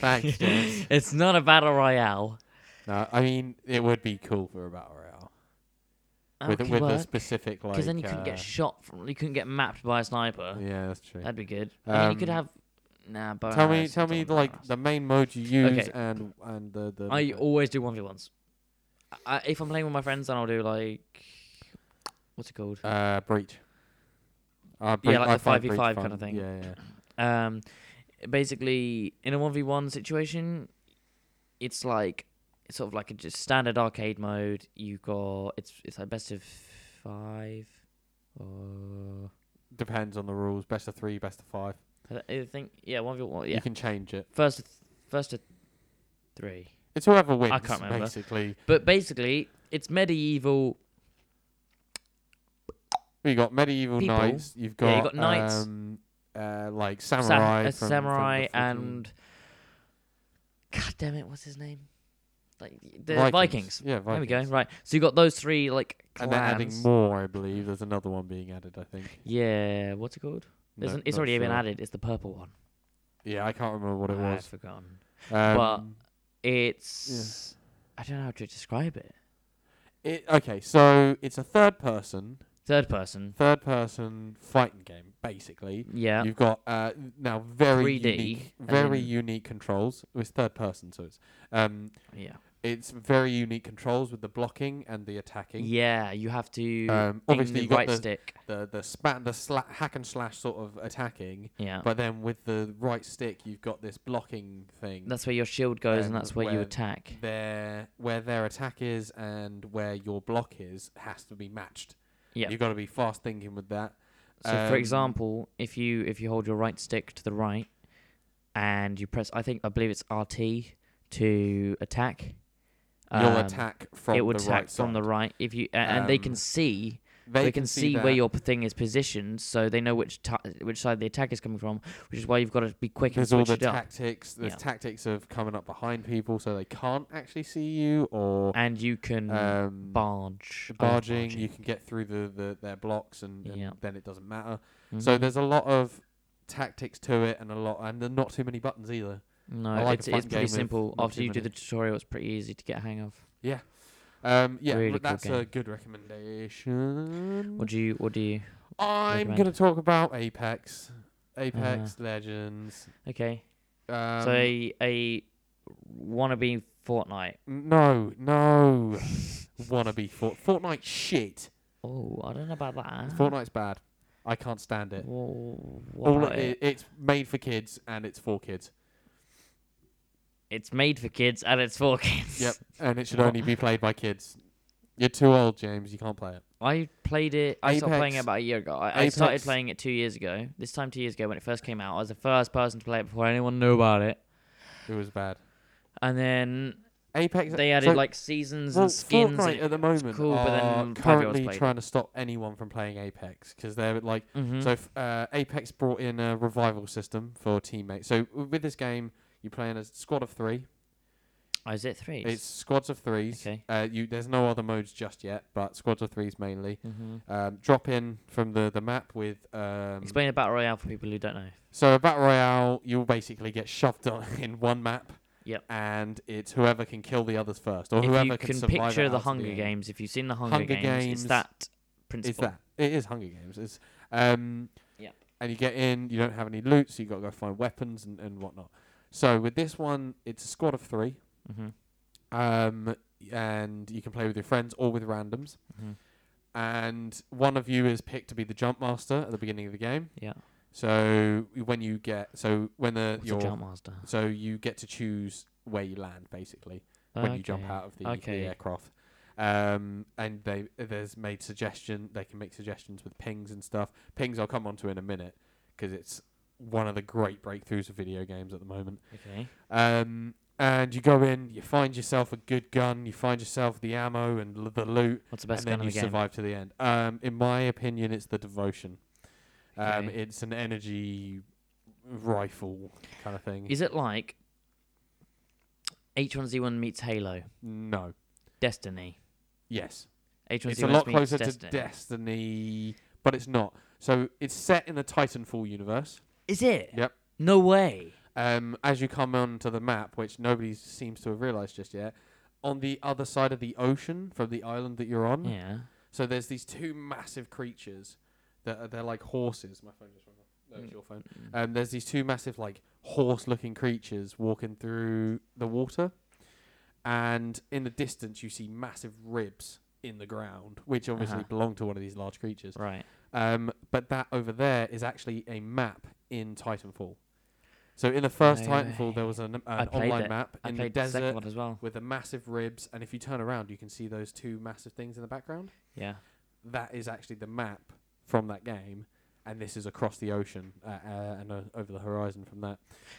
Speaker 1: Thanks, James.
Speaker 2: It's not a battle royale.
Speaker 1: No, I mean it would be cool for a battle royale. with
Speaker 2: Because
Speaker 1: with a specific like.
Speaker 2: then you couldn't
Speaker 1: uh,
Speaker 2: get shot from, you couldn't get mapped by a sniper.
Speaker 1: yeah, that's true.
Speaker 2: That'd be good. And then you could
Speaker 1: Um,
Speaker 2: have nah. But uh,
Speaker 1: tell me, tell me like the main mode you use
Speaker 2: Okay.
Speaker 1: and and the the.
Speaker 2: I
Speaker 1: the-
Speaker 2: always do one v ones. I, if I'm playing with my friends, then I'll do like what's it called?
Speaker 1: uh breach. Uh,
Speaker 2: Yeah,
Speaker 1: Breach-
Speaker 2: like
Speaker 1: I
Speaker 2: the
Speaker 1: find Breach
Speaker 2: 5v5 kinda
Speaker 1: fun.
Speaker 2: thing.
Speaker 1: Yeah, yeah.
Speaker 2: Um, basically, in a one v one situation, it's like it's sort of like a just standard arcade mode. You got it's it's like best of five. Or
Speaker 1: Depends on the rules. Best of three, best of five.
Speaker 2: I th- I think yeah, one v one. Yeah,
Speaker 1: You can change it.
Speaker 2: first to th- first to three.
Speaker 1: It's whoever wins.
Speaker 2: can't remember.
Speaker 1: Basically,
Speaker 2: But basically, it's medieval.
Speaker 1: you got medieval
Speaker 2: People.
Speaker 1: knights. You've got,
Speaker 2: Yeah, you got knights.
Speaker 1: Um, uh, like
Speaker 2: sam-
Speaker 1: samurai,
Speaker 2: uh,
Speaker 1: from- from the
Speaker 2: samurai,
Speaker 1: freaking-
Speaker 2: and God damn it, what's his name? Like the
Speaker 1: Vikings.
Speaker 2: Vikings.
Speaker 1: Yeah, Vikings.
Speaker 2: There we go. Right. So you got those three like
Speaker 1: And they're adding
Speaker 2: clans.
Speaker 1: more, I believe. There's another one being added, I think.
Speaker 2: Yeah, what's it called? There's
Speaker 1: No,
Speaker 2: an, it's
Speaker 1: not
Speaker 2: already been
Speaker 1: sure.
Speaker 2: added. It's the purple one.
Speaker 1: Yeah, I can't remember what it
Speaker 2: Ah, I've
Speaker 1: was.
Speaker 2: forgotten. but-
Speaker 1: Um,
Speaker 2: It's I don't know how to describe it.
Speaker 1: it, okay, so it's a third person,
Speaker 2: Third person.
Speaker 1: third person fighting game, basically.
Speaker 2: Yeah.
Speaker 1: You've got uh, now very
Speaker 2: 3D,
Speaker 1: unique,
Speaker 2: and
Speaker 1: very
Speaker 2: then-
Speaker 1: unique controls. Oh, It's third person, so it's um,
Speaker 2: yeah.
Speaker 1: it's very unique controls with the blocking and the attacking.
Speaker 2: Yeah. You have to
Speaker 1: Um,
Speaker 2: aim
Speaker 1: obviously
Speaker 2: the
Speaker 1: you got
Speaker 2: right
Speaker 1: the-
Speaker 2: stick.
Speaker 1: The the spat the sla- hack and slash sort of attacking,
Speaker 2: Yeah.
Speaker 1: but then with the right stick you've got this blocking thing.
Speaker 2: that's where your shield goes, and
Speaker 1: and
Speaker 2: that's where you
Speaker 1: where
Speaker 2: attack.
Speaker 1: their where their attack is and where your block is has to be matched.
Speaker 2: Yeah.
Speaker 1: You've got to be fast thinking with that.
Speaker 2: So, for
Speaker 1: Um,
Speaker 2: example, if you if you hold your right stick to the right, and you press, I think I believe it's RT to attack.
Speaker 1: you'll
Speaker 2: um,
Speaker 1: attack from
Speaker 2: it would
Speaker 1: the
Speaker 2: attack
Speaker 1: right
Speaker 2: from the
Speaker 1: side.
Speaker 2: right. If you a- and they can
Speaker 1: Um,
Speaker 2: see, they, can, see, where
Speaker 1: that.
Speaker 2: your p- thing is positioned, so they know which ta- which side the attack is coming from. Which is why you've got to be quick
Speaker 1: There's all
Speaker 2: and switch
Speaker 1: the
Speaker 2: it up.
Speaker 1: tactics. There's
Speaker 2: Yeah.
Speaker 1: tactics of coming up behind people so they can't actually see you, or
Speaker 2: And you can
Speaker 1: um,
Speaker 2: barge, oh,
Speaker 1: barging. You can get through the, the their blocks, and, and
Speaker 2: Yeah.
Speaker 1: then it doesn't matter. So
Speaker 2: Mhm.
Speaker 1: there's a lot of tactics to it, and a lot, and there are not too many buttons either.
Speaker 2: no,
Speaker 1: I like a
Speaker 2: it's,
Speaker 1: fun
Speaker 2: it's
Speaker 1: game
Speaker 2: pretty
Speaker 1: with
Speaker 2: simple.
Speaker 1: not
Speaker 2: After
Speaker 1: too
Speaker 2: you do
Speaker 1: many.
Speaker 2: the tutorial, it's pretty easy to get a hang of.
Speaker 1: Um, yeah,
Speaker 2: Really cool
Speaker 1: that's a
Speaker 2: game.
Speaker 1: good recommendation.
Speaker 2: What do you? What do you?
Speaker 1: I'm
Speaker 2: recommend?
Speaker 1: going to talk about Apex, Apex Legends.
Speaker 2: Okay.
Speaker 1: Um,
Speaker 2: so a, a wannabe Fortnite.
Speaker 1: no, no, wannabe Fort- Fortnite shit.
Speaker 2: Oh, I don't know about that.
Speaker 1: Fortnite's bad. I can't stand it.
Speaker 2: Wha- what
Speaker 1: All
Speaker 2: about
Speaker 1: it,
Speaker 2: it?
Speaker 1: i- it's made for kids and it's for kids.
Speaker 2: It's made for kids and it's for kids.
Speaker 1: Yep, and it should
Speaker 2: What?
Speaker 1: only be played by kids. You're too old, James. You can't play it.
Speaker 2: I played it. I stopped playing
Speaker 1: Apex-
Speaker 2: it about a year ago. I, I started
Speaker 1: Apex-
Speaker 2: playing it two years ago. This time two years ago when it first came out, I was the first person to play it before anyone knew about it.
Speaker 1: It was bad.
Speaker 2: And then
Speaker 1: Apex.
Speaker 2: they added
Speaker 1: so-
Speaker 2: like seasons
Speaker 1: well,
Speaker 2: and skins.
Speaker 1: Fortnite uh,
Speaker 2: and
Speaker 1: at the moment
Speaker 2: cool,
Speaker 1: are
Speaker 2: but then five year olds
Speaker 1: currently
Speaker 2: played.
Speaker 1: trying to stop anyone from playing Apex because they're like
Speaker 2: hmm
Speaker 1: So f- uh, Apex brought in a revival system for teammates. So w- with this game, you play in a squad of three,
Speaker 2: Oh, is it three?
Speaker 1: It's squads of threes.
Speaker 2: Okay.
Speaker 1: Uh, you there's no other modes just yet, but squads of threes mainly.
Speaker 2: hmm
Speaker 1: Um, drop in from the the map with um,
Speaker 2: Explain the battle royale for people who don't know.
Speaker 1: So a battle royale, you'll basically get shoved on in one map.
Speaker 2: Yep.
Speaker 1: And it's whoever can kill the others first, or
Speaker 2: if
Speaker 1: whoever
Speaker 2: you
Speaker 1: can,
Speaker 2: can,
Speaker 1: survive
Speaker 2: picture
Speaker 1: it
Speaker 2: the
Speaker 1: out to
Speaker 2: Hunger
Speaker 1: end.
Speaker 2: Games, if you've seen the Hunger,
Speaker 1: Hunger
Speaker 2: Games,
Speaker 1: Games
Speaker 2: it's that
Speaker 1: It's
Speaker 2: principle.
Speaker 1: that. It is Hunger Games. It's um.
Speaker 2: Yep.
Speaker 1: And you get in. You don't have any loot, so you got to go find weapons and and whatnot. So with this one, it's a squad of three.
Speaker 2: hmm
Speaker 1: Um, and you can play with your friends or with randoms.
Speaker 2: Mhm.
Speaker 1: And one of you is picked to be the jump master at the beginning of the game.
Speaker 2: Yeah.
Speaker 1: So when you get so when the
Speaker 2: What's a
Speaker 1: your
Speaker 2: jump master?
Speaker 1: so you get to choose where you land basically when you jump
Speaker 2: Okay.
Speaker 1: out of the, the
Speaker 2: Okay.
Speaker 1: aircraft. Um, and they there's made suggestion they can make suggestions with pings and stuff. Pings I'll come on to in a minute because it's one of the great breakthroughs of video games at the moment.
Speaker 2: Okay.
Speaker 1: Um, and you go in, you find yourself a good gun, you find yourself the ammo and l- the loot,
Speaker 2: What's the best
Speaker 1: and
Speaker 2: gun
Speaker 1: then
Speaker 2: in
Speaker 1: you
Speaker 2: the game?
Speaker 1: survive to the end. Um, in my opinion, it's the devotion. Um,
Speaker 2: Okay.
Speaker 1: it's an energy rifle kind of thing.
Speaker 2: Is it like H1Z1 meets Halo,
Speaker 1: no,
Speaker 2: Destiny?
Speaker 1: yes,
Speaker 2: H1Z1
Speaker 1: it's a lot
Speaker 2: meets
Speaker 1: closer
Speaker 2: Destiny.
Speaker 1: to Destiny, but it's not. So it's set in the Titanfall universe.
Speaker 2: Is it?
Speaker 1: Yep.
Speaker 2: No way.
Speaker 1: Um, as you come onto the map, which nobody seems to have realized just yet, on the other side of the ocean from the island that you're on,
Speaker 2: Yeah.
Speaker 1: So there's these two massive creatures that are, they're like horses. My phone just went off. No,
Speaker 2: Mm.
Speaker 1: it's your phone. Um, there's these two massive like horse-looking creatures walking through the water, and in the distance you see massive ribs in the ground, which obviously
Speaker 2: Uh-huh.
Speaker 1: belong to one of these large creatures.
Speaker 2: Right.
Speaker 1: Um, but that over there is actually a map in Titanfall. So in the first
Speaker 2: No
Speaker 1: Titanfall, there
Speaker 2: way.
Speaker 1: was an, an
Speaker 2: I played
Speaker 1: online
Speaker 2: it.
Speaker 1: map
Speaker 2: I
Speaker 1: in the
Speaker 2: played the second
Speaker 1: desert
Speaker 2: one as well.
Speaker 1: with the massive ribs, and if you turn around, you can see those two massive things in the background
Speaker 2: Yeah.
Speaker 1: that is actually the map from that game, and this is across the ocean uh, uh, and uh, over the horizon from that.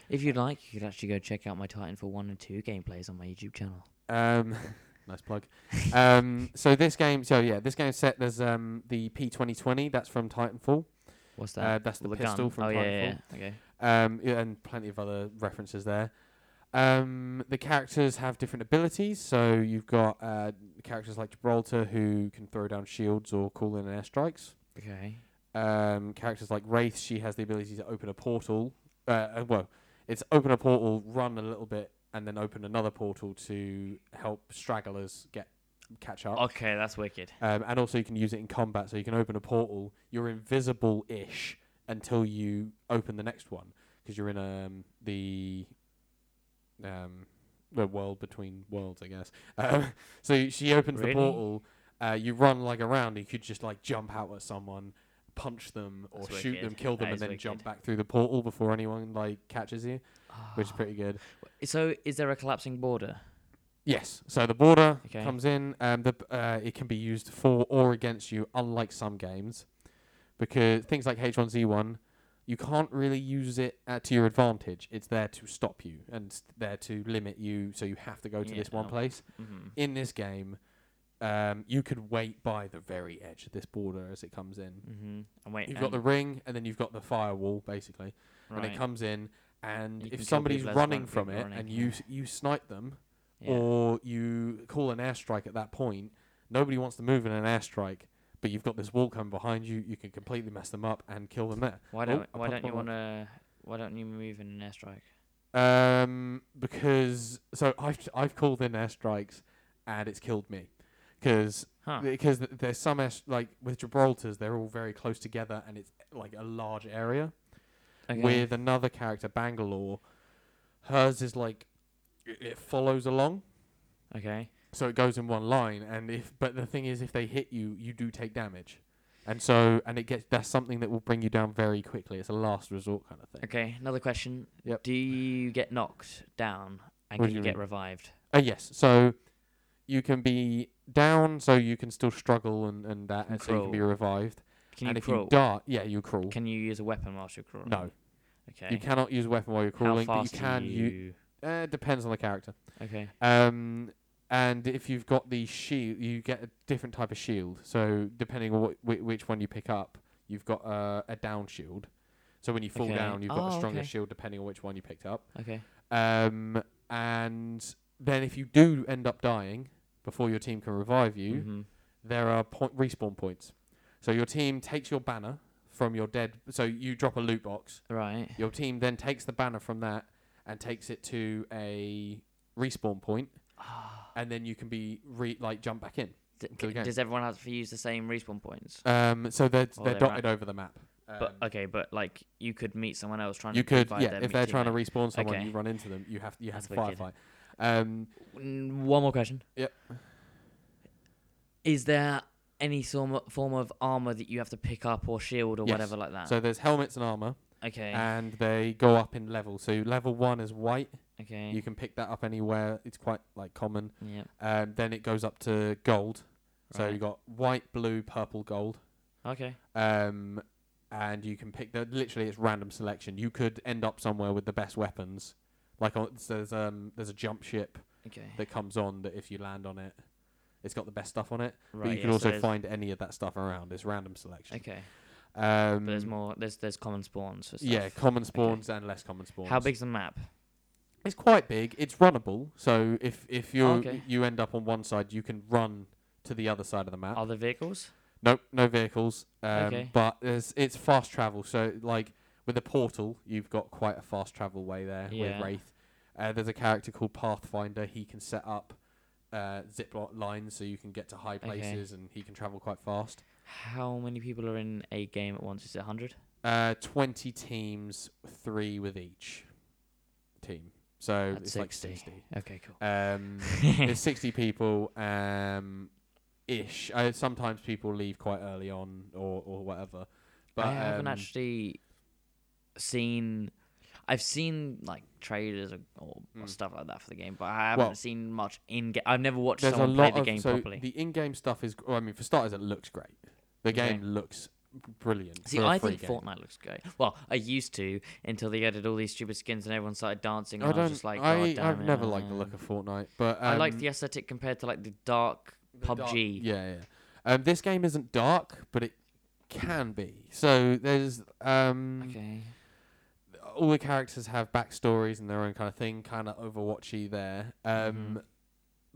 Speaker 2: If you'd like, you could actually go check out my Titanfall 1 and 2 gameplays on my YouTube channel.
Speaker 1: Um, nice plug. Um, so this game, so yeah, this game's set. There's um, the P2020. That's from Titanfall.
Speaker 2: What's that?
Speaker 1: Uh, that's the,
Speaker 2: Well, gun.
Speaker 1: pistol from
Speaker 2: oh,
Speaker 1: Titanfall.
Speaker 2: yeah, yeah, yeah. Okay.
Speaker 1: Um, yeah, and plenty of other references there. Um, the characters have different abilities. So you've got uh, characters like Gibraltar who can throw down shields or call in airstrikes.
Speaker 2: Okay.
Speaker 1: um, characters like Wraith, she has the ability to open a portal. Uh, uh, well, it's open a portal, run a little bit, and then open another portal to help stragglers get catch up.
Speaker 2: Okay, that's wicked.
Speaker 1: Um, and also, you can use it in combat, so you can open a portal. You're invisible-ish until you open the next one because you're in um, the um, the world between worlds, I guess. Um, so she opens
Speaker 2: Really?
Speaker 1: the portal. Uh, you run like around. You could just like jump out at someone, punch them, or
Speaker 2: That's
Speaker 1: shoot
Speaker 2: wicked.
Speaker 1: them, kill them,
Speaker 2: That
Speaker 1: and
Speaker 2: is
Speaker 1: then
Speaker 2: wicked.
Speaker 1: jump back through the portal before anyone like catches you,
Speaker 2: Ah.
Speaker 1: which is pretty good.
Speaker 2: So, is there a collapsing border?
Speaker 1: Yes. So the border
Speaker 2: Okay.
Speaker 1: comes in. Um, the uh, it can be used for or against you, unlike some games, because things like H1Z1, you can't really use it uh, to your advantage. It's there to stop you and it's there to limit you. So you have to go to
Speaker 2: Yeah,
Speaker 1: this one
Speaker 2: oh.
Speaker 1: place.
Speaker 2: Mm-hmm.
Speaker 1: In this game, um, you could wait by the very edge of this border as it comes in.
Speaker 2: Mm-hmm. And wait.
Speaker 1: You've got the
Speaker 2: and-
Speaker 1: ring, and then you've got the firewall, basically and
Speaker 2: right.
Speaker 1: it comes in and
Speaker 2: You can kill
Speaker 1: if somebody's
Speaker 2: people as
Speaker 1: running
Speaker 2: one
Speaker 1: from
Speaker 2: people
Speaker 1: it
Speaker 2: running,
Speaker 1: and you
Speaker 2: yeah.
Speaker 1: s you snipe them
Speaker 2: Yeah.
Speaker 1: or you call an airstrike at that point nobody wants to move in an airstrike but you've got this wall coming behind you you can completely mess them up and kill them there
Speaker 2: Why
Speaker 1: Oh,
Speaker 2: don't
Speaker 1: I
Speaker 2: Why
Speaker 1: popped
Speaker 2: don't you
Speaker 1: one
Speaker 2: want to? Why don't you move in an airstrike?
Speaker 1: um because so i've i've called in airstrikes and it's killed me because
Speaker 2: Huh.
Speaker 1: because th- there's some air, like with gibraltar's they're all very close together and it's like a large area
Speaker 2: Okay.
Speaker 1: with another character, Bangalore. Hers is like it it follows along,
Speaker 2: Okay.
Speaker 1: so it goes in one line. And if but the thing is, if they hit you, you do take damage, and so and it gets that's something that will bring you down very quickly. It's a last resort kind of thing.
Speaker 2: Okay. Another question.
Speaker 1: Yep.
Speaker 2: Do you get knocked down and
Speaker 1: What
Speaker 2: can
Speaker 1: do
Speaker 2: you
Speaker 1: you
Speaker 2: get
Speaker 1: mean?
Speaker 2: revived?
Speaker 1: Uh, yes, so you can be down, so you can still struggle and and that,
Speaker 2: Can
Speaker 1: and so you can be
Speaker 2: crawl.
Speaker 1: revived.
Speaker 2: Can
Speaker 1: and
Speaker 2: you
Speaker 1: if
Speaker 2: crawl?
Speaker 1: you die, yeah, you crawl.
Speaker 2: Can you use a weapon whilst you're crawling?
Speaker 1: No,
Speaker 2: Okay.
Speaker 1: you cannot use a weapon while you're
Speaker 2: How
Speaker 1: crawling, but you
Speaker 2: fast
Speaker 1: can.
Speaker 2: do
Speaker 1: You,
Speaker 2: you?
Speaker 1: uh, depends on the character.
Speaker 2: Okay.
Speaker 1: Um, and if you've got the shield, you get a different type of shield. So depending on what, whi- which one you pick up, you've got uh, a down shield. So when you fall
Speaker 2: Okay.
Speaker 1: down, you've got
Speaker 2: Oh,
Speaker 1: a stronger
Speaker 2: okay.
Speaker 1: shield depending on which one you picked up.
Speaker 2: Okay.
Speaker 1: Um, and then if you do end up dying before your team can revive you,
Speaker 2: Mhm.
Speaker 1: there are point respawn points. So your team takes your banner from your dead. So you drop a loot box.
Speaker 2: Right.
Speaker 1: Your team then takes the banner from that and takes it to a respawn point, and then you can be re- like jump back in.
Speaker 2: D-
Speaker 1: the
Speaker 2: c-
Speaker 1: game.
Speaker 2: does everyone have to use the same respawn points?
Speaker 1: Um, so they're
Speaker 2: Oh,
Speaker 1: they're
Speaker 2: they're
Speaker 1: dotted over the map.
Speaker 2: but uh,
Speaker 1: Um,
Speaker 2: okay, but like you could meet someone else trying
Speaker 1: you
Speaker 2: to
Speaker 1: could
Speaker 2: revive
Speaker 1: yeah
Speaker 2: their
Speaker 1: if
Speaker 2: me-
Speaker 1: they're trying to
Speaker 2: teammate.
Speaker 1: respawn someone,
Speaker 2: Okay.
Speaker 1: you run into them. You have you have to
Speaker 2: That's wicked.
Speaker 1: firefight. Um,
Speaker 2: Mm, One more question.
Speaker 1: Yep.
Speaker 2: Is there any form of, form of armor that you have to pick up or shield or
Speaker 1: Yes.
Speaker 2: whatever like that?
Speaker 1: so uh, there's helmets and armor,
Speaker 2: okay.
Speaker 1: and they go up in level. So level one is white.
Speaker 2: okay.
Speaker 1: You can pick that up anywhere. It's quite like common.
Speaker 2: yeah.
Speaker 1: Um, then it goes up to gold. So
Speaker 2: Right.
Speaker 1: you got white, blue, purple, gold.
Speaker 2: Okay.
Speaker 1: Um, and you can pick the literally it's random selection. You could end up somewhere with the best weapons. Like on, so there's um there's a jump ship
Speaker 2: Okay.
Speaker 1: that comes on that if you land on it, it's got the best stuff on it.
Speaker 2: right.
Speaker 1: but you
Speaker 2: yeah,
Speaker 1: can
Speaker 2: so
Speaker 1: also
Speaker 2: there's-
Speaker 1: find any of that stuff around. It's random selection.
Speaker 2: Okay.
Speaker 1: Um,
Speaker 2: But there's more. There's there's common spawns for stuff.
Speaker 1: yeah, common spawns and less common spawns.
Speaker 2: How big's the map?
Speaker 1: It's quite big. It's runnable. So if if you
Speaker 2: Oh, Okay.
Speaker 1: you end up on one side, you can run to the other side of the map.
Speaker 2: Are there vehicles?
Speaker 1: Nope, no vehicles. Um,
Speaker 2: Okay.
Speaker 1: But there's, it's fast travel. So, like, with the portal, you've got quite a fast travel way there
Speaker 2: Yeah.
Speaker 1: with Wraith. Uh, there's a character called Pathfinder. He can set up uh, zip lo- lines so you can get to high places and he can travel quite fast.
Speaker 2: How many people are in a game at once? Is it hundred?
Speaker 1: Uh, 20 teams, three with each team. So it's
Speaker 2: That's
Speaker 1: like
Speaker 2: 60.
Speaker 1: 60.
Speaker 2: Okay. Cool.
Speaker 1: Um, it's 60 people um, ish. Uh, sometimes people leave quite early on or, or whatever. But
Speaker 2: I haven't
Speaker 1: um,
Speaker 2: actually seen. I've seen like trailers or, or
Speaker 1: Mm.
Speaker 2: stuff like that for the game, but I haven't
Speaker 1: Well-
Speaker 2: seen much in game. I've never watched
Speaker 1: There's a
Speaker 2: someone play
Speaker 1: lot
Speaker 2: the
Speaker 1: of
Speaker 2: game
Speaker 1: so
Speaker 2: properly.
Speaker 1: the in-game stuff is. Well, I mean, for starters, it looks great. The
Speaker 2: Okay.
Speaker 1: game looks brilliant.
Speaker 2: See,
Speaker 1: for a
Speaker 2: I
Speaker 1: free
Speaker 2: think
Speaker 1: game.
Speaker 2: Fortnite looks great. Well, I used to until they added all these stupid skins and everyone started dancing. And
Speaker 1: I
Speaker 2: I, was
Speaker 1: don't.
Speaker 2: just like,
Speaker 1: I,
Speaker 2: God damn
Speaker 1: I've
Speaker 2: it,
Speaker 1: never liked the
Speaker 2: man."
Speaker 1: look of Fortnite, but um,
Speaker 2: I like the E. aesthetic compared to like the dark
Speaker 1: the dark-
Speaker 2: PUBG.
Speaker 1: yeah, yeah. Um, this game isn't dark, but it can be. So there's um,
Speaker 2: Okay.
Speaker 1: all the characters have backstories and their own kind of thing, kind of Overwatchy there. Um,
Speaker 2: Mm-hmm.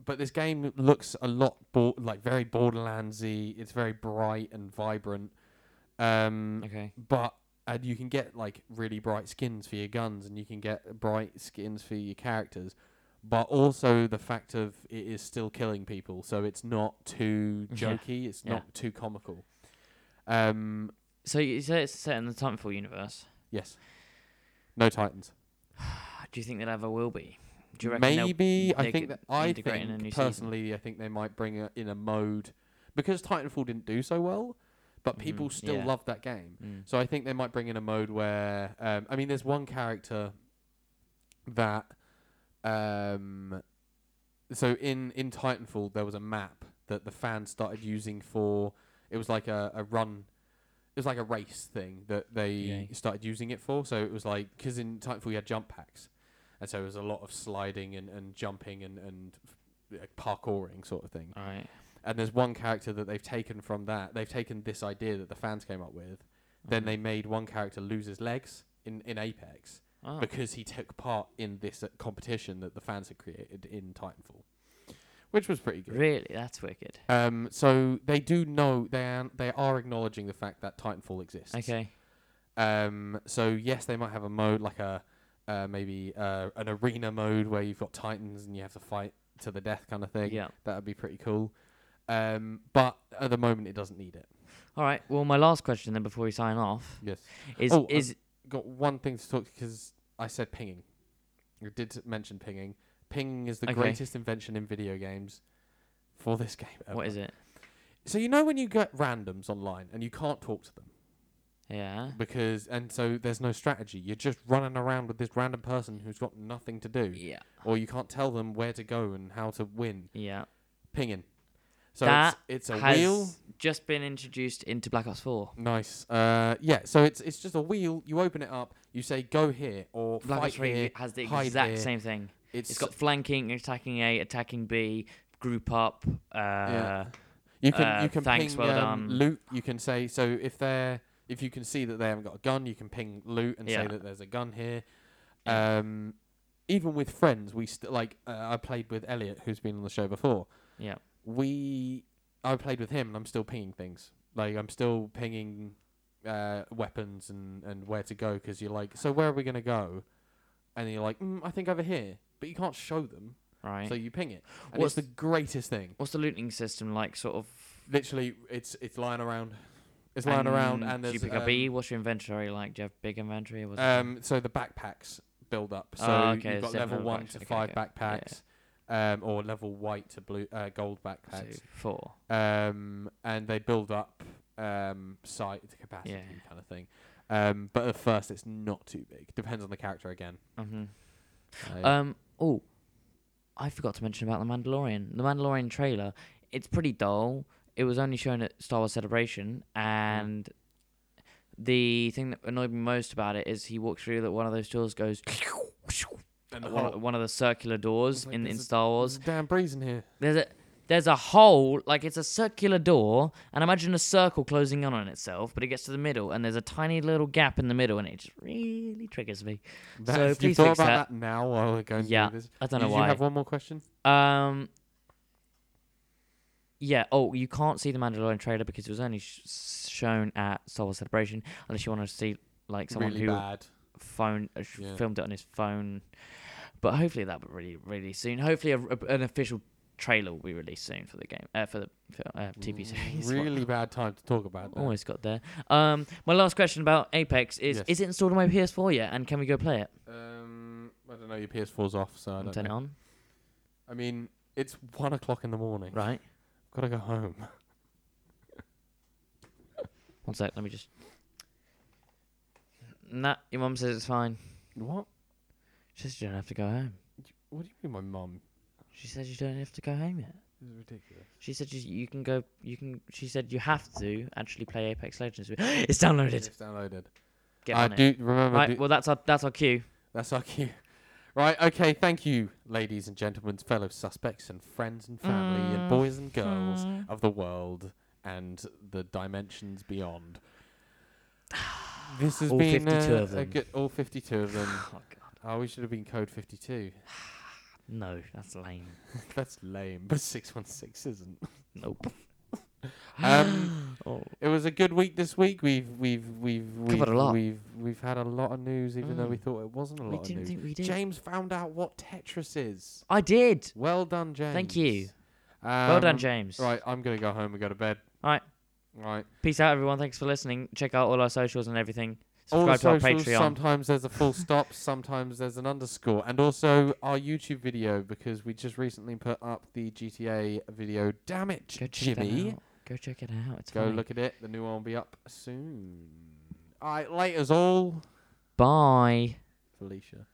Speaker 1: But this game looks a lot bo- like very Borderlandsy. It's very bright and vibrant. Um,
Speaker 2: Okay.
Speaker 1: but and you can get like really bright skins for your guns and you can get bright skins for your characters but also the fact of it is still killing people so it's not too
Speaker 2: Yeah,
Speaker 1: jokey it's
Speaker 2: yeah.
Speaker 1: not too comical um
Speaker 2: So you say it's set in the Titanfall universe.
Speaker 1: yes no titans
Speaker 2: Do you think that ever will be? Do you reckon they'll-
Speaker 1: maybe i
Speaker 2: they're
Speaker 1: think
Speaker 2: g-
Speaker 1: that i
Speaker 2: integrating a new
Speaker 1: think
Speaker 2: season?
Speaker 1: personally i think they might bring a, in a mode because titanfall didn't do so well but
Speaker 2: Mhm,
Speaker 1: people still
Speaker 2: yeah.
Speaker 1: love that game
Speaker 2: Mm.
Speaker 1: So I think they might bring in a mode where um, I mean, there's one character that um, so in in Titanfall there was a map that the fans started using for it was like a, a run. It was like a race thing that they
Speaker 2: Yeah.
Speaker 1: started using it for. So it was like because in Titanfall you had jump packs, and so it was a lot of sliding and, and jumping and and uh, parkouring sort of thing.
Speaker 2: All right.
Speaker 1: And there's one character that they've taken from that. They've taken this idea that the fans came up with. Then they made one character lose his legs in, in Apex
Speaker 2: Oh.
Speaker 1: because he took part in this uh, competition that the fans had created in Titanfall, which was pretty good.
Speaker 2: Really, that's wicked.
Speaker 1: Um, so they do know they are, they are acknowledging the fact that Titanfall exists.
Speaker 2: Okay.
Speaker 1: Um, so yes, they might have a mode like a uh, maybe uh, an arena mode where you've got Titans and you have to fight to the death kind of thing.
Speaker 2: Yeah.
Speaker 1: That would be pretty cool. Um, but at the moment, it doesn't need it.
Speaker 2: All right. Well, my last question then before we sign off
Speaker 1: Yes.
Speaker 2: is
Speaker 1: Oh, uh,
Speaker 2: is
Speaker 1: Got one thing to talk because I said pinging. I did mention pinging. Pinging is the
Speaker 2: Okay.
Speaker 1: greatest invention in video games for this game. Ever.
Speaker 2: what is it?
Speaker 1: So you know when you get randoms online and you can't talk to them
Speaker 2: Yeah.
Speaker 1: because and so there's no strategy. You're just running around with this random person who's got nothing to do,
Speaker 2: Yeah.
Speaker 1: or you can't tell them where to go and how to win.
Speaker 2: Yeah.
Speaker 1: Pinging. So
Speaker 2: That
Speaker 1: it's, it's a
Speaker 2: Has
Speaker 1: wheel.
Speaker 2: just been introduced into Black Ops Four.
Speaker 1: Nice. Uh, yeah. So it's it's just a wheel. You open it up. You say go here or
Speaker 2: Black
Speaker 1: fight
Speaker 2: Ops Three
Speaker 1: here.
Speaker 2: has the
Speaker 1: hide
Speaker 2: exact
Speaker 1: here.
Speaker 2: same thing.
Speaker 1: It's,
Speaker 2: it's got flanking, attacking A, attacking B, group up. Uh,
Speaker 1: Yeah. you can
Speaker 2: uh,
Speaker 1: you can
Speaker 2: thanks,
Speaker 1: ping
Speaker 2: well
Speaker 1: um,
Speaker 2: done.
Speaker 1: loot. You can say so if they're if you can see that they haven't got a gun, you can ping loot and
Speaker 2: Yeah.
Speaker 1: say that there's a gun here.
Speaker 2: Yeah.
Speaker 1: Um, even with friends, we st- like uh, I played with Elliot, who's been on the show before.
Speaker 2: Yeah.
Speaker 1: We I played with him, and I'm still pinging things. Like I'm still pinging uh, weapons and and where to go because you're like, so where are we gonna go? And you're like, mm, I think over here, but you can't show them,
Speaker 2: Right.
Speaker 1: so you ping it. And
Speaker 2: What's-
Speaker 1: it's the greatest thing.
Speaker 2: What's the looting system like? Sort of.
Speaker 1: Literally, it's it's lying around. It's lying around, and
Speaker 2: do
Speaker 1: there's
Speaker 2: you pick
Speaker 1: um,
Speaker 2: up E? What's your inventory like? Do you have big inventory? Or was it-
Speaker 1: Um, so the backpacks build up. So
Speaker 2: Oh, okay,
Speaker 1: you've got
Speaker 2: so
Speaker 1: level
Speaker 2: level
Speaker 1: one
Speaker 2: backpacks,
Speaker 1: to
Speaker 2: okay,
Speaker 1: five
Speaker 2: okay. Yeah.
Speaker 1: backpacks, um, or level white to blue, uh, gold
Speaker 2: so
Speaker 1: backpacks,
Speaker 2: four.
Speaker 1: um, and they build up um, sight to capacity
Speaker 2: Yeah.
Speaker 1: kind of thing. Um, but at first, it's not too big. Depends on the character again.
Speaker 2: Mm-hmm.
Speaker 1: So-
Speaker 2: Um. Oh, I forgot to mention about the Mandalorian. The Mandalorian trailer. It's pretty dull. It was only shown at Star Wars Celebration,
Speaker 1: Mm.
Speaker 2: and the thing that annoyed me most about it is he walks through that one of those doors goes.
Speaker 1: and the
Speaker 2: One
Speaker 1: whole-
Speaker 2: of, one of the circular doors
Speaker 1: like,
Speaker 2: in, in
Speaker 1: there's a- Mm.
Speaker 2: Star Wars.
Speaker 1: there's a damn breeze in here.
Speaker 2: There's a there's a hole, like it's a circular door, and imagine a circle closing in on itself, but it gets to the middle, and there's a tiny little gap in the middle, and it just really triggers me. So
Speaker 1: That's- you
Speaker 2: please
Speaker 1: thought
Speaker 2: fix
Speaker 1: about
Speaker 2: that.
Speaker 1: that. now while we're going
Speaker 2: Yeah,
Speaker 1: through this.
Speaker 2: I don't
Speaker 1: you,
Speaker 2: know
Speaker 1: you
Speaker 2: why.
Speaker 1: have one more question.
Speaker 2: Um. Yeah. Oh, you can't see the Mandalorian trailer because it was only sh- shown at Star Wars Celebration, unless you want to see like someone
Speaker 1: really
Speaker 2: who
Speaker 1: bad.
Speaker 2: phone uh, sh-
Speaker 1: Yeah.
Speaker 2: filmed it on his phone. But hopefully that'll be really really soon. Hopefully a, a- an official trailer will be released soon for the game uh, for the for, uh, TV series.
Speaker 1: Mm, Really bad time to talk about that.
Speaker 2: Almost got there. Um, my last question about Apex is:
Speaker 1: Yes.
Speaker 2: Is it installed on my PS4 yet, and can we go play it?
Speaker 1: Um, I don't know. Your PS4's off, so I
Speaker 2: And
Speaker 1: don't
Speaker 2: turn
Speaker 1: know.
Speaker 2: it on,
Speaker 1: I mean, it's one o'clock in the morning.
Speaker 2: right?
Speaker 1: Gotta go home.
Speaker 2: One sec, let me just. Nah, your mum says it's fine.
Speaker 1: What?
Speaker 2: She says you don't have to go home.
Speaker 1: What do you mean, my mum?
Speaker 2: She says you don't have to go home yet.
Speaker 1: This is ridiculous.
Speaker 2: She said you, you can go. You can. She said you have to actually play Apex Legends. with- it's downloaded.
Speaker 1: It's downloaded.
Speaker 2: Get
Speaker 1: I
Speaker 2: on
Speaker 1: do
Speaker 2: it.
Speaker 1: remember.
Speaker 2: Right.
Speaker 1: do-
Speaker 2: Well, that's our that's our cue.
Speaker 1: that's our cue. Right. Okay. Thank you, ladies and gentlemen, fellow suspects, and friends and family,
Speaker 2: Mm.
Speaker 1: and boys and girls of the world and the dimensions beyond. This has
Speaker 2: All
Speaker 1: been
Speaker 2: 52
Speaker 1: uh,
Speaker 2: of
Speaker 1: A
Speaker 2: them.
Speaker 1: good, all fifty-two of them.
Speaker 2: Oh God.
Speaker 1: Oh, we should have been code fifty-two.
Speaker 2: No, that's lame.
Speaker 1: That's lame, but six one six isn't.
Speaker 2: Nope.
Speaker 1: Um,
Speaker 2: Oh.
Speaker 1: It was a good week this week. We've we've we've we've
Speaker 2: Covered a lot.
Speaker 1: we've we've had a lot of news, even though we
Speaker 2: Mm.
Speaker 1: thought it wasn't a
Speaker 2: We
Speaker 1: lot of
Speaker 2: didn't
Speaker 1: news.
Speaker 2: think we did.
Speaker 1: James found out what Tetris is.
Speaker 2: I did.
Speaker 1: Well done, James.
Speaker 2: Thank you.
Speaker 1: Um,
Speaker 2: Well done, James.
Speaker 1: Right, I'm gonna go home and go to bed.
Speaker 2: All right.
Speaker 1: Right.
Speaker 2: Peace out, everyone. Thanks for listening. Check out all our socials and everything.
Speaker 1: All the
Speaker 2: Subscribe to our
Speaker 1: socials,
Speaker 2: Patreon.
Speaker 1: Sometimes there's a full stop. Sometimes there's an underscore, and also our YouTube video because we just recently put up the GTA video. Damn it,
Speaker 2: Go check that
Speaker 1: Jimmy.
Speaker 2: out. Go check it out. It's
Speaker 1: Go
Speaker 2: funny.
Speaker 1: look at it. The new one will be up soon. All right, later's all.
Speaker 2: Bye.
Speaker 1: Felicia.